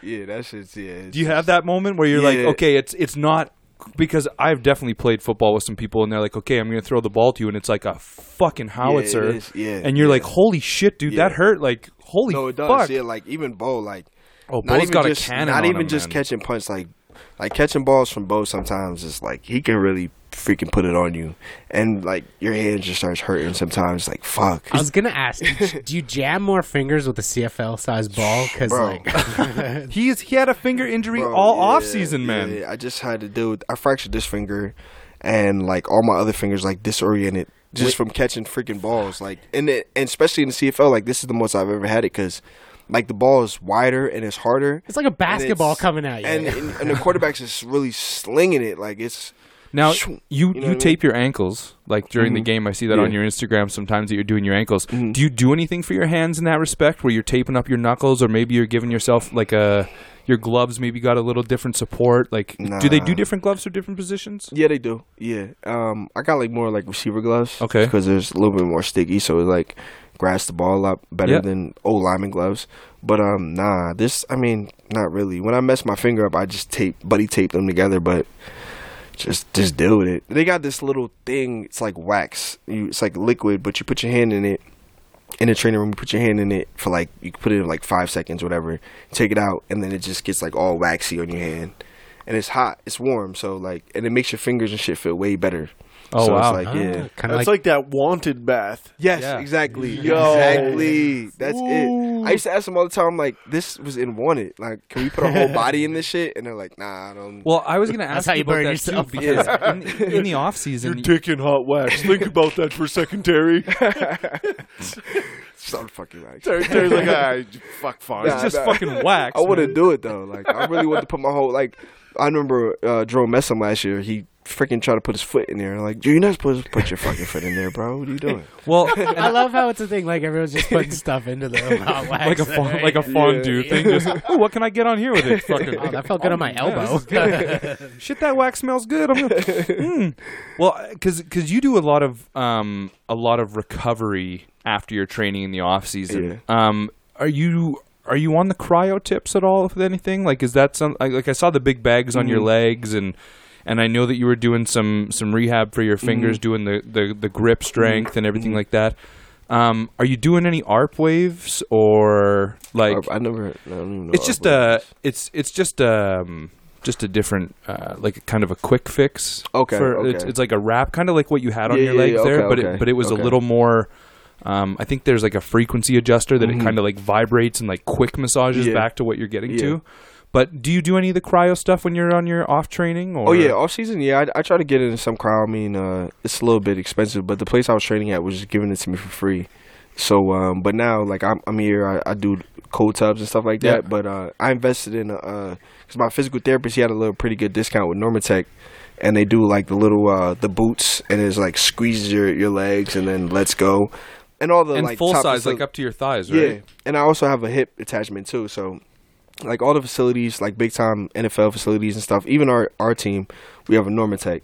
S4: Yeah, that shit's yeah. it's-
S3: Do you have that moment where you're
S4: Yeah.
S3: like, okay, it's it's not because I've definitely played football with some people and they're like, okay, I'm going to throw the ball to you and it's like a fucking howitzer,
S4: is, yeah,
S3: and you're
S4: yeah.
S3: like, holy shit, dude, that
S4: Yeah.
S3: hurt! Like, holy
S4: No, it does.
S3: fuck!
S4: Yeah, like even Bo, like
S3: Oh,
S4: not
S3: Bo's
S4: even
S3: got a
S4: just,
S3: cannon.
S4: Not
S3: on
S4: even
S3: him,
S4: just
S3: man.
S4: catching punch, like like catching balls from Bo. Sometimes is like he can really freaking put it on you, and like your hand just starts hurting sometimes. Like fuck,
S1: I was gonna ask, do you- do you jam more fingers with a CFL sized ball? Because
S4: Bro.
S1: like,
S3: He is. He had a finger injury
S4: Bro,
S3: all
S4: yeah,
S3: off season, man.
S4: yeah, I just had to deal with. I fractured this finger, and like all my other fingers, like disoriented just from catching freaking balls. Like and it, and especially in the CFL, like this is the most I've ever had it because like the ball is wider and it's harder.
S1: it's like a basketball
S4: it's-
S1: coming at you.
S4: and, and and the quarterback's just really slinging it. Like it's
S3: Now
S4: Shoo.
S3: you you,
S4: You know what I mean? Mm-hmm.
S3: tape your ankles like during the game. I see that on your Instagram sometimes that you're doing your ankles. Do you do anything for your hands in that respect, where you're taping up your knuckles, or maybe you're giving yourself like a your gloves maybe got a little different support? Like, do they do
S4: Nah.
S3: different gloves for different positions?
S4: yeah, they do. Yeah, um, I got like more like receiver gloves.
S3: Okay.
S4: because there's a little bit more sticky, so it like grasps the ball up better
S3: Yeah.
S4: than old lineman gloves. But um, nah, this I mean, not really. When I mess my finger up, I just tape buddy tape them together, but. Just, just deal with it. They got this little thing. It's like wax. You, it's like liquid, but you put your hand in it. In the training room, you put your hand in it for like you can put it in like five seconds, whatever. Take it out, and then it just gets like all waxy on your hand. and it's hot, it's warm, so like, and it makes your fingers and shit feel way better.
S3: Oh,
S4: so
S3: wow.
S4: It's like, yeah.
S1: kind
S2: That's
S1: of
S2: like,
S1: like,
S2: that wanted bath.
S4: Yes,
S3: Yeah.
S4: exactly.
S2: Yo.
S4: Exactly. That's
S2: Ooh.
S4: it. I used to ask them all the time, like, this was in Wanted. Like, can we put our whole body in this shit? And they're like, nah, I don't.
S3: Well, I was gonna ask
S1: how
S3: you
S1: you
S3: about
S1: burn
S3: that
S1: yourself.
S3: too because in, in the off
S2: You're
S3: season,
S2: taking hot wax. Think about that for a second, Terry.
S4: Stop fucking like.
S2: Terry- Terry's like, ah, fuck, fine.
S4: Nah,
S3: just
S4: nah.
S3: fucking wax.
S4: I want to
S3: man.
S4: do it though. Like, I really want to put my whole like. I remember uh, Jerome Messam last year. He freaking tried to put his foot in there. Like, dude, you're not supposed to put your fucking foot in there, bro. What are you doing?
S3: Well,
S1: I love how it's a thing. Like everyone's just putting stuff into the hot wax.
S3: like a fo- like a fondue
S1: Yeah.
S3: thing. Just, oh, what can I get on here with it? Fucking.
S1: Oh, that felt good on my
S3: yeah, this
S1: elbow.
S3: is Shit, that wax smells good. I'm gonna, Mm. Well, because you do a lot of um a lot of recovery after your training in the off season. Um, are you are you on the cryo tips at all? If anything, like is that some like, like I saw the big bags on your legs and. And I know that you were doing some, some rehab for your fingers, doing the, the, the grip strength and everything like that. Um, are you doing any ARP waves or like
S4: I, I never. I don't even know.
S3: it's just uh it's it's just um just a different uh like kind of a quick fix
S4: Okay,
S3: for It's,
S4: okay.
S3: it's like a wrap kind of like what you had on
S4: Yeah,
S3: your
S4: yeah,
S3: leg
S4: yeah,
S3: there
S4: okay,
S3: but it,
S4: okay,
S3: but it was a
S4: okay.
S3: little more um i think there's like a frequency adjuster that it
S4: Mhm.
S3: kind of like vibrates and like quick massages
S4: Yeah.
S3: back to what you're getting
S4: Yeah.
S3: to but do you do any of the cryo stuff when you're on your off training or
S4: Oh yeah, off season. Yeah, I, I try to get into some crowd. I mean, uh, it's a little bit expensive, but the place I was training at was just giving it to me for free. So, um, but now like I'm, I'm here. I, I do cold tubs and stuff like that.
S3: Yeah.
S4: But uh, I invested in because my physical therapist he had a little pretty good discount with Normatec, and they do like the little uh, the boots and it's like squeezes your your legs and then let's go, and all the
S3: and
S4: like
S3: full
S4: top-
S3: size
S4: so-
S3: like up to your thighs
S4: yeah,
S3: right
S4: and I also have a hip attachment too. So, like all the facilities, like big time NFL facilities and stuff. Even our our team, we have a Normatec.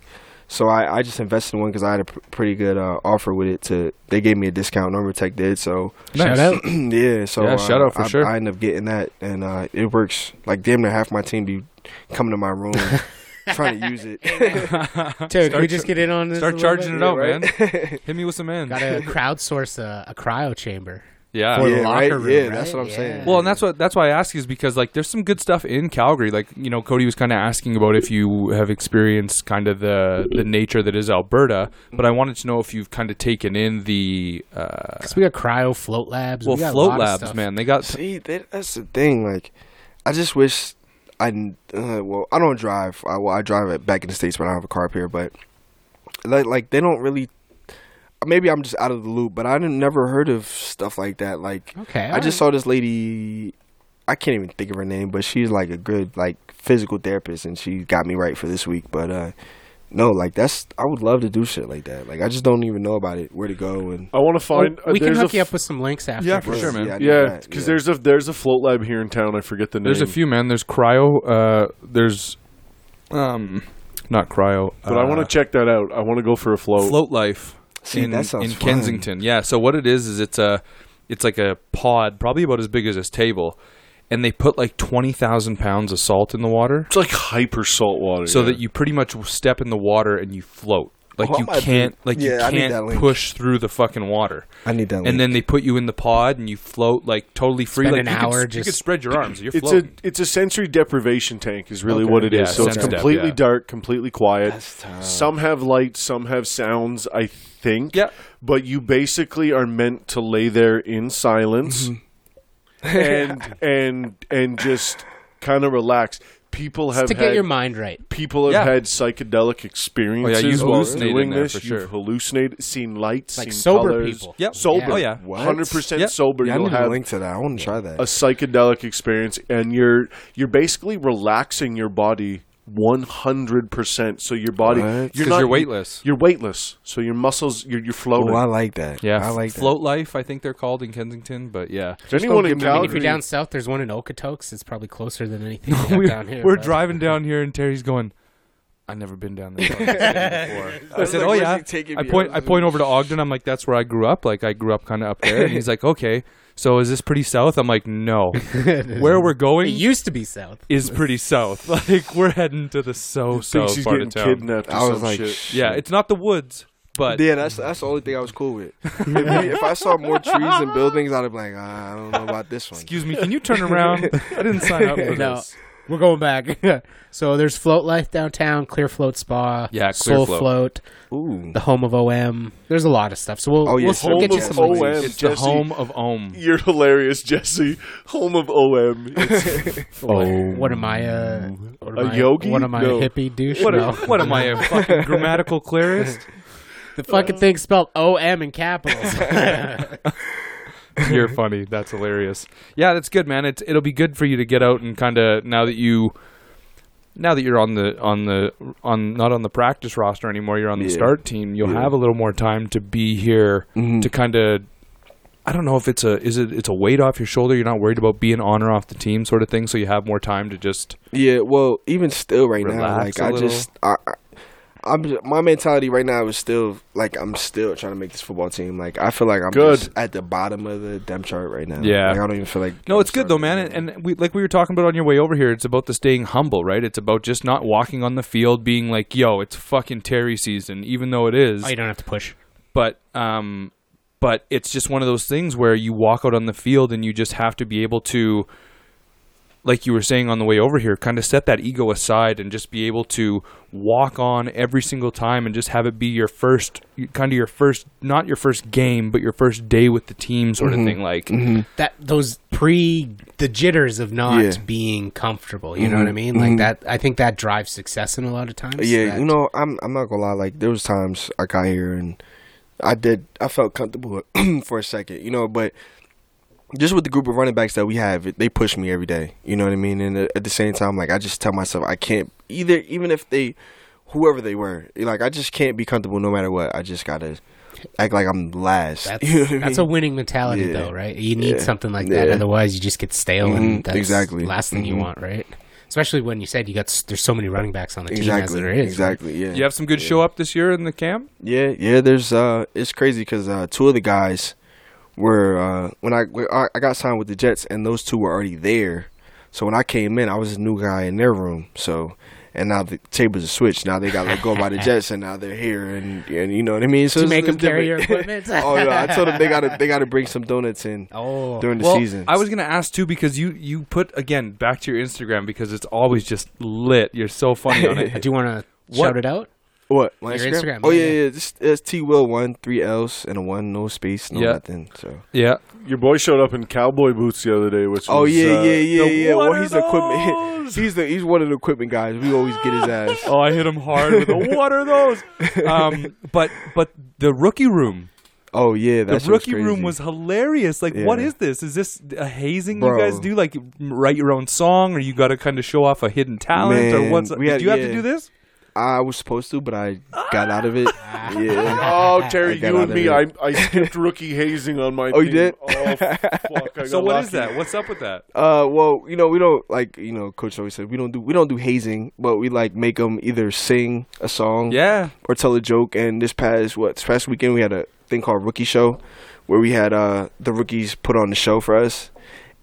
S4: So I, I just invested in one because I had a pr- pretty good uh, offer with it. To they gave me a discount. Normatec did. So
S1: Shout out.
S4: yeah. So
S3: Yeah,
S4: uh,
S3: shout out for
S4: I,
S3: sure.
S4: I end up getting that, and uh, it works. Like damn near half my team be coming to my room trying to use it.
S1: Dude, can we just get in on this?
S3: start
S1: a little
S3: charging
S1: bit?
S3: it out man hit me with some ends
S1: Gotta crowdsource a, a cryo chamber.
S3: yeah
S1: For the
S4: yeah,
S1: locker
S4: right?
S1: room,
S4: yeah,
S1: right?
S4: that's what I'm
S1: Yeah.
S4: saying.
S3: Well, and that's what that's why I ask you is because like there's some good stuff in Calgary. Like you know, Cody was kind of asking about if you have experienced kind of the the nature that is Alberta, but I wanted to know if you've kind of taken in the uh,
S1: 'Cause we got cryo float labs.
S3: well
S1: we got a
S3: float
S1: lot of
S3: labs,
S1: stuff.
S3: man. They got
S4: See, that, that's the thing. Like, I just wish I. n- Uh, well, I don't drive. I, well, I drive it back in the states when I have a car up here, but like, like they don't really. Maybe I'm just out of the loop, but I didn't, never heard of stuff like that. Like,
S1: Okay.
S4: I just saw this lady. I can't even think of her name, but she's like a good like physical therapist, and she got me right for this week. But uh no, like that's I would love to do shit like that. Like I just don't even know about it, where to go and
S2: I want to find.
S1: we can
S2: uh, there's a
S1: hook you
S2: f-
S1: up with some links after.
S3: Yeah, for sure, man.
S4: I know
S2: Yeah,
S4: that,
S2: because there's a there's a float lab here in town. I forget the name.
S3: There's a few, man. There's cryo. Uh, there's, um, not cryo. uh,
S2: but I want to check that out. I want to go for a float.
S3: float life
S4: See,
S3: in,
S4: that sounds
S3: in
S4: fun.
S3: Kensington. Yeah. So what it is is it's a, it's like a pod, probably about as big as this table, and they put like twenty thousand pounds of salt in the water,
S2: It's like hyper salt water.
S3: so
S2: yeah.
S3: that you pretty much step in the water and you float. Like
S4: Oh, I
S3: you
S4: might be-
S3: can't, like you
S4: yeah, I need that
S3: can't
S4: link.
S3: push through the fucking water.
S4: I need that.
S3: and then they put you in the pod and you float like totally free.
S1: Spend
S3: like
S1: an
S3: you could-
S1: hour
S3: you could
S1: just-
S3: spread your arms. You're
S2: it's
S3: floating.
S2: a it's a sensory deprivation tank is really what it
S3: Yeah,
S2: is. So it's
S3: sense dep,
S2: completely
S3: yeah.
S2: dark, completely quiet.
S4: That's tough.
S2: Some have lights, some have sounds. I think.
S3: Yeah.
S2: But you basically are meant to lay there in silence,
S3: Mm-hmm.
S2: and and and just kind of relax. People have
S1: Just to
S2: had,
S1: get your mind right.
S2: people have
S3: Yeah.
S2: had psychedelic experiences.
S3: you've
S2: while
S3: hallucinated
S2: doing
S3: in there
S2: this.
S3: for
S2: You've
S3: sure.
S2: hallucinated, seen lights,
S1: Like
S2: seen
S1: sober
S2: colors.
S1: people.
S3: Yep.
S2: Sober.
S3: Oh, yeah.
S4: What?
S2: Hundred percent
S3: Yep.
S2: sober.
S4: yeah, I
S2: You'll
S4: need a
S2: have
S4: link to that. I want to try that.
S2: a psychedelic experience and you're you're basically relaxing your body 100% so your body
S4: What?
S2: you're
S3: 'Cause
S2: not
S3: you're weightless.
S2: you're weightless so your muscles you're, you're floating
S4: oh, I like that.
S3: yeah,
S4: I like that.
S3: float life. I think they're called in Kensington, but yeah,
S2: Is there
S4: Just
S2: anyone
S4: don't
S2: in
S4: give me- I mean,
S1: If
S2: Calgary
S1: you're down south, there's one in Okotoks. It's probably closer than anything we got down here.
S3: we're
S1: but-
S3: driving down here, and Terry's going. I've never been down there before. I,
S4: was
S3: said,
S4: like,
S3: "Oh
S4: where's
S3: yeah."
S4: he taking
S3: I
S4: me?
S3: point.
S4: I
S3: I
S4: was-
S3: point over to Ogden. I'm like, "That's where I grew up. Like, I grew up kind of up there." And he's like, "Okay, so is this pretty south?" I'm like, "No, where we're
S1: It
S3: going
S1: used to be south.
S3: is pretty south. Like, we're heading to the so
S2: thinks
S3: south
S2: he's
S3: part
S2: getting
S3: of town.
S2: kidnapped or
S4: I was
S2: some
S4: like,
S2: shit
S4: shit.
S3: Yeah, it's not the woods, but
S4: Yeah, that's that's the only thing I was cool with. if, we- if I saw more trees and buildings, I'd be like, ah, I don't know about this one.
S3: Excuse me, can you turn around? I didn't sign up for
S1: No.
S3: this.
S1: We're going back. so there's Float Life downtown, Clear Float Spa,
S3: Yeah, Clear
S1: Soul
S3: Float.
S1: Float,
S4: Ooh,
S1: the home of OM. There's a lot of stuff. So we'll,
S4: Oh, yeah,
S1: we'll
S4: sure.
S1: get
S2: Home
S1: you
S2: of
S1: some
S2: OM.
S1: links.
S3: It's the
S2: Jesse-
S3: home of Ohm.
S2: you're hilarious jesse home of om It's-
S1: What,
S3: Oh,
S1: what am I? Uh,
S4: Mm-hmm.
S1: what am
S2: A
S1: I-
S2: yogi?
S1: What am I? A
S2: No.
S1: hippie douche?
S3: What,
S1: No.
S3: what am I, a fucking grammatical clarist?
S1: the fucking thing spelled OM in capitals.
S3: You're funny. That's hilarious. Yeah, that's good, man. It's it'll be good for you to get out and kind of now that you now that you're on the on the on not on the practice roster anymore, you're on the
S4: Yeah.
S3: start team. You'll
S4: Yeah.
S3: have a little more time to be here
S4: Mhm.
S3: to kind of I don't know if it's a is it it's a weight off your shoulder. You're not worried about being on or off the team sort of thing, so you have more time to just
S4: yeah. Well, even still, right now,
S3: Relax
S4: like
S3: a
S4: I
S3: little.
S4: just, I, I, I'm j- my mentality right now is still like I'm still trying to make this football team. Like I feel like I'm
S2: Good.
S4: just at the bottom of the depth chart right now.
S3: Yeah.
S4: like, I don't even feel like.
S3: No,
S4: I'm
S3: it's good though, man.
S4: starting.
S3: And, and we like we were talking about on your way over here. It's about the staying humble, right? It's about just not walking on the field, being like, "Yo, it's fucking Terry season," even though it is.
S1: oh, you don't have to push.
S3: But um, but it's just one of those things where you walk out on the field and you just have to be able to, like you were saying on the way over here, kind of set that ego aside and just be able to walk on every single time and just have it be your first, kind of your first, not your first game, but your first day with the team, sort
S4: Mm-hmm.
S3: of thing. Like,
S1: that those pre the jitters of not
S4: Yeah. Mm-hmm.
S1: being comfortable. You know what I mean? Like that. I think that drives success in a lot of times.
S4: Yeah,
S1: that-
S4: you know, I'm I'm not gonna lie. Like there was times I got here and I did I felt comfortable for a second, you know. But just with the group of running backs that we have, it, they push me every day. You know what I mean? And uh, at the same time, like I just tell myself I can't either. Even if they, whoever they were, like I just can't be comfortable no matter what. I just gotta act like I'm last.
S1: That's,
S4: you know what I
S1: that's a
S4: mean?
S1: winning mentality,
S4: Yeah.
S1: though, right? You need
S4: Yeah.
S1: something like that,
S4: Yeah.
S1: otherwise you just get stale,
S4: Mhm,
S1: and that's
S4: exactly.
S1: the last thing you
S4: Mhm.
S1: want, right? Especially when you said you got s- there's so many running backs on the team as
S4: exactly
S1: there is.
S4: exactly yeah.
S3: you have some good show up this year in the camp.
S4: Yeah, yeah. There's uh, it's crazy because uh, two of the guys were uh, when I when I I got signed with the Jets, and those two were already there. So when I came in, I was a new guy in their room. So, and now the tables are switched. Now they got let go by the Jets, and now they're here, and, and you know what I mean. So
S1: To
S4: it's-
S1: make
S4: it's
S1: them carry your
S4: different.
S1: equipment.
S4: oh no, I told them they gotta they gotta bring some donuts in
S1: Oh,
S4: during the season.
S3: I was gonna ask too because you you put again back to your Instagram because it's always just lit. You're so funny on it.
S1: do you want to
S3: What-
S1: shout it out?
S4: what my
S1: Your Instagram,
S4: Oh
S1: yeah,
S4: yeah,
S1: yeah.
S4: yeah. This it's T Will one three L's and a one no space no
S3: Yeah.
S4: nothing. So
S3: Yeah,
S2: your boy showed up in cowboy boots the other day which
S4: Oh
S2: was,
S4: yeah,
S2: uh,
S4: yeah, yeah,
S3: the
S4: yeah.
S3: what
S4: Well,
S3: are
S4: he's equipment.
S3: those?
S4: he's the he's one of the equipment guys. We always get his ass.
S3: Oh, I hit him hard with a what are those? Um, but but the rookie room,
S4: Oh yeah, that
S3: the
S4: shit
S3: rookie room
S4: crazy.
S3: was hilarious. Like, what
S4: Yeah.
S3: is this? Is this a hazing
S4: Bro.
S3: you guys do? Like, m- write your own song, or you got to kind of show off a hidden talent, or
S4: Man,
S3: what's?
S4: we
S3: did
S4: had-
S3: you have to
S4: yeah.
S3: do this?
S4: I was supposed to, but I got out of it. Yeah.
S2: Oh, Terry,
S4: I got
S2: you
S4: out
S2: and
S4: of
S2: me, I,
S4: it.
S2: I skipped rookie hazing on my.
S4: Oh, you
S2: thing.
S4: did?
S2: Oh, fuck! I
S3: So
S2: got
S3: what
S2: lucky.
S3: is that? What's up with that?
S4: Uh, well, you know, we don't like you know, Coach always said we don't do we don't do hazing, but we like make them either sing a song,
S3: Yeah.
S4: or tell a joke. And this past what this past weekend we had a thing called Rookie Show, where we had uh the rookies put on the show for us,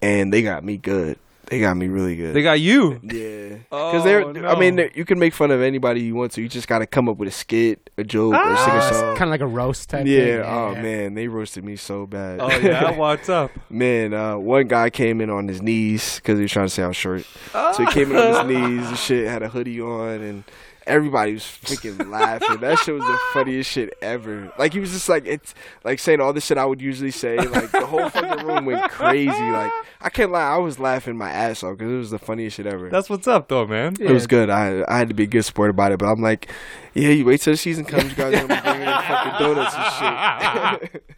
S4: and they got me good. They got me really good.
S3: They got you.
S4: yeah,
S3: Oh,
S4: because they're. I mean,
S3: no.
S4: they're- you can make fun of anybody you want to. You just got to come up with a skit, a joke, or
S3: Ah,
S4: sing a song.
S1: kind of like a roast type.
S4: yeah.
S1: thing.
S4: Oh man, they roasted me so bad.
S3: Oh yeah, what's up?
S4: Man, uh, one guy came in on his knees because he was trying to sound short. So he came in on his knees and shit, had a hoodie on, and everybody was freaking laughing. That shit was the funniest shit ever. Like, he was just like, it's like saying all the shit I would usually say. Like, the whole fucking room went crazy. Like, I can't lie, I was laughing my ass off because it was the funniest shit ever.
S3: That's what's up though, man.
S4: it was good. I I had to be a good sport about it, but I'm like, yeah, you wait till the season comes, you guys are gonna be bringing in fucking donuts and shit.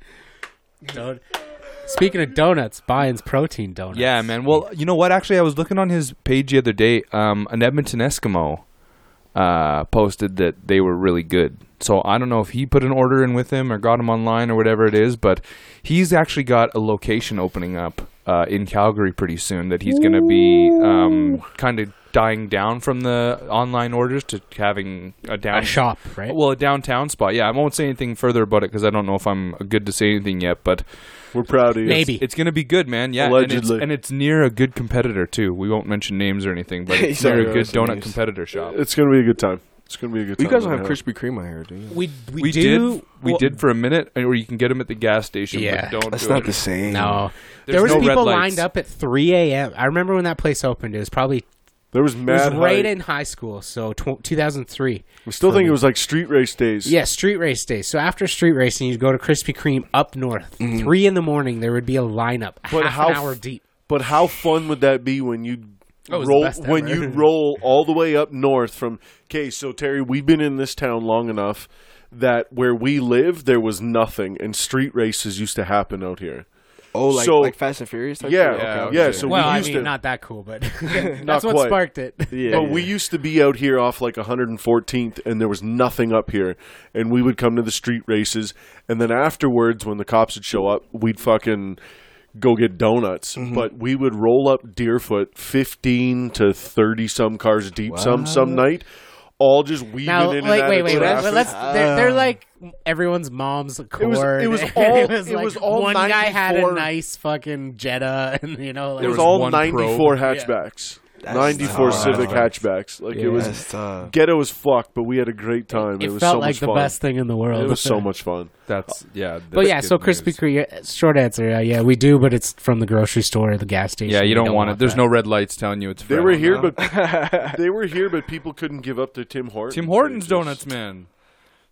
S1: Don- Speaking of donuts, Bayern's protein donuts.
S3: Yeah, man. Well, you know what? Actually, I was looking on his page the other day. Um, an Edmonton Eskimo uh, posted that they were really good. So I don't know if he put an order in with him or got him online or whatever it is, but he's actually got a location opening up uh, in Calgary pretty soon that he's going to be um, kind of dying down from the online orders to having a down
S1: a shop, right?
S3: Well, a downtown spot. Yeah, I won't say anything further about it because I don't know if I'm good to say anything yet. But
S2: We're proud of you.
S1: Maybe.
S3: it's gonna be good, man. Yeah, And,
S2: Allegedly.
S3: it's, and it's near a good competitor too. We won't mention names or anything, but it's
S4: Sorry,
S3: near a good
S4: some
S3: donut
S4: names.
S3: competitor shop.
S2: It's gonna be a good time. It's gonna be a good
S4: You
S2: time.
S4: guys don't have
S2: man.
S4: Krispy Kreme on here, do you?
S1: we we,
S3: We
S1: do.
S3: did, we
S1: well,
S3: did for a minute, and- or you can get them at the gas station.
S1: Yeah.
S3: but don't
S4: That's
S3: do
S4: not
S3: it.
S4: the same.
S1: No,
S3: There's
S1: there was
S3: no red
S1: people
S3: lights.
S1: lined up at 3 a.m. I remember when that place opened. It was probably
S2: There was
S1: it was
S2: mad.
S1: right
S2: hype.
S1: in high school, so tw- 2003.
S2: I still think it was like street race days.
S1: Yeah, street race day. So after street racing, you'd go to Krispy Kreme up north. Three in the morning, there would be a lineup,
S2: But
S1: half
S2: how
S1: an
S2: f-
S1: hour deep.
S2: But how fun would that be when you
S1: Oh, it was the
S2: roll
S1: best
S2: when
S1: ever.
S2: you roll all the way up north from Okay, so Terry, we've been in this town long enough that where we live there was nothing and street races used to happen out here.
S4: Oh, like
S2: So-
S4: like Fast and Furious. Type
S2: Yeah,
S4: shit?
S3: Yeah,
S4: Okay,
S3: okay.
S2: yeah, so
S1: well,
S2: we
S1: I
S2: used
S1: mean,
S2: to
S1: not that cool, but
S2: Not
S1: that's what
S2: quite.
S1: sparked it.
S4: Yeah,
S2: but we used to be out here off like 114th, and there was nothing up here. And we would come to the street races, and then afterwards, when the cops would show up, we'd fucking go get donuts.
S4: Mm-hmm.
S2: But we would roll up Deerfoot 15 to 30 some cars deep some some night, all just weaving
S1: Now,
S2: in and
S1: like,
S2: out
S1: wait,
S2: of
S1: wait,
S2: traffic.
S1: let's, let's they're,
S3: Uh.
S1: they're like everyone's mom's
S2: It was-
S1: cord.
S2: it was
S1: and
S2: all- it
S1: like
S2: was all
S1: one guy had a
S2: 94
S1: nice fucking Jetta, and you know, like,
S2: it was,
S3: was
S2: all
S3: one
S2: 94
S3: probe.
S2: hatchbacks,
S4: That's
S2: 94
S4: tough.
S2: Civic hatchbacks. Like it was
S4: That's uh, tough.
S2: ghetto as fuck, but we had a great time. It,
S1: it
S2: was
S1: felt
S2: so
S1: like
S2: much
S1: the
S2: fun.
S1: best thing in the world.
S2: It was so much fun.
S3: That's yeah.
S1: But
S3: that's
S1: yeah,
S3: good
S1: so Krispy
S3: news.
S1: Kreme. uh, Short answer, yeah, yeah, we do, but it's from the grocery store or the gas station.
S3: Yeah,
S1: We
S3: you don't, want it. There's
S1: that.
S3: no red lights telling you it's.
S2: They
S3: for
S2: were
S3: everyone.
S2: here, but they were here, but people couldn't give up their Tim Hortons.
S3: Tim Hortons
S2: They just-
S3: donuts, man.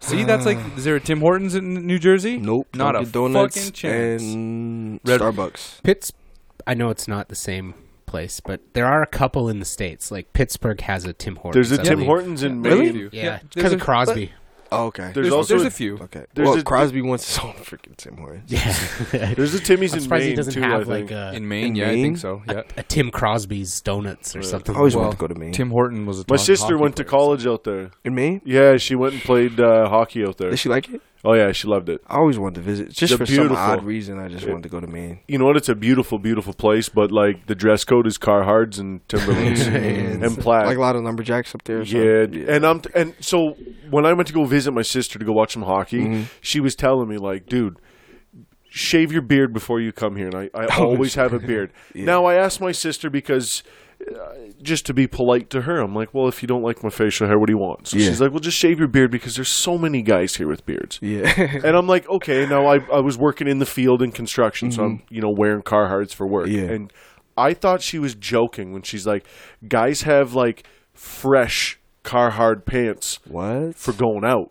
S3: See, that's like is there a Tim Hortons in New Jersey?
S4: Nope.
S3: not
S4: Dunkin'
S3: a
S4: donuts
S3: fucking chance.
S4: and
S3: Red-
S4: Starbucks.
S1: Pitts. I know it's not the same place, but there are a couple in the states. Like Pittsburgh has a Tim Hortons.
S2: There's a
S1: I
S2: Tim
S1: believe.
S2: Hortons in Maine.
S3: Really?
S1: Yeah,
S3: there's
S1: because
S3: a-
S1: of Crosby.
S4: Oh, okay.
S2: There's
S3: There's,
S2: also
S3: there's
S2: a-
S3: a few.
S4: okay.
S2: there's
S4: well,
S2: a-
S4: Crosby wants his own freaking Tim Hortons.
S1: Yeah, I'm
S2: There's a Timmy's in
S1: surprised
S2: Maine
S1: he doesn't
S2: too.
S1: have
S2: I
S1: like
S2: think.
S1: a,
S3: In Maine,
S4: In
S3: yeah, I
S4: Maine?
S3: think so. Yeah.
S1: a Tim Crosby's donuts or something.
S4: I always
S3: Well,
S4: wanted to go to Maine.
S3: Tim Horton was a
S2: My
S3: top
S2: sister
S3: hockey
S2: went to
S3: player, so-
S2: college out there.
S4: in Maine?
S2: Yeah, she went and played uh, hockey out there.
S4: Did she like it?
S2: Oh yeah, she loved it.
S4: I always wanted to visit. Just
S2: They're
S4: for
S2: beautiful.
S4: some odd reason, I just wanted to go to Maine.
S2: You know what? It's a beautiful, beautiful place, but like the dress code is Carhartts and Timberlands and plaid.
S4: Like a lot of lumberjacks up there. or
S2: Yeah,
S4: something.
S2: and I'm and so when I went to go visit my sister to go watch some hockey, she was telling me like, dude, shave your beard before you come here, and I, I always have a beard. Now I asked my sister because. Uh, just to be polite to her, I'm like, well, if you don't like my facial hair, what do you want? So
S4: Yeah.
S2: she's like, well, just shave your beard because there's so many guys here with beards.
S4: yeah,
S2: And I'm like, okay, now I, I was working in the field in construction, so I'm, you know, wearing Carhartts for work.
S4: Yeah.
S2: And I thought she was joking when she's like, guys have like fresh Carhartt pants
S4: what?
S2: for going out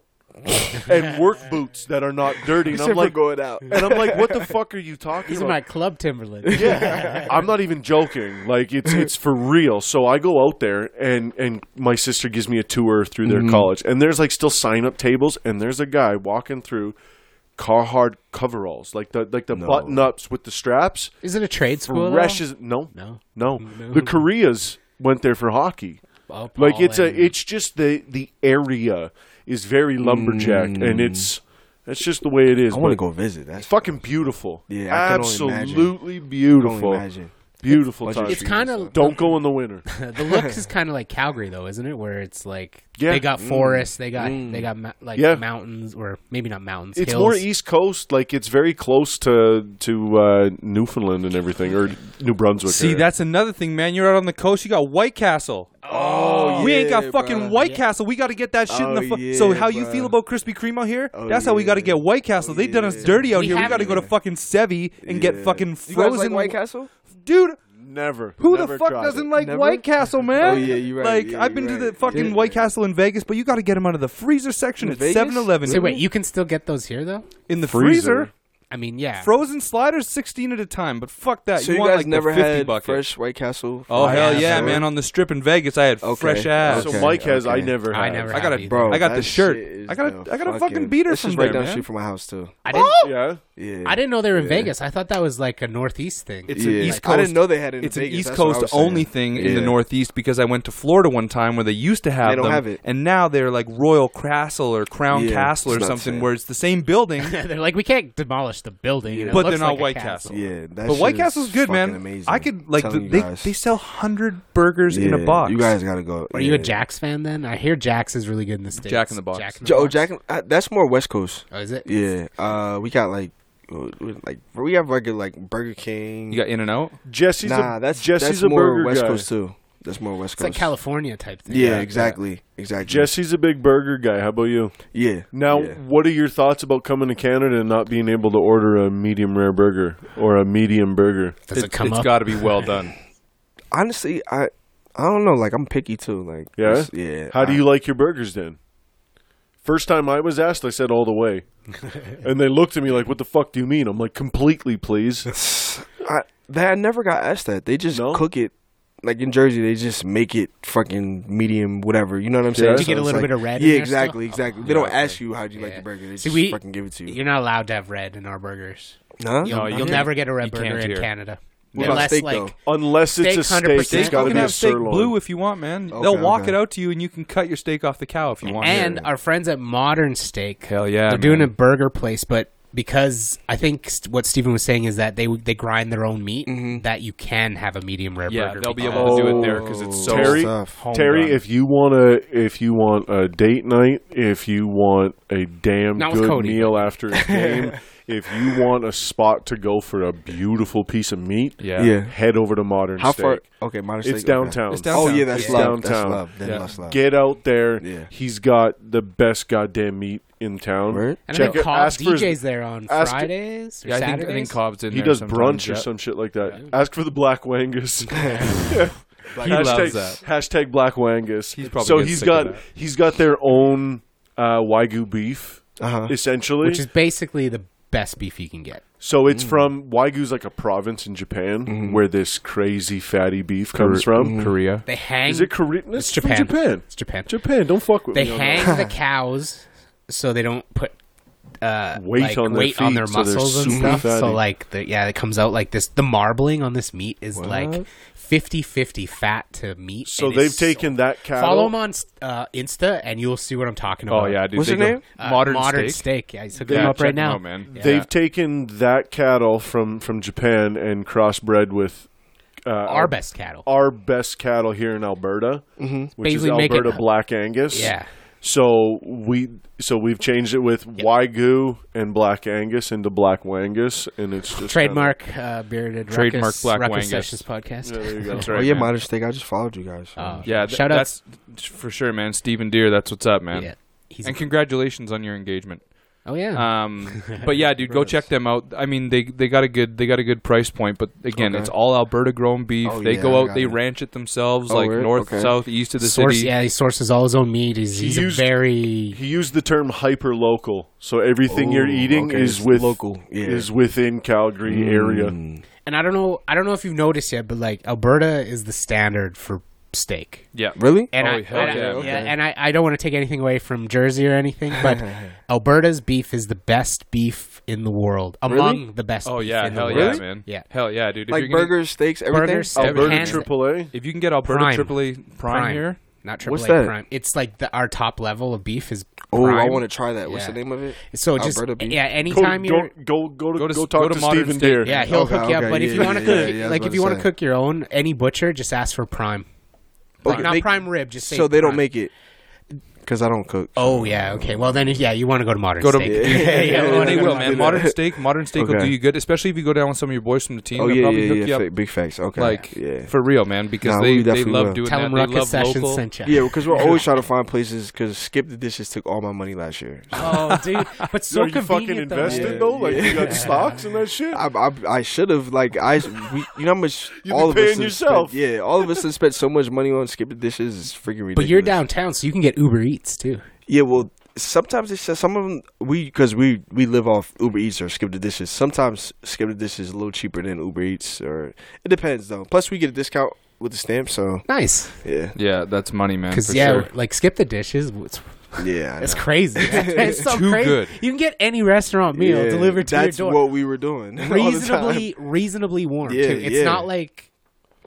S2: and work boots that are not dirty. And
S4: Except
S2: I'm like,
S4: for going out.
S2: and I'm like, what the fuck are you talking
S1: These are
S2: about?
S1: my club Timberlands.
S2: yeah, I'm not even joking. Like it's it's for real. So I go out there and and my sister gives me a tour through
S4: Mm-hmm.
S2: their college, and there's like still sign up tables, and there's a guy walking through Carhartt coveralls, like the like the button ups with the straps.
S1: Is it a trade school? at all?
S2: Fresh as no,
S1: No.
S2: no. The Koreas went there for hockey.
S1: up.
S2: Like
S1: all
S2: it's
S1: in.
S2: a it's just the the area is very lumberjack and it's that's just the way it is.
S4: Mm. I want to
S2: but
S4: go visit. That's
S2: It's fucking beautiful.
S4: Yeah, I can only imagine.
S2: absolutely
S4: I can only
S2: beautiful.
S4: imagine.
S2: Beautiful
S4: Bunch of
S2: time.
S1: It's kind of
S2: Don't go in the winter.
S1: the look is kind of like Calgary though, isn't it? Where it's like
S2: Yeah.
S1: they got forests, they got they got ma- like
S2: Yeah.
S1: mountains or maybe not mountains.
S2: It's
S1: hills.
S2: more East Coast, like it's very close to to uh, Newfoundland and everything, or New Brunswick.
S3: See,
S2: area.
S3: that's another thing, man. You're out on the coast. You got White Castle.
S4: Oh,
S3: we ain't got fucking White
S1: Yeah.
S3: Castle. We got to get that shit in
S4: Oh,
S3: the. Fu-
S4: yeah,
S3: so how you
S4: bruh.
S3: feel about Krispy Kreme out here?
S4: Oh,
S3: That's how we
S4: yeah.
S3: got to get White Castle.
S4: Oh,
S3: they done us
S4: yeah.
S3: dirty out
S1: We
S3: here. We
S1: have-
S3: got to go to fucking Sevi and get
S4: Yeah.
S3: fucking
S4: You guys like
S3: frozen
S4: White Castle?
S3: dude.
S2: never.
S3: Who
S2: never
S3: the fuck
S2: tried
S3: doesn't
S2: it.
S3: like
S4: Never?
S3: White Castle, man?
S4: Oh, yeah, you're right.
S3: Like
S4: Yeah,
S3: I've been
S4: you're
S3: to the
S4: right.
S3: fucking
S4: Yeah.
S3: White Castle in Vegas, but you got to get them out of the freezer section
S4: In
S3: at
S4: Vegas?
S3: 7-Eleven.
S1: So wait, you can still get those here though.
S3: in the
S2: Freezer.
S3: freezer.
S1: I mean, yeah.
S3: Frozen sliders, sixteen at a time. But fuck that. you,
S4: So you,
S3: want
S4: guys
S3: like
S4: never
S3: the 50
S4: had
S3: bucket.
S4: fresh White Castle?
S3: Oh
S1: I
S3: hell
S1: have
S3: yeah,
S1: that.
S3: man! On the strip in Vegas, I had
S4: Okay.
S3: fresh ass.
S2: So
S4: Okay,
S2: Mike has.
S4: okay.
S2: I never. Have.
S1: I never.
S3: I
S1: had
S3: got
S1: either.
S3: a
S4: Bro,
S3: I got
S4: that
S3: the shirt.
S4: shit is
S3: I got a-
S4: the
S3: I got a fucking beater
S4: It's
S3: from
S4: just right
S3: there,
S4: down the
S3: man.
S4: street from my house too.
S1: I didn't.
S2: Yeah.
S4: Yeah,
S1: I didn't know they were in
S4: Yeah.
S1: Vegas. I thought that was like a Northeast thing.
S3: It's an
S4: Yeah.
S3: East Coast.
S4: I didn't know they had it. In
S3: it's
S4: Vegas,
S3: an East
S4: that's what I
S3: Coast
S4: was saying.
S3: only thing in the
S4: Yeah.
S3: Northeast because I went to Florida one time where they used to have
S4: They don't
S3: them,
S4: have it.
S3: and now they're like Royal Castle or Crown
S4: Yeah,
S3: Castle or
S4: it's not the
S3: something
S4: same.
S3: where it's the same building.
S1: they're like, we can't demolish the building, and it
S3: But they're
S1: looks
S3: not
S1: like a
S3: White Castle.
S4: Yeah, that
S3: but White
S4: shit
S3: Castle's
S4: is
S3: good,
S4: fucking
S3: man.
S4: Amazing.
S3: I could like
S4: Telling
S3: the,
S4: you
S3: they
S4: guys.
S3: they sell hundred burgers in a
S4: Yeah,
S3: box.
S4: You guys gotta go.
S1: Are you a
S4: yeah.
S1: Jax fan then? I hear Jax is really good in the states.
S3: Jack in the Box.
S1: in the
S4: Jo- Oh,
S1: Box?
S4: Jack. uh, That's more West Coast.
S1: Oh, is it?
S4: Yeah. Uh, we got like, uh, like we have regular like Burger King.
S3: You got In and Out.
S2: Jesse's
S4: nah,
S2: a,
S4: that's
S2: Jesse's
S4: that's
S2: a
S4: more
S2: burger
S4: West
S2: guy.
S4: Coast too. That's more West
S1: It's
S4: Coast.
S1: like California type thing.
S4: Yeah, exactly, exactly.
S2: Jesse's a big burger guy. How about you?
S4: yeah.
S2: Now,
S4: yeah.
S2: what are your thoughts about coming to Canada and not being able to order a medium rare burger or a medium burger?
S1: Does it, come
S3: has
S1: up?
S3: got to be well done.
S4: honestly, I I don't know. Like I'm picky too. Like
S2: Yeah?
S4: it's- yeah.
S2: How do
S4: I-
S2: you like your burgers then? First time I was asked, I said all the way. and they looked at me like, what the fuck do you mean? I'm like, completely, please.
S4: I, that I never got asked that. They just
S2: No?
S4: cook it. Like in Jersey, they just make it fucking medium, whatever. You know what I'm saying?
S2: Did you
S1: get a
S4: it's
S1: little
S4: like-
S1: bit of red in
S4: Yeah,
S1: there still?
S4: exactly, exactly. They don't ask you how do you like
S1: Yeah.
S4: the burger. They
S1: See,
S4: just
S1: we-
S4: fucking give it to you.
S1: You're not allowed to have red in our burgers.
S4: Huh?
S1: You'll,
S3: No,
S1: you'll
S3: you can't-
S1: never get a red
S3: you
S1: burger
S3: can't
S1: in
S3: here.
S1: Canada.
S4: What about
S1: Unless
S4: steak,
S1: like
S4: though?
S2: Unless it's a
S1: Steak, 100%.
S2: steak, it's
S1: Steak,
S2: got
S3: you
S2: to
S3: can
S2: be a
S3: have steak
S2: sirloin.
S3: blue if you want, man.
S4: Okay,
S3: They'll walk
S4: okay.
S3: it out to you, and you can cut your steak off the cow if you want.
S1: and our friends at Modern Steak,
S3: Hell yeah,
S1: they're doing a
S3: man.
S1: burger place, but because I think st- what Steven was saying is that they they grind their own meat, that you can have a medium rare
S3: yeah,
S1: burger.
S3: they'll be
S1: because-
S3: able to do it there because
S4: Oh.
S3: it's so
S2: Oh. Terry,
S4: Stuff.
S2: Terry,
S3: done.
S2: if you want a if you want a date night, if you want a damn
S1: Not with
S2: good
S1: Cody.
S2: meal after a game, if you want a spot to go for a beautiful piece of meat,
S3: Yeah.
S4: Yeah.
S2: head over to Modern
S4: How
S2: Steak.
S4: far? Okay, modern steak.
S2: It's
S4: okay.
S2: downtown.
S3: It's
S4: Oh
S3: downtown.
S4: yeah, that's
S2: It's
S4: love. That's
S2: downtown.
S4: love. Then
S3: Yeah.
S4: that's love.
S2: Get out there.
S4: Uh, Yeah.
S2: He's got the best goddamn meat in town.
S4: Word?
S1: And I
S2: Check
S1: think
S2: it.
S1: Cobb
S2: Ask for his-
S1: DJ's there on
S2: ask-
S1: Fridays or
S3: Yeah, I think, I
S1: Saturdays.
S3: think Cobb's in
S2: He
S3: there
S2: does
S3: sometimes,
S2: brunch or
S3: yeah.
S2: some shit like that. Ask for the black wangus.
S3: He
S2: hashtag,
S3: loves that.
S2: hashtag black wangus.
S3: He's probably
S2: so
S3: gets
S2: he's
S3: sick of
S2: got
S3: that.
S2: he's got their own uh, wagyu beef
S4: Uh-huh.
S2: essentially.
S1: which is basically the best beef you can get.
S2: so
S4: Mm.
S2: it's from Wagyu's like a province in Japan
S4: Mm-hmm.
S2: where this crazy fatty beef comes from.
S4: mm.
S3: Mm. Korea.
S1: They hang.
S2: Is it Korea?
S1: It's Japan.
S2: Japan.
S1: It's Japan.
S2: Japan. Don't fuck with
S1: They
S2: me. on that.
S1: hang the cows so they don't put uh,
S2: Weight
S1: like,
S2: on their
S1: weight on
S2: feet,
S1: their
S2: so they're
S1: muscles and
S2: super
S1: stuff.
S2: fatty.
S1: So like, the, yeah, it comes out like this. The marbling on this meat is like 50-50 fat to meat.
S2: So
S1: and it's
S2: they've taken that cattle.
S1: Follow him on uh, Insta, and you'll see what I'm talking about.
S3: Oh yeah, dude.
S4: What's
S3: they
S4: your
S3: go-
S4: name?
S1: Uh,
S3: modern,
S1: modern
S3: steak.
S1: steak. Yeah, he's hooking
S2: They-
S1: him
S3: Yeah,
S1: up
S3: check
S1: right
S3: them
S1: now,
S3: out, man.
S1: Yeah.
S2: They've taken that cattle from from Japan and crossbred with uh,
S1: our best cattle.
S2: our best cattle here in Alberta, which
S1: Basically
S2: is
S1: make
S2: Alberta
S1: it-
S2: Black Angus.
S1: Yeah,
S2: So we so we've changed it with Wagyu and Black Angus into Black Wangus, and it's just
S1: trademark uh, bearded
S3: Trademark
S1: ruckus,
S3: Black
S1: ruckus
S3: Wangus.
S1: sessions podcast.
S2: Kinda, yeah, there you go.
S3: That's
S4: Oh
S3: right,
S4: yeah,
S3: man.
S4: modern steak. I just followed you guys.
S1: Uh,
S3: Yeah, th-
S1: shout out.
S3: that's for sure, man. Steven Deer, that's what's up, man.
S1: Yeah, he's
S3: And congratulations on your engagement.
S1: oh yeah.
S3: Um, but yeah, dude, go check them out. I mean, they they got a good they got a good price point, but again,
S4: Okay.
S3: it's all Alberta grown beef.
S4: Oh,
S3: they
S4: yeah,
S3: go
S4: I
S3: out,
S4: got
S3: they
S4: it.
S3: ranch it themselves,
S4: Oh,
S3: like
S4: weird?
S3: north,
S4: Okay.
S3: south, east of the
S1: source,
S3: city.
S1: yeah, he sources all his own meat. He's, he's
S2: used-
S1: a very
S2: He used the term hyper local, so everything
S4: Ooh,
S2: you're eating
S4: okay,
S2: is
S4: it's
S2: with
S4: local, yeah. Mm.
S2: is within Calgary area.
S1: and I don't know I don't know if you've noticed yet, but like Alberta is the standard for steak.
S3: yeah.
S4: Really?
S1: And
S3: Oh,
S1: I,
S3: hell
S1: and I-
S3: yeah,
S1: yeah,
S3: okay.
S1: and I, I don't want to take anything away from Jersey or anything, but Alberta's beef is the best beef in the world, among the best.
S3: Oh
S1: beef
S3: yeah,
S1: in the
S3: hell yeah,
S1: world.
S3: man.
S1: Yeah.
S3: hell yeah, dude. If
S4: Like
S3: you're gonna-
S4: burgers, steaks, everything.
S1: Burgers,
S4: Oh,
S1: steak.
S2: Alberta
S1: Hands-
S2: AAA.
S3: if you can get Alberta
S1: Prime.
S3: Triple A Prime,
S1: Prime.
S3: here,
S1: not
S4: What's
S1: AAA
S4: that?
S1: prime. It's like the, our top level of beef is
S4: Oh, I
S1: prime.
S4: want to try that. What's the
S1: Yeah.
S4: name of it?
S1: So just
S4: Alberta beef.
S1: yeah,
S2: Go,
S1: anytime
S2: go,
S1: you're
S2: go, go to go,
S3: Go to-
S2: talk
S3: go
S2: to,
S3: to Modern
S2: Stephen
S3: State.
S2: Deere.
S1: yeah, he'll
S4: Okay,
S1: hook you up.
S4: okay,
S1: but if
S4: yeah,
S1: you want to
S4: yeah,
S1: cook,
S4: yeah, yeah, I was
S1: like if
S4: about
S1: you
S4: to
S1: want to
S4: say.
S1: cook your own, any butcher, just ask for prime. Like
S4: Okay,
S1: not
S4: they-
S1: prime rib, just say
S4: So they don't
S1: prime.
S4: make it because I don't cook.
S1: Oh yeah, okay. Well then, yeah, you want to go to modern.
S3: Go to-
S1: steak.
S4: Yeah.
S1: yeah, yeah,
S4: Yeah,
S1: well,
S3: they
S4: yeah,
S3: will,
S4: yeah.
S3: man. Modern steak, modern steak will
S4: Okay.
S3: do you good, especially if you go down with some of your boys from the team.
S4: Oh
S3: They'll
S4: yeah,
S3: probably
S4: yeah,
S3: hook
S4: yeah.
S3: you up,
S4: fa- Big facts. Okay.
S3: like
S4: yeah.
S3: for real, man, because
S4: Nah, we
S3: they, they
S4: definitely
S3: love
S4: will.
S3: doing
S1: Tell
S3: that.
S1: them
S3: They
S1: Ruckus
S3: love
S1: Sessions
S3: local.
S1: sent you.
S4: Yeah, because we're always trying to find places. Because Skip the Dishes took all my money last year.
S1: Oh, dude, but so
S2: Are you fucking
S1: convenient though, man.
S2: invested
S4: Yeah,
S2: though? Like you
S4: yeah.
S2: got stocks and that shit.
S4: I I, I should have like I we, you know how much
S2: You've been
S4: all of
S2: paying
S4: us have
S2: yourself.
S4: Spent, yeah, all of us have spent so much money on Skip the Dishes. It's freaking ridiculous.
S1: But you're downtown, so you can get Uber Eats too.
S4: Yeah, well, sometimes it's just some of them we because we we live off Uber Eats or Skip the Dishes. Sometimes Skip the Dishes is a little cheaper than Uber Eats, or it depends though. Plus, we get a discount with the stamp, so
S1: Nice,
S4: yeah,
S3: Yeah, that's money, man.
S1: because
S3: For
S1: yeah,
S3: sure.
S1: like skip the dishes. It's,
S4: yeah. I
S1: it's
S4: know.
S1: crazy. it's so
S3: Too
S1: crazy.
S3: good.
S1: You can get any restaurant meal
S4: Yeah,
S1: delivered to
S4: that's
S1: your door.
S4: what we were doing all the time.
S1: Reasonably, reasonably warm.
S4: Yeah,
S1: too. It's
S4: yeah.
S1: not like.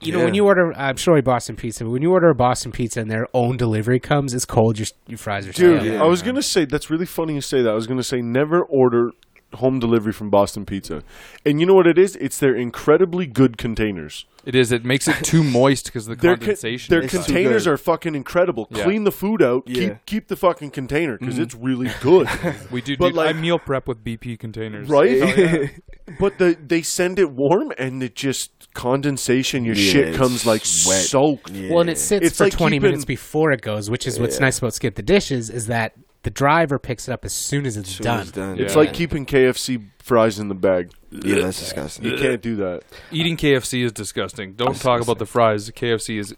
S1: You know,
S4: Yeah.
S1: when you order, I'm sure a Boston pizza, but when you order a Boston pizza and their own delivery comes, it's cold, your, your fries are
S2: Dude,
S1: stale.
S4: Yeah.
S2: I was gonna say that's really funny you say that. I was gonna say never order home delivery from Boston Pizza, and you know what it is? It's their incredibly good containers.
S3: it is. It makes it too moist because the
S2: Their con-
S3: condensation.
S2: their
S3: is
S4: con-
S3: on.
S2: containers
S4: good.
S2: are fucking incredible.
S3: Yeah.
S2: Clean the food out.
S4: Yeah.
S2: Keep keep the fucking container because it's really good,
S3: we do.
S2: but
S3: Dude,
S2: like-
S3: I meal prep with BP containers.
S2: right? but the, they send it warm, and it just condensation. Your
S4: Yeah,
S2: shit
S4: it's
S2: comes like
S4: wet.
S2: soaked.
S4: Yeah.
S1: Well, and it sits
S2: It's
S1: for
S2: like
S1: 20
S2: keeping-
S1: minutes before it goes, which is what's nice about skip the dishes is that the driver picks it up as soon as it's
S4: Soon
S1: done.
S4: as done.
S3: Yeah.
S2: It's like keeping KFC fries in the bag.
S4: yeah, that's disgusting.
S2: You can't do that.
S3: Eating KFC is disgusting. Don't talk about the fries. KFC is.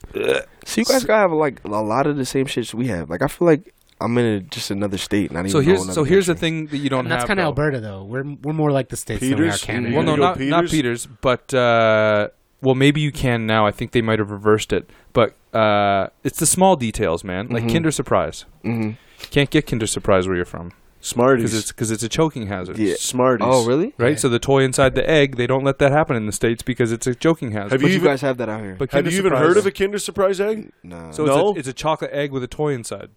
S4: So you guys gotta have like a lot of the same shits we have. Like I feel like I'm in a, just another state, not even.
S3: So
S4: a
S3: here's
S4: whole
S3: so
S4: nother
S3: here's the
S4: country.
S3: thing that you don't
S1: And that's
S3: have.
S1: kind of
S3: though.
S1: Alberta, though. We're we're more like the states than we are
S2: Peters?
S1: Canada.
S3: Well, no,
S2: You
S3: not
S2: gotta go
S3: not
S2: Peters?
S3: Peters, but uh, well, maybe you can now. I think they might have reversed it, but uh, it's the small details, man. Like
S2: Mm-hmm.
S4: Mhm.
S3: Kinder Surprise.
S4: Mhm.
S3: You can't get Kinder Surprise where you're from because
S2: Smarties,
S3: it's because it's a choking hazard.
S4: Yeah.
S2: Smarties.
S4: Oh really?
S3: Right,
S1: Yeah.
S3: so the toy inside the egg, they don't let that happen in the states because it's a choking hazard.
S2: Have
S4: But you,
S2: even-
S4: guys have that out here?
S3: But
S2: Have
S3: Kinder
S2: you even
S3: Surprise-
S2: heard of a Kinder Surprise egg?
S4: nah.
S3: So
S2: No.
S3: it's, a, it's a chocolate egg with a toy inside.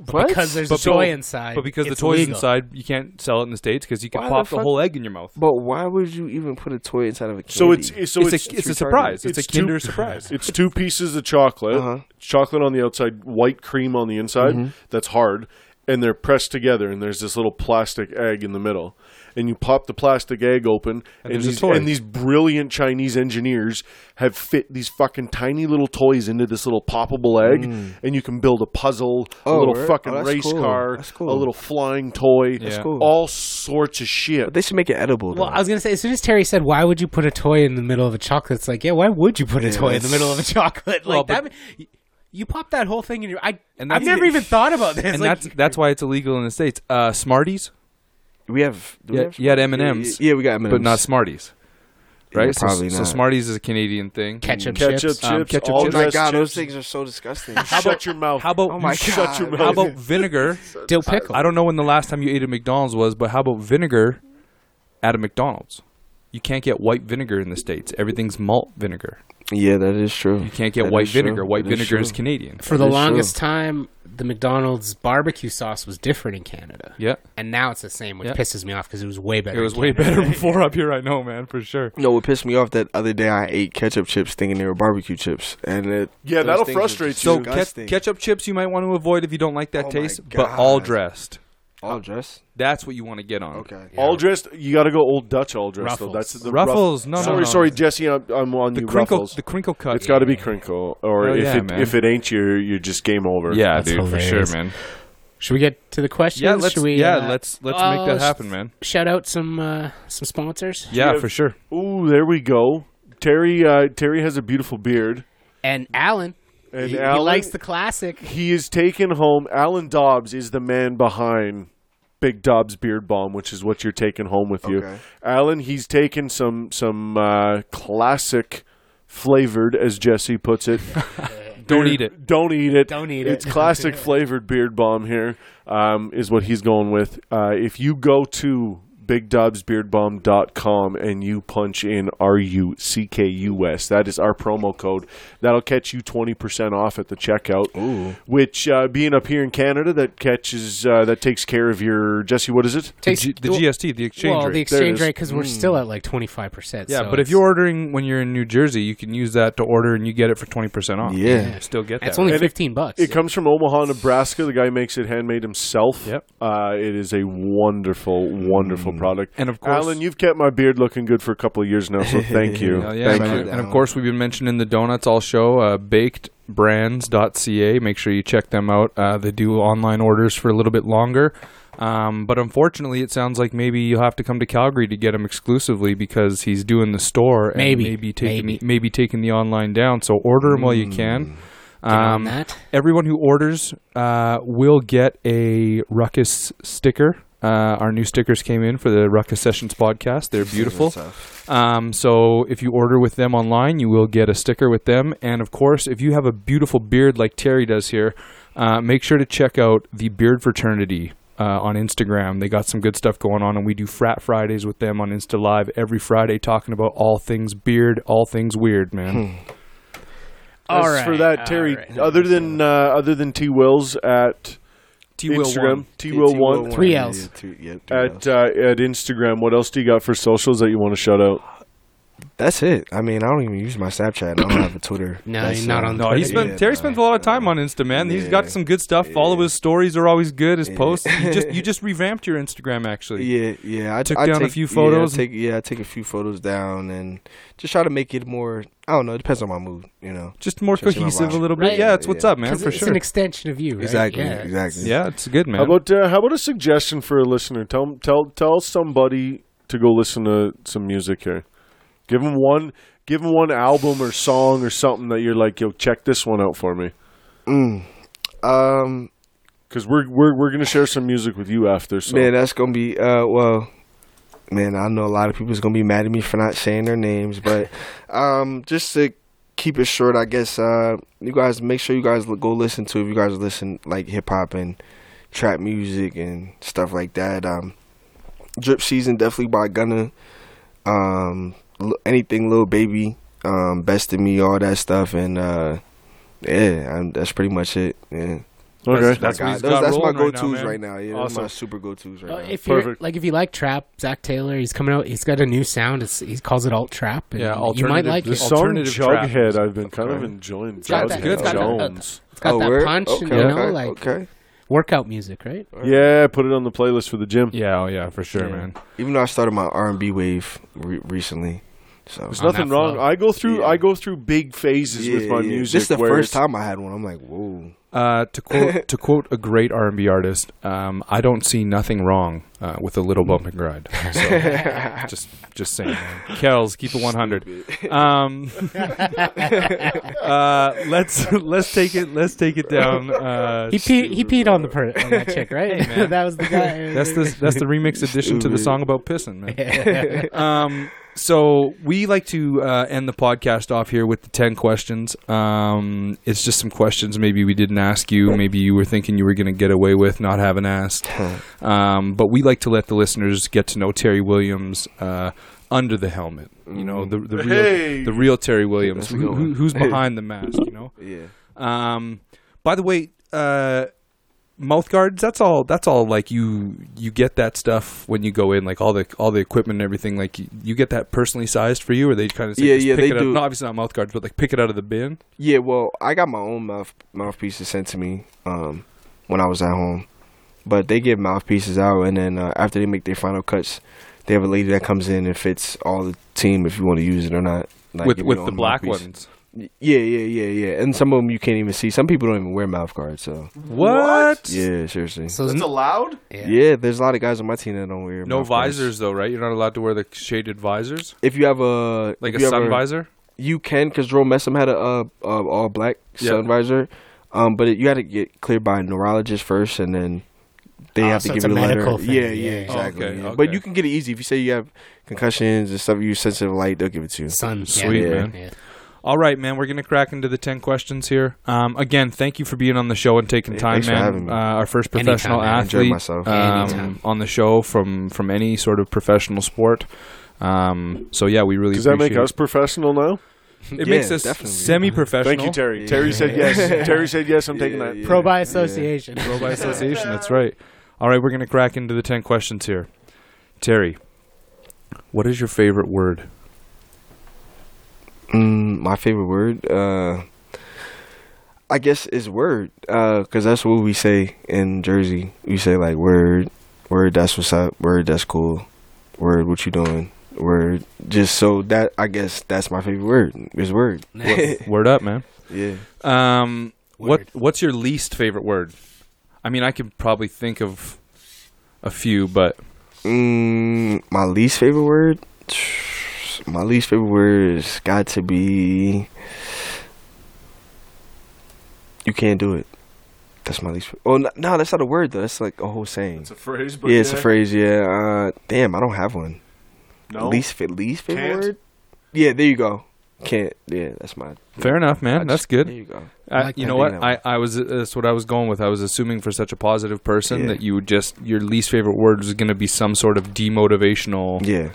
S1: But because there's
S3: But
S1: a toy
S3: people-
S1: inside.
S3: But because the
S1: it's
S3: toy's
S1: illegal.
S3: inside, you can't sell it in the states because you can
S4: Why the
S3: pop the,
S4: fuck-
S3: whole egg in your mouth.
S4: but why would you even put a toy inside of a candy?
S2: So it's, it's so
S3: it's,
S2: it's,
S3: a it's a
S4: retarded.
S3: surprise. It's,
S2: It's
S3: a Kinder
S2: too-
S3: Surprise.
S2: It's two pieces of chocolate,
S4: Uh-huh.
S2: chocolate on the outside, white cream on the inside.
S3: Mm-hmm.
S2: That's hard, and they're pressed together. And there's this little plastic egg in the middle. And you pop the plastic egg open, and,
S3: there's a
S2: these,
S3: toy.
S2: and these brilliant Chinese engineers have fit these fucking tiny little toys into this little poppable egg,
S3: Mm.
S2: and you can build a puzzle, a
S4: Oh,
S2: little
S4: word?
S2: fucking
S4: Oh, that's
S2: race
S4: cool.
S2: car,
S4: That's cool.
S2: a little flying toy,
S3: That's
S4: cool.
S2: all sorts of shit.
S4: But they should make it edible.
S1: Well,
S4: though.
S1: I was gonna say, as soon as Terry said, "Why would you put a toy in the middle of a chocolate?" It's like, yeah, why would you put a toy in the
S4: that's-
S1: middle of a chocolate? Like
S3: Well,
S1: that. ma- You pop that whole thing in your. I
S3: And
S1: I've
S3: that's-
S1: never even thought about this.
S3: and
S1: like,
S3: that's that's why it's illegal in the states. Uh, Smarties,
S4: we have. do we
S3: Yeah,
S4: have
S3: you had
S4: Yeah,
S3: M&Ms,
S4: Yeah, yeah, we got M&Ms.
S3: but not Smarties,
S4: Yeah,
S3: right? So-
S4: probably
S3: so,
S4: not.
S3: Smarties is a Canadian thing.
S1: ketchup,
S2: Ketchup
S1: chips.
S2: chips,
S3: um, ketchup
S2: all
S4: Oh my
S2: dressed
S4: god, those
S2: chips.
S4: things are so disgusting.
S2: Shut your mouth.
S3: How about
S4: Oh my
S2: shut
S4: god.
S2: your mouth.
S3: how about vinegar?
S1: dill pickle.
S3: I don't know when the last time you ate at McDonald's was, but how about vinegar at a McDonald's? You can't get white vinegar in the states. Everything's malt vinegar.
S4: Yeah, that is true.
S3: You can't get
S4: That
S3: white
S4: is true.
S3: vinegar. White
S4: That is
S3: vinegar
S4: true.
S3: is Canadian.
S1: For the
S4: That is
S1: longest time, the McDonald's barbecue sauce was different in Canada,
S3: Yeah,
S1: and now it's the same, which
S3: Yeah.
S1: pisses me off because it was way better.
S3: it
S1: in
S3: was way
S1: Canada.
S3: better before up here. I know, man, for sure.
S4: No, what pissed me off that other day I ate ketchup chips thinking they were barbecue chips, and it,
S2: Yeah,
S4: those
S2: that'll
S4: things are
S2: frustrate
S4: just
S2: you.
S3: So
S2: Dude,
S3: ke-
S4: disgusting.
S3: ketchup chips you might want to avoid if you don't like that
S4: Oh my
S3: taste, but all
S4: God.
S3: dressed.
S4: all dress.
S3: That's what you want to get on.
S4: Okay.
S2: All dressed, you got to go old Dutch all dressed. Though.
S1: Ruffles.
S2: That's the ruff-
S3: Ruffles, no, no,
S2: sorry,
S3: no.
S2: sorry, Jesse, I'm, I'm on
S3: The
S2: you.
S3: crinkle,
S2: ruffles.
S3: the crinkle cut.
S2: it's got to be crinkle, or
S3: Oh,
S2: if
S3: yeah,
S2: it
S3: man.
S2: if it ain't you, you're just game over.
S3: Yeah,
S1: That's
S3: dude, for
S1: hilarious.
S3: sure, man.
S1: Should we get to the questions?
S3: Yeah, let's
S1: Should we,
S3: yeah,
S1: uh,
S3: let's let's
S1: oh,
S3: make that
S1: sh-
S3: happen, man.
S1: Shout out some uh, some sponsors
S3: Yeah,
S2: have-
S3: for sure.
S2: Ooh, there we go. Terry uh, Terry has a beautiful beard,
S1: and Alan.
S2: and
S1: he, he
S2: Alan
S1: likes the classic.
S2: he is taken home. Alan Dobbs is the man behind Big Dobbs Beard Bomb, which is what you're taking home with you.
S4: Okay.
S2: Alan, he's taken some some uh, classic flavored, as Jesse puts it.
S3: Don't
S2: Beard-
S3: eat it.
S2: Don't eat it.
S1: Don't eat
S2: it's
S1: it.
S2: classic flavored beard bomb here, um, is what he's going with. Uh, if you go to bigdobsbeardbomb.com and you punch in R-U-C-K-U-S. That is our promo code. That'll catch you 20% off at the checkout,
S4: Ooh.
S2: which uh, being up here in Canada, that catches, uh, that takes care of your, Jesse, what is it?
S3: The, G- the GST, the exchange
S1: well,
S3: rate.
S1: the
S2: There it
S1: exchange
S2: is.
S1: rate because we're still at like twenty five percent.
S3: yeah, but if you're ordering when you're in New Jersey, you can use that to order and you get it for 20% off.
S4: Yeah.
S3: You still get that.
S1: that's only
S2: And it-
S1: fifteen bucks.
S2: It comes from Omaha, Nebraska. The guy makes it handmade himself.
S3: Yep.
S2: Uh, it is a wonderful, wonderful
S3: Mm.
S2: product.
S3: And of course-
S2: Alan, you've kept my beard looking good for a couple of years now, so thank you.
S3: Oh,
S4: Hell
S3: yeah,
S4: Thank
S3: man.
S4: you.
S3: and of course we've been mentioning the donuts all show uh, bakedbrands.ca make sure you check them out uh, they do online orders for a little bit longer um, but unfortunately it sounds like maybe you'll have to come to calgary to get them exclusively because he's doing the store and
S1: Maybe.
S3: taking
S1: Maybe.
S3: maybe taking the online down so order them while
S4: Hmm.
S3: you can
S1: on
S3: um,
S1: that.
S3: everyone who orders uh, will get a ruckus sticker uh, our new stickers came in for the ruckus sessions podcast they're beautiful um, so if you order with them online, you will get a sticker with them. And of course, if you have a beautiful beard like Terry does here, uh, make sure to check out the Beard Fraternity. Uh, on Instagram, they got some good stuff going on, and we do frat Fridays with them on Insta Live every Friday, talking about all things beard, all things weird, man.
S2: As
S1: All right,
S2: for that, Terry,
S1: all right.
S2: other than uh, other than T Wills at
S3: T Will
S2: Instagram,
S3: one.
S2: T Will one
S1: Three L's.
S2: at uh, at Instagram. What else do you got for socials that you want to shout out?
S4: That's it. I mean, I don't even use my Snapchat. I don't have a Twitter.
S1: No,
S4: That's uh,
S1: you're not
S4: it.
S1: on
S3: No, Oh, he
S1: Yeah,
S3: spent Terry spends a lot of time on Insta, man. He's
S4: Yeah.
S3: got some good stuff. Follow his stories are always good. His
S4: Yeah.
S3: posts. You just you just revamped your Instagram actually.
S4: Yeah, yeah. I
S3: Took
S4: I
S3: down a
S4: take,
S3: few
S4: yeah, I
S3: photos.
S4: take- Yeah, I take a few photos down and just try to make it more. I don't know. It depends on my mood, you know.
S3: Just more
S4: Just in my
S3: cohesive a
S4: vibe.
S3: little bit.
S1: Right.
S3: Yeah, that's what's
S4: Yeah.
S3: up, man.
S1: 'Cause
S3: For
S1: it's
S3: sure.
S1: an extension of you, right?
S4: Exactly,
S1: Yeah.
S4: exactly.
S3: Yeah, it's good, man.
S2: How about uh, how about a suggestion for a listener? Tell tell tell somebody to go listen to some music here. Give them one give them one album or song or something that you're like, yo, check this one out for me.
S4: Mm. Um,
S2: Because we're we're we're gonna share some music with you after. So
S4: man, that's gonna be. Uh, well, man, I know a lot of people's gonna be mad at me for not saying their names, but um, just to keep it short, I guess. Uh, you guys make sure you guys l- go listen to if you guys listen like hip hop and trap music and stuff like that. Um, Drip Season definitely by Gunna. Um, L- anything Lil Baby, um, Best of Me, all that stuff, and uh, yeah, i that's pretty much it. Yeah.
S2: okay,
S3: That's- that's- what
S4: Like, I-
S3: he's
S4: those-
S3: got
S4: that's my
S3: rolling right
S4: go
S3: now,
S4: tos
S3: man.
S4: right now. Yeah, that's my
S2: Awesome.
S4: super go tos right
S1: Uh,
S4: now.
S1: if you're
S2: Perfect.
S1: like if you like trap, Zach Taylor, he's coming out. He's got a new sound. It's, he calls it alt trap. and
S3: Yeah,
S1: you might
S3: alternative-
S1: like
S2: the
S1: it.
S3: this-
S2: song
S3: Alternative trap.
S2: Jughead I've been kind of
S4: Okay.
S2: enjoying.
S1: It's got
S2: Jughead
S1: that- it's got that hook.
S2: Jones.
S1: It's got that
S4: word?
S1: punch, and,
S4: Oh, Okay,
S1: you know,
S4: okay,
S1: like
S4: okay.
S1: workout music, right?
S2: Yeah, put it on the playlist for the gym.
S3: Yeah, oh yeah, for sure,
S4: Yeah.
S3: man.
S4: Even though I started my R and B wave re- recently, so
S2: There's
S1: On
S2: nothing
S1: that
S2: wrong.
S1: flow.
S2: I go through
S4: Yeah.
S2: I go through big phases
S4: yeah,
S2: with my
S4: yeah.
S2: music.
S4: This is the
S2: where
S4: first
S2: it's-
S4: time I had one. I'm like, whoa.
S3: Uh, to quote to quote a great R and B artist, um, I don't see nothing wrong uh, with a little bump and grind. So, just just saying, man. Kells, keep it one hundred. Um, uh, let's let's take it let's take it down. Uh,
S1: He peed, he peed on the per- on that chick, right?
S3: man.
S1: that was the guy.
S3: that's the that's the remix edition to the song
S4: Stupid.
S3: about pissing, man. um, so we like to uh, end the podcast off here with the 10 questions um, it's just some questions maybe we didn't ask you maybe you were thinking you were going to get away with not having asked um, but we like to let the listeners get to know terry williams uh, under the helmet you know the, the real
S2: Hey!
S3: the real terry williams
S4: That's a good
S3: who, who-
S4: one.
S3: who's behind the mask you know
S4: Yeah.
S3: um, by the way, uh, mouth guards. That's all. That's all. Like you, you get that stuff when you go in. Like all the all the equipment and everything. Like you, you get that personally sized for you, or they kind of
S4: Yeah,
S3: just
S4: yeah,
S3: Pick it
S4: they
S3: Up.
S4: do.
S3: No, obviously not mouth guards, but like pick it out of the bin.
S4: Yeah. Well, I got my own mouth mouthpieces sent to me um, when I was at home, but they give mouthpieces out, and then uh, after they make their final cuts, they have a lady that comes in and fits all the team if you want to use it or not. Like,
S3: with
S4: give
S3: with
S4: your
S3: the
S4: own
S3: black
S4: mouthpiece.
S3: ones.
S4: Y- Yeah, yeah, yeah, yeah. And some of them you can't even see. Some people don't even wear mouth guards. So
S3: What?
S4: yeah, seriously.
S1: so it's-
S2: allowed.
S1: yeah.
S4: Yeah. there's a lot of guys on my team that don't wear
S3: No
S4: mouth guards.
S3: visors though, right? You're not allowed to wear the shaded visors,
S4: If you have a
S3: like
S4: if
S3: a
S4: you
S3: sun
S4: have
S3: visor.
S4: you can because Jerome Messam had a uh, uh, all black
S3: Yeah.
S4: sun visor, um, but it, you had to get cleared by a neurologist first, and then they
S1: Oh,
S4: have
S1: so
S4: to
S1: it's
S4: give you
S1: a
S4: a letter.
S1: medical thing.
S4: Yeah,
S1: Yeah.
S4: yeah,
S1: Oh,
S4: exactly.
S3: okay,
S4: yeah.
S3: okay.
S4: But you can get it easy if you say you have concussions and stuff. You use sensitive light, they'll give it to you.
S1: Sun.
S3: Sweet,
S1: yeah.
S4: man.
S1: Yeah.
S3: All right, man. We're gonna crack into the ten questions here. Um, again, thank you for being on the show and taking
S4: Hey,
S3: time,
S4: thanks for
S3: man.
S4: having me.
S3: Uh, our first
S1: Anytime,
S3: professional
S1: man. I
S4: enjoyed
S3: athlete
S4: myself.
S3: um,
S1: Anytime.
S3: on the show from from any sort of professional sport. Um, so yeah, we really
S2: Does that
S3: appreciate
S2: make us professional now?
S3: It, it
S4: Yeah,
S3: makes us
S4: definitely.
S3: semi-professional.
S2: Thank you, Terry.
S4: Yeah.
S2: Terry said yes. Terry said yes. I'm taking that.
S4: Yeah.
S1: Pro by association.
S3: Pro by association. That's right. All right, we're gonna crack into the ten questions here. Terry, what is your favorite word?
S4: Mm, my favorite word, uh, I guess, is word, because that's what we say in Jersey. We say like word, word. That's what's up. Word. That's cool. Word. What you doing? Word. Just so that I guess that's my favorite word is word.
S1: Nice.
S3: Word up, man.
S4: Yeah.
S3: Um,
S1: Word.
S3: what what's your least favorite word? I mean, I could probably think of a few, but
S4: Mm, my least favorite word. My least favorite word has got to be. You can't do it. That's my least. Oh no, no, that's not a word though. That's like a whole saying.
S2: a phrase,
S4: yeah, it's a phrase. Yeah. Uh, damn, I don't have one.
S2: No.
S4: Least fa- least favorite
S2: Can't?
S4: word. Yeah, there you go. Can't. Yeah, that's my.
S3: fair enough,
S4: I
S3: man. That's
S4: just-
S3: good.
S4: There you go.
S3: I,
S1: like
S3: you
S4: that.
S3: know what? I, I was uh, that's what I was going with. I was assuming for such a positive person
S4: Yeah.
S3: that you would just your least favorite word was going to be some sort of demotivational.
S4: Yeah,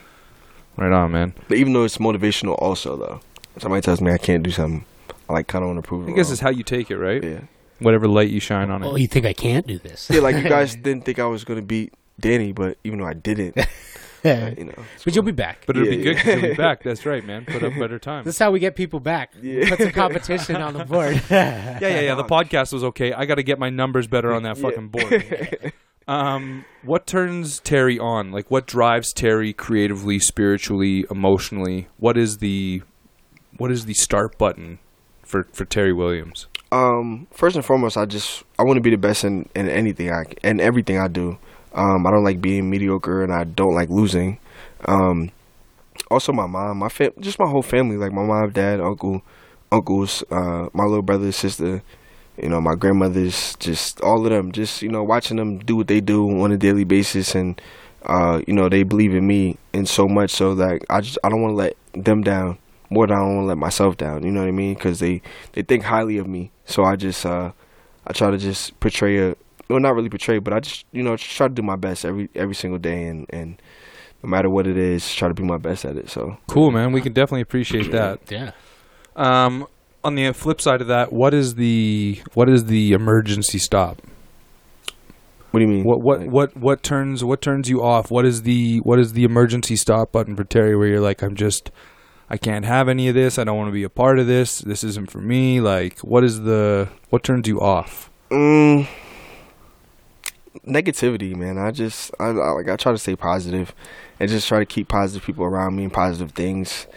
S3: Right on, man.
S4: but even though it's motivational, also though, somebody tells me I can't do something, I like kind of want to prove.
S3: I
S4: it
S3: guess
S4: wrong.
S3: it's how you take it, right?
S4: yeah.
S3: Whatever light you shine on it.
S1: Oh, you think I can't do this?
S4: Yeah, like you guys didn't think I was gonna beat Danny, but even though I didn't,
S1: but
S4: you know. it's
S1: you'll
S4: cool.
S1: be back.
S3: but it'll
S4: yeah,
S3: be good
S4: yeah.
S3: 'cause you'll be back. That's right, man. Put up better time.
S1: This is how we get people back.
S4: Yeah.
S1: Put some competition on the board.
S3: yeah, yeah, yeah. The podcast was okay. I got to get my numbers better on that
S4: Yeah.
S3: fucking board. um, what turns Terry on? Like, what drives Terry creatively, spiritually, emotionally? What is the what is the start button for for Terry Williams?
S4: Um, first and foremost, I just I want to be the best in in anything I and everything I do. Um, I don't like being mediocre, and I don't like losing. Um, also my mom, my fam, just my whole family, like my mom, dad, uncle, uncles, uh, my little brother, sister, you know, my grandmothers, just all of them, just you know, watching them do what they do on a daily basis, and uh, you know, they believe in me in so much so that I just I don't want to let them down more than I don't want to let myself down. You know what I mean? Because they they think highly of me, so I just uh, I try to just portray a well, not really portray, but I just you know try to do my best every every single day, and and no matter what it is, try to be my best at it. So.
S3: Cool, man. We can definitely appreciate that.
S1: yeah.
S3: Um, on the flip side of that, what is the what is the emergency stop?
S4: What do you mean?
S3: What what
S4: Like,
S3: what what turns what turns you off? What is the what is the emergency stop button for Terry where you're like I'm just I can't have any of this. I don't want to be a part of this. This isn't for me. Like what is the what turns you off?
S4: Mm, negativity, man. I just I, I like I try to stay positive and just try to keep positive people around me and positive things.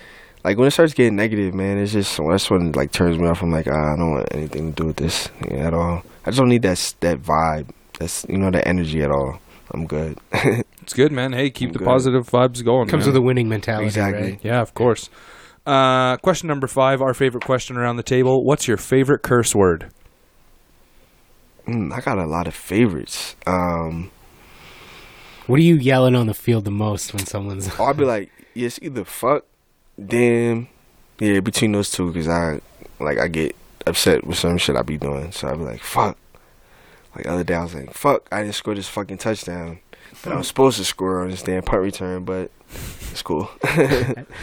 S4: Like when it starts getting negative, man, it's just that's when it, like turns me off. I'm like, ah, I don't want anything to do with this yeah, at all. I just don't need that s- that vibe. That's you know that energy at all. I'm good.
S3: It's good, man. Hey, keep
S4: I'm
S3: the
S4: good.
S3: positive vibes going.
S1: Comes
S3: man.
S1: with a winning mentality.
S4: Exactly.
S1: Right?
S3: yeah, of course. Uh, question number five, our favorite question around the table. What's your favorite curse word?
S4: Mm, I got a lot of favorites. Um,
S1: What are you yelling on the field the most when someone's?
S4: I'll be like, yeah, it's either fuck, damn, yeah, between those two, because I like I get upset with some shit I be doing, so I be like, fuck. Like the other day, I was like, fuck, I didn't score this fucking touchdown that I was supposed to score on this damn punt return, but it's cool.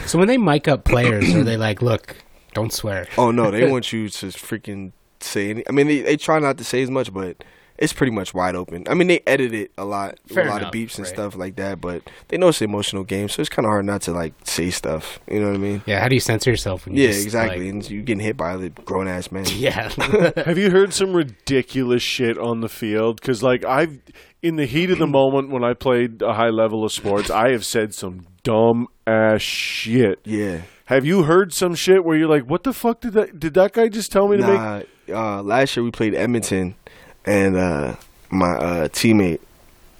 S1: So when they mic up players, are they like, "Look, don't swear."
S4: oh no, they want you to freaking say any. I mean, they they try not to say as much, but. It's pretty much wide open. I mean, they edit it a lot,
S1: Fair
S4: a lot
S1: enough,
S4: of beeps and
S1: right.
S4: stuff like that. But they know it's an emotional game, so it's kind of hard not to like say stuff. You know what I mean?
S1: Yeah. How do you censor yourself? When you
S4: Yeah,
S1: just,
S4: exactly.
S1: like-
S4: and you getting hit by the grown ass man.
S1: yeah.
S2: Have you heard some ridiculous shit on the field? Because like I've in the heat of the moment when I played a high level of sports, I have said some dumb ass shit.
S4: Yeah.
S2: Have you heard some shit where you're like, what the fuck did that did that guy just tell me to make?
S4: Nah, uh, last year we played Edmonton, and uh, my uh, teammate,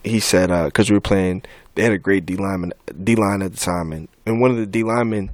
S4: he said uh, because we were playing, they had a great D lineman, D line at the time, and, and one of the D linemen,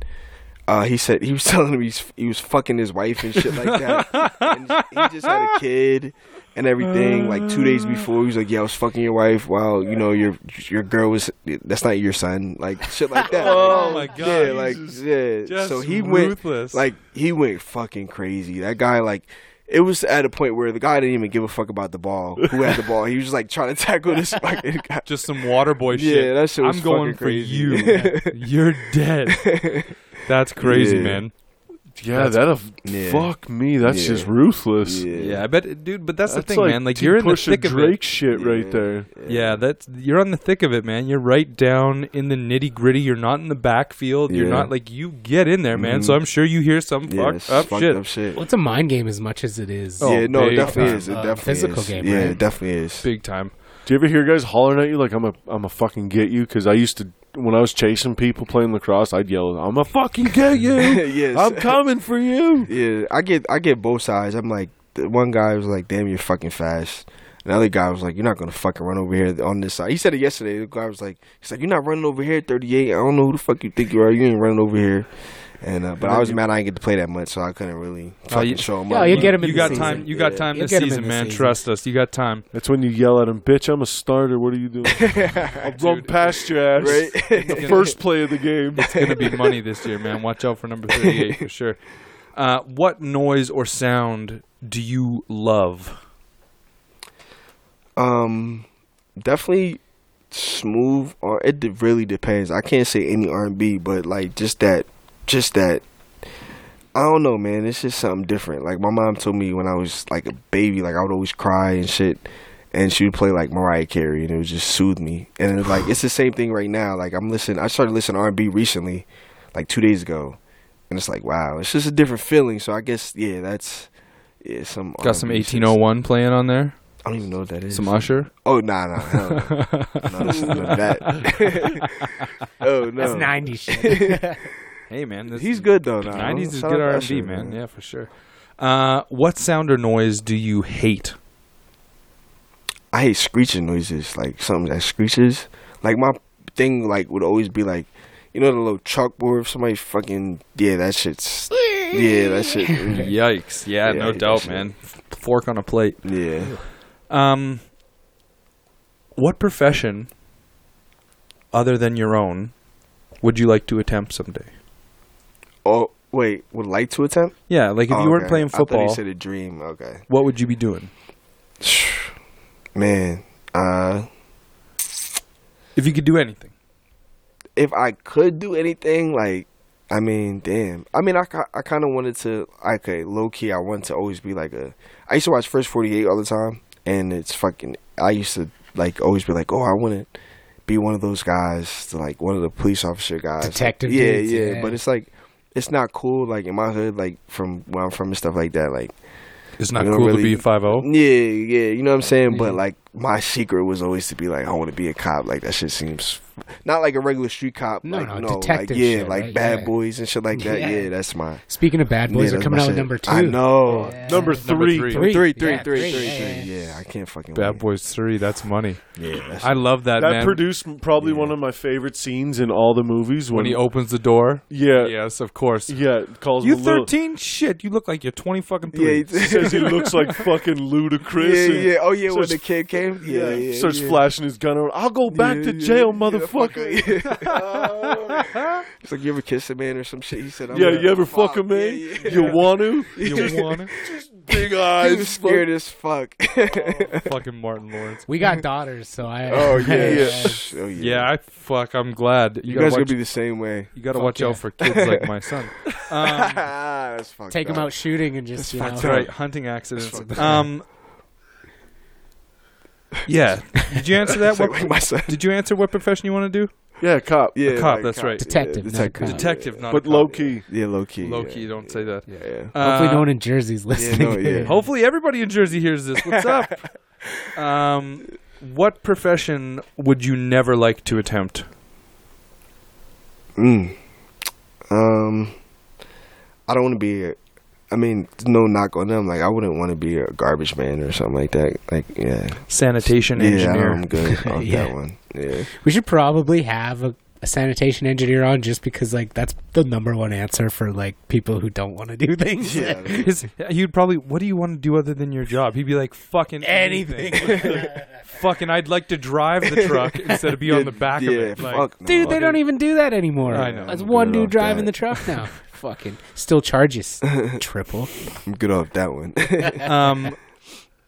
S4: uh, he said he was telling him he's, he was fucking his wife and shit like that. and he just had a kid and everything. Like two
S3: Uh.
S4: days before, he was like, "Yeah, I was fucking your wife." Wow, you know your your girl was that's not your son. Like shit like that.
S3: Oh my God,
S4: Yeah, like
S3: he's
S4: yeah.
S3: just
S4: so he
S3: ruthless.
S4: went like he went fucking crazy. That guy like. It was at a point where the guy didn't even give a fuck about the ball. Who had the ball? He was just like trying to tackle this fucking guy.
S3: Just some water boy shit.
S4: Yeah, that shit was
S3: I'm going
S4: fucking
S3: for
S4: crazy.
S3: you. You're dead. That's crazy,
S4: Yeah.
S3: man.
S2: Yeah, that a
S4: Yeah.
S2: fuck me. That's
S4: Yeah.
S2: just ruthless.
S3: Yeah, I bet, dude. But that's,
S2: That's
S3: the thing, man. Like you're in the
S2: T-Pusha
S3: thick of
S2: Drake
S3: it.
S2: shit right
S4: Yeah.
S2: there.
S3: Yeah, that's you're on the thick of it, man. You're right down in the nitty gritty. You're not in the backfield. You're
S4: Yeah.
S3: not like you get in there, man.
S4: Mhm.
S3: So I'm sure you hear some
S4: Yeah,
S3: fucked
S4: it's
S3: up
S4: fucked
S3: shit.
S4: up shit.
S1: Well, it's a mind game as much as it is.
S3: Oh,
S4: yeah, no, it
S3: big
S4: definitely
S3: time.
S4: is. It
S1: Uh,
S4: definitely
S1: physical
S4: is.
S1: game,
S4: Yeah,
S1: right?
S4: it definitely is.
S3: Big time.
S2: Do you ever hear guys hollering at you like I'm a I'm a fucking get you? Because I used to when I was chasing people playing lacrosse, I'd yell, "I'm a fucking get you!
S4: yes.
S2: I'm coming for you!"
S4: yeah, I get I get both sides. I'm like, the one guy was like, "Damn, you're fucking fast." And The other guy was like, "You're not gonna fucking run over here on this side." He said it yesterday. The guy was like, "He's like, you're not running over here, 38. I don't know who the fuck you think you are. You ain't running over here." And uh, but I was mad I didn't get to play that much, so I couldn't really fucking
S3: you-
S4: show him
S1: Yeah,
S4: up.
S1: you get him in
S3: You
S1: the
S3: got
S1: season.
S3: time. You got time
S1: You'll
S3: this
S1: get 'em in
S3: season,
S1: the
S3: man.
S1: season.
S3: Trust us. You got time.
S2: That's when you yell at him, "Bitch, I'm a starter. What are you doing? I'll run past your ass."
S4: right.
S2: The first play of the game.
S3: It's gonna be money this year, man. Watch out for number thirty-eight for sure. Uh, what noise or sound do you love?
S4: um, definitely smooth. Or it de- really depends. I can't say any R and B, but like just that, just that. I don't know, man. It's just something different. Like my mom told me when I was like a baby, like I would always cry and shit, and she would play like Mariah Carey, and it would just soothe me. And it was like it's the same thing right now. Like I'm listening. I started listening to R and B recently, like two days ago, and it's like wow, it's just a different feeling. So I guess yeah, that's yeah, some
S3: Got some
S4: R&B shit.
S3: eighteen oh one playing on there.
S4: I don't even know what that is.
S3: Some Usher.
S4: Oh nah, nah, hell no, no, this is not that. oh no,
S1: That's 90 shit.
S3: Hey, man. This
S4: He's good though. Nah,
S3: Nineties is
S4: Shout
S3: good
S4: out
S3: R
S4: to
S3: and B,
S4: Usher,
S3: man. Yeah, for sure. Uh, what sound or noise do you hate?
S4: I hate screeching noises, like something that screeches. Like my thing, like would always be like, you know, the little chalkboard. If somebody fucking yeah, that shit's yeah, that shit.
S3: Yikes! Yeah,
S4: Yeah, I
S3: no
S4: hate that
S3: doubt,
S4: shit.
S3: man. Fork on a plate.
S4: Yeah,
S3: Um, what profession, other than your own, would you like to attempt someday?
S4: Oh wait, would like to attempt?
S3: Yeah, like if
S4: Oh,
S3: you weren't
S4: okay.
S3: playing
S4: I thought
S3: football,
S4: you said a dream. Okay,
S3: what would you be doing?
S4: man. Uh,
S3: If you could do anything,
S4: if I could do anything, like, I mean, damn. I mean, I, ki- I kind of wanted to, okay, low key, I wanted to always be like a. I used to watch First 48 all the time, and it's fucking. I used to, like, always be like, oh, I want to be one of those guys, to, like, one of the police officer guys.
S1: Detective
S4: Yeah,
S1: dudes,
S4: yeah,
S1: yeah.
S4: But it's like, it's not cool, like, in my hood, like, from where I'm from and stuff like that. Like,
S3: it's not
S4: You don't
S3: cool to
S4: really- Mm.
S3: be five oh. zero.
S4: yeah, yeah, you know what I'm saying.
S3: Yeah.
S4: But like, my secret was always to be like, I want to be a cop. Like that shit seems not like a regular street cop.
S1: No,
S4: like,
S1: no,
S4: like
S1: detective
S4: yeah,
S1: shit,
S4: like
S1: right?
S4: Bad
S1: Yeah.
S4: Boys and shit like that.
S1: Yeah.
S4: Yeah, that's my.
S1: Speaking of bad boys,
S4: yeah,
S1: are
S4: that's
S1: coming
S4: my
S1: out with
S4: shit.
S1: number two.
S4: I know.
S1: Yeah.
S2: Number three.
S1: Three.
S4: Three, three,
S1: Yeah, three,
S4: three, three,
S1: yeah.
S4: three. Yeah, I can't fucking.
S3: Bad
S4: wait.
S3: Boys Three. That's money.
S4: Yeah, that's
S3: I love that,
S2: That
S3: man.
S2: produced probably
S4: Yeah.
S2: one of my favorite scenes in all the movies
S3: when he opens the door.
S4: Uh,
S2: yeah, yeah,
S3: Yes, of course.
S2: it calls
S3: You
S2: him a little-
S3: thirteen? Shit, you look like you're twenty fucking
S4: yeah,
S3: three.
S4: it's-
S2: says he looks like fucking
S4: yeah,
S2: ludicrous. and-
S4: yeah. Oh yeah, when
S2: starts-
S4: the kid came. Yeah, yeah. yeah
S2: starts flashing his gun around. I'll go back to jail, motherfucker. Yeah,
S4: It's like you ever kiss a man or some shit. He said, I'm gonna-
S2: you ever fuck a man?
S4: Yeah, yeah.
S2: You want to?
S3: You want it?
S2: Big
S4: He was
S2: eyes. fuck-
S4: scared as fuck.
S3: fucking Martin Lawrence.
S1: We got daughters, so I.
S4: oh yeah, yeah. Oh
S3: Yeah, I fuck. I'm glad you,
S4: You,
S3: gotta
S4: guys gonna
S3: watch,
S4: be the same way.
S3: you gotta
S1: Fuck
S3: watch
S1: yeah.
S3: out for kids like my son. Um,
S4: That's fucked
S1: Take him
S4: up.
S1: out shooting and just, you know.
S4: fucked
S3: that's right,
S4: up.
S3: hunting accidents.
S4: fucked up.
S3: Um, yeah. Did you answer that?
S4: It's like,
S3: What,
S4: like my son.
S3: did you answer what profession you want to do?
S2: Yeah, cop.
S4: Yeah,
S3: cop,
S4: like
S3: that's right.
S1: Detective, not
S4: detective,
S1: cop.
S3: Detective, not
S2: but
S3: a
S2: low
S3: cop.
S2: key.
S4: Yeah, low key.
S3: Low
S4: yeah.
S3: key. Don't say that.
S4: Yeah, yeah.
S1: Hopefully,
S3: Uh,
S1: no one in Jersey's listening.
S4: no, yeah.
S3: Hopefully, everybody in Jersey hears this. What's up? um, what profession would you never like to attempt?
S4: Mm. Um, I don't want to be. A, I mean, no knock on them. Like, I wouldn't want to be a garbage man or something like that. Like, yeah,
S3: Sanitation
S4: yeah,
S3: engineer.
S4: I'm good on
S1: Yeah.
S4: that one. Yeah,
S1: We should probably have a a sanitation engineer on just because like that's the number one answer for like people who don't want to do things.
S4: Yeah.
S3: His, he'd probably, what do you want to do other than your job? He'd be like, fucking
S1: Anything.
S3: fucking, I'd like to drive the truck instead of be on the back
S4: yeah,
S3: of it. Like,
S4: fuck no.
S1: Dude, they don't even do that anymore.
S3: I know.
S1: That's
S4: I'm
S1: one
S4: good
S1: dude
S4: off
S1: driving
S4: that.
S1: the truck now. Fucking still charges triple.
S4: I'm good off that one.
S3: um,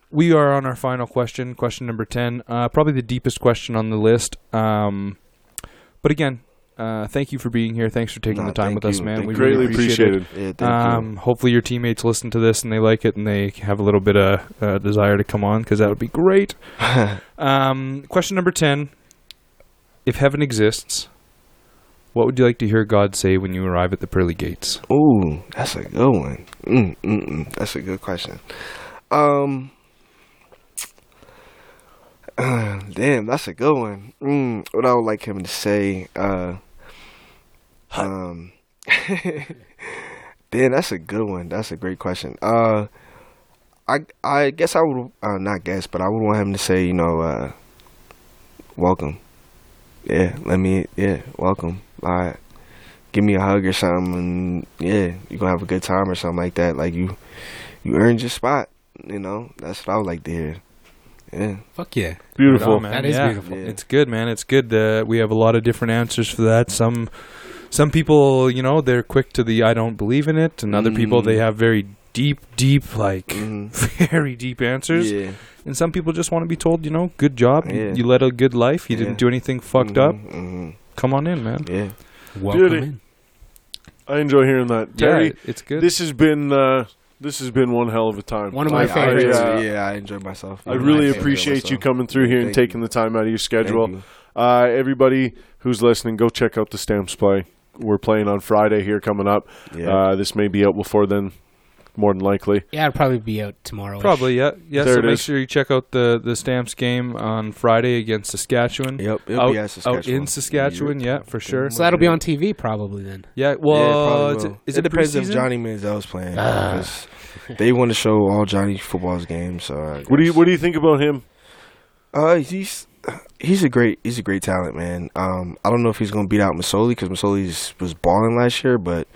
S3: we are on our final question, question number 10. Uh, probably the deepest question on the list. Um, but again, uh, thank you for being here. Thanks for taking
S4: Nah,
S3: the time
S4: thank
S3: with us,
S4: you.
S3: man.
S4: Thank
S3: we
S4: you.
S2: Greatly
S3: really appreciate
S2: appreciated.
S3: it.
S4: yeah, thank
S3: Um, hopefully your teammates listen to this and they like it and they have a little bit of uh, desire to come on because that would be great. um, question number 10. If heaven exists, what would you like to hear God say when you arrive at the pearly gates?
S4: you. Ooh, that's a good one. Mm, mm, mm. That's a good question. Um, uh, damn, that's a good one. Mm, what I would like him to say. Uh, um, damn, that's a good one. That's a great question. Uh, I I guess I would uh, not guess, but I would want him to say, you know, uh, welcome. Yeah, let me. Yeah, welcome. Like, give me a hug or something, and yeah, you gonna have a good time or something like that. Like you, you earned your spot. You know, that's what I would like to hear. Yeah.
S1: Fuck yeah.
S2: Beautiful.
S3: man.
S1: That is
S3: yeah.
S1: beautiful.
S4: Yeah.
S3: It's good, man. It's good. Uh, we have a lot of different answers for that. Some some people, you know, they're quick to the I don't believe in it, and other people
S4: Mm.
S3: they have very deep, deep, like
S4: Mhm.
S3: very deep answers.
S4: yeah.
S3: And some people just want to be told, you know, good job. You-
S4: Yeah.
S3: You led a good life. You didn't
S4: Yeah.
S3: do anything fucked up.
S4: hmm
S3: Come on in, man.
S4: Yeah.
S1: Welcome
S2: Beauty.
S1: in.
S2: I enjoy hearing that. Terry,
S3: yeah, it's good.
S2: this has been uh, this has been one hell of a time.
S1: One of my
S4: I-
S1: favorites.
S4: I,
S2: Yeah.
S4: yeah. I enjoyed myself.
S2: I
S4: Yeah,
S2: really
S4: enjoyed
S2: appreciate you
S4: myself.
S2: coming through here and
S4: Thank you.
S2: taking the time out of your
S4: Thank
S2: schedule.
S4: you.
S2: Uh, everybody who's listening, go check out the Stamps play. We're playing on Friday here coming up.
S4: Yeah.
S2: Uh, this may be up before then, more than likely.
S1: Yeah, it'll probably be out tomorrow.
S3: Probably, yeah. Yeah,
S2: There
S3: so
S2: it
S3: make
S2: is.
S3: sure you check out the, the Stamps game on Friday against Saskatchewan.
S4: yep. It'll
S3: out-
S4: be at
S3: out
S4: Saskatchewan.
S3: in Saskatchewan, yeah, for sure.
S1: So that'll be on TV probably then.
S3: Yeah,
S4: probably
S3: well, is
S4: will.
S3: it- is
S4: it,
S3: it
S4: depends if
S3: preseason?
S4: Johnny Manziel's playing.
S1: Ah.
S4: 'cause they want to show all Johnny football's games. So I
S2: What do you
S4: guess.
S2: What do you think about him?
S4: Uh, he's he's a great he's a great talent, man. Um, I don't know if he's gonna beat out Masoli because Masoli was balling last year, but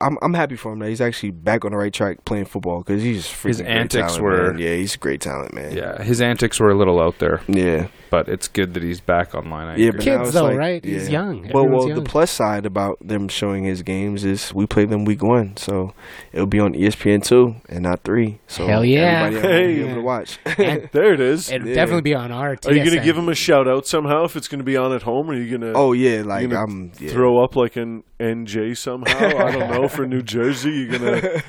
S4: I'm I'm happy for him that he's actually back on the right track playing football because he's just freaking
S3: His
S4: great
S3: antics
S4: talent,
S3: were-
S4: man. yeah, he's a great talent, man.
S3: Yeah, his antics were a little out there,
S4: yeah.
S3: but it's good that he's back online. I
S4: Yeah,
S3: agree.
S4: But now
S1: Kids
S4: it's
S1: though,
S4: like-
S1: right? He's
S4: yeah.
S1: young.
S4: But
S1: Everyone's
S4: well, the
S1: young.
S4: plus side about them showing his games is we play them week one, so it'll be on E ESPN two and not three. So
S1: Hell yeah.
S4: everybody will be
S2: Hey.
S4: able to watch.
S1: And
S2: There it is.
S1: it'll
S4: Yeah.
S1: definitely be on our
S2: Are you going to
S1: TSN.
S2: give him a shout out somehow if it's going to be on at home? Or are you going to
S4: oh yeah, like
S2: gonna
S4: I'm yeah.
S2: throw up like an NJ somehow? I don't know for New Jersey. You're going to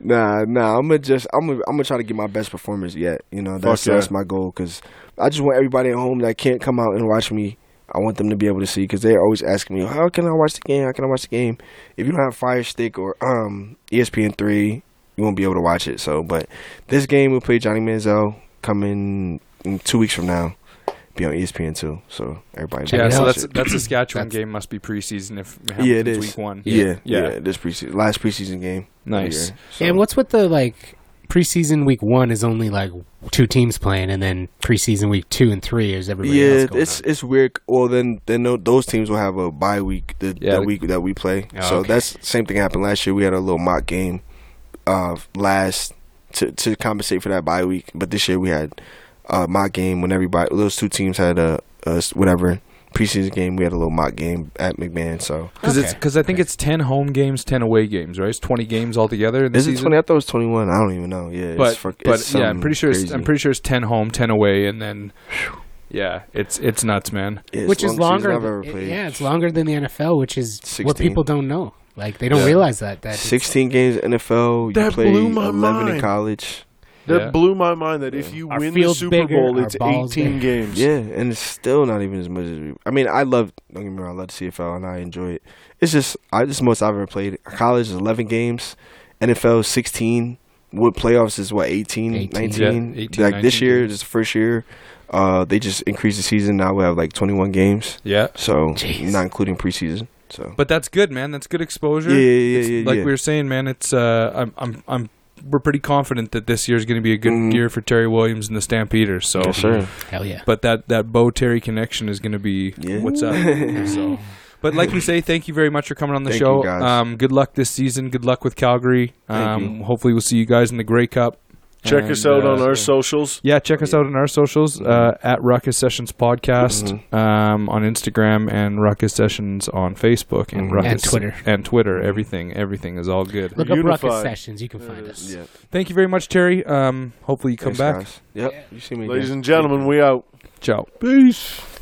S4: Nah, nah. I'm gonna just I'm gonna I'm gonna try to get my best performance yet. You know, that's
S2: yeah.
S4: that's my goal because I just want everybody at home that can't come out and watch me. I want them to be able to see because they're always asking me, "How can I watch the game? How can I watch the game?" If you don't have Fire Stick or um ESPN three, you won't be able to watch it. So, but this game we will play Johnny Manziel coming in two weeks from now. Be on E ESPN two, so everybody.
S3: yeah,
S1: Yeah,
S3: so
S1: no,
S3: that's
S4: it.
S3: that Saskatchewan
S1: That's-
S3: game must be preseason if
S4: Yeah, it
S3: Hamilton's
S4: is.
S3: week one.
S4: yeah, yeah,
S3: yeah.
S4: This preseason, last preseason game.
S3: Nice.
S4: Yeah, so-
S1: And what's with the like preseason week one is only like two teams playing, and then preseason week two and three is everybody
S4: yeah,
S1: else going
S4: it's it's weird. Well, then then tho- those teams will have a bye week the,
S3: Yeah.
S4: the week that we play.
S1: Oh,
S4: so
S1: okay.
S4: that's same thing happened last year. We had a little mock game uh, last to to compensate for that bye week. But this year we had uh, mock game when everybody those two teams had a, a s- whatever preseason game. We had a little mock game at McMahon. So
S3: Because
S1: Okay.
S3: I think
S1: Okay.
S3: it's ten home games, ten away games, right? It's twenty games altogether in the
S4: is it
S3: season.
S4: twenty? I thought it was twenty one. I don't even know. Yeah, it's
S3: but
S4: fuck-
S3: but
S4: it's
S3: yeah, I'm
S4: something
S3: pretty sure it's, I'm
S4: crazy.
S3: pretty sure it's ten home, ten away, and then yeah, it's it's nuts, man.
S4: Yeah, it's
S1: which is
S4: long season
S1: longer.
S4: I've ever
S1: th-
S4: played.
S1: yeah, it's longer than the NFL, which is what
S4: 16.
S1: people don't know. Like they don't
S4: Yeah.
S1: realize that that it's-
S4: 16 games NFL. You
S2: That
S4: play
S2: blew my
S4: 11 in
S2: mind.
S4: college.
S2: That
S3: Yeah.
S2: blew my mind that if you
S1: Our
S2: win the
S1: field's
S2: Super
S1: bigger,
S2: Bowl,
S1: our
S2: it's
S1: ball's
S2: 18
S1: bigger.
S2: games.
S4: Yeah, and it's still not even as much as we. I mean, I love. Don't get me wrong, I love the CFL and I enjoy it. It's just I just most I've ever played. College is eleven games, NFL is sixteen. With playoffs is what 18,
S1: 18.
S4: 19?
S3: Yeah, 18,
S4: like this
S3: 19
S4: year,
S3: games.
S4: this is the first year. Uh, they just increased the season. Now we have like twenty one games,
S3: Yeah,
S4: so
S1: Jeez.
S4: not including preseason. So
S3: but that's good, man. That's good exposure.
S4: yeah, yeah, yeah,
S3: It's-
S4: yeah.
S3: like
S4: yeah.
S3: we were saying, man, it's uh, I'm I'm I'm we're pretty confident that this year's going to be a good
S4: Mm.
S3: year for Terry Williams and the Stampeders. So
S4: Yes, sir.
S1: hell yeah.
S3: But that that Bo Terry connection is going to be
S4: Yeah.
S3: what's up. so But like we say, thank you very much for coming on the
S4: Thank
S3: show.
S4: you, guys.
S3: Um, good luck this season. Good luck with Calgary.
S4: Thank
S3: Um, hopefully, we'll see you guys in the Grey Cup.
S2: Check
S3: And,
S2: us out
S3: uh,
S2: on our socials.
S3: Yeah, check us out on our socials uh, at Ruckus Sessions Podcast um, on Instagram and Ruckus Sessions on Facebook and
S4: Mhm.
S3: Ruckus
S1: And Twitter.
S3: and Twitter. Everything, everything is all good.
S1: Look up Ruckus
S2: Unified.
S1: Sessions. You can find us.
S4: Yeah.
S3: Thank you very much, Terry. Um, hopefully, you come
S4: Thanks,
S3: back.
S4: guys. Yep. You see me
S2: Ladies
S4: again.
S2: and gentlemen, we out.
S3: Ciao.
S2: Peace.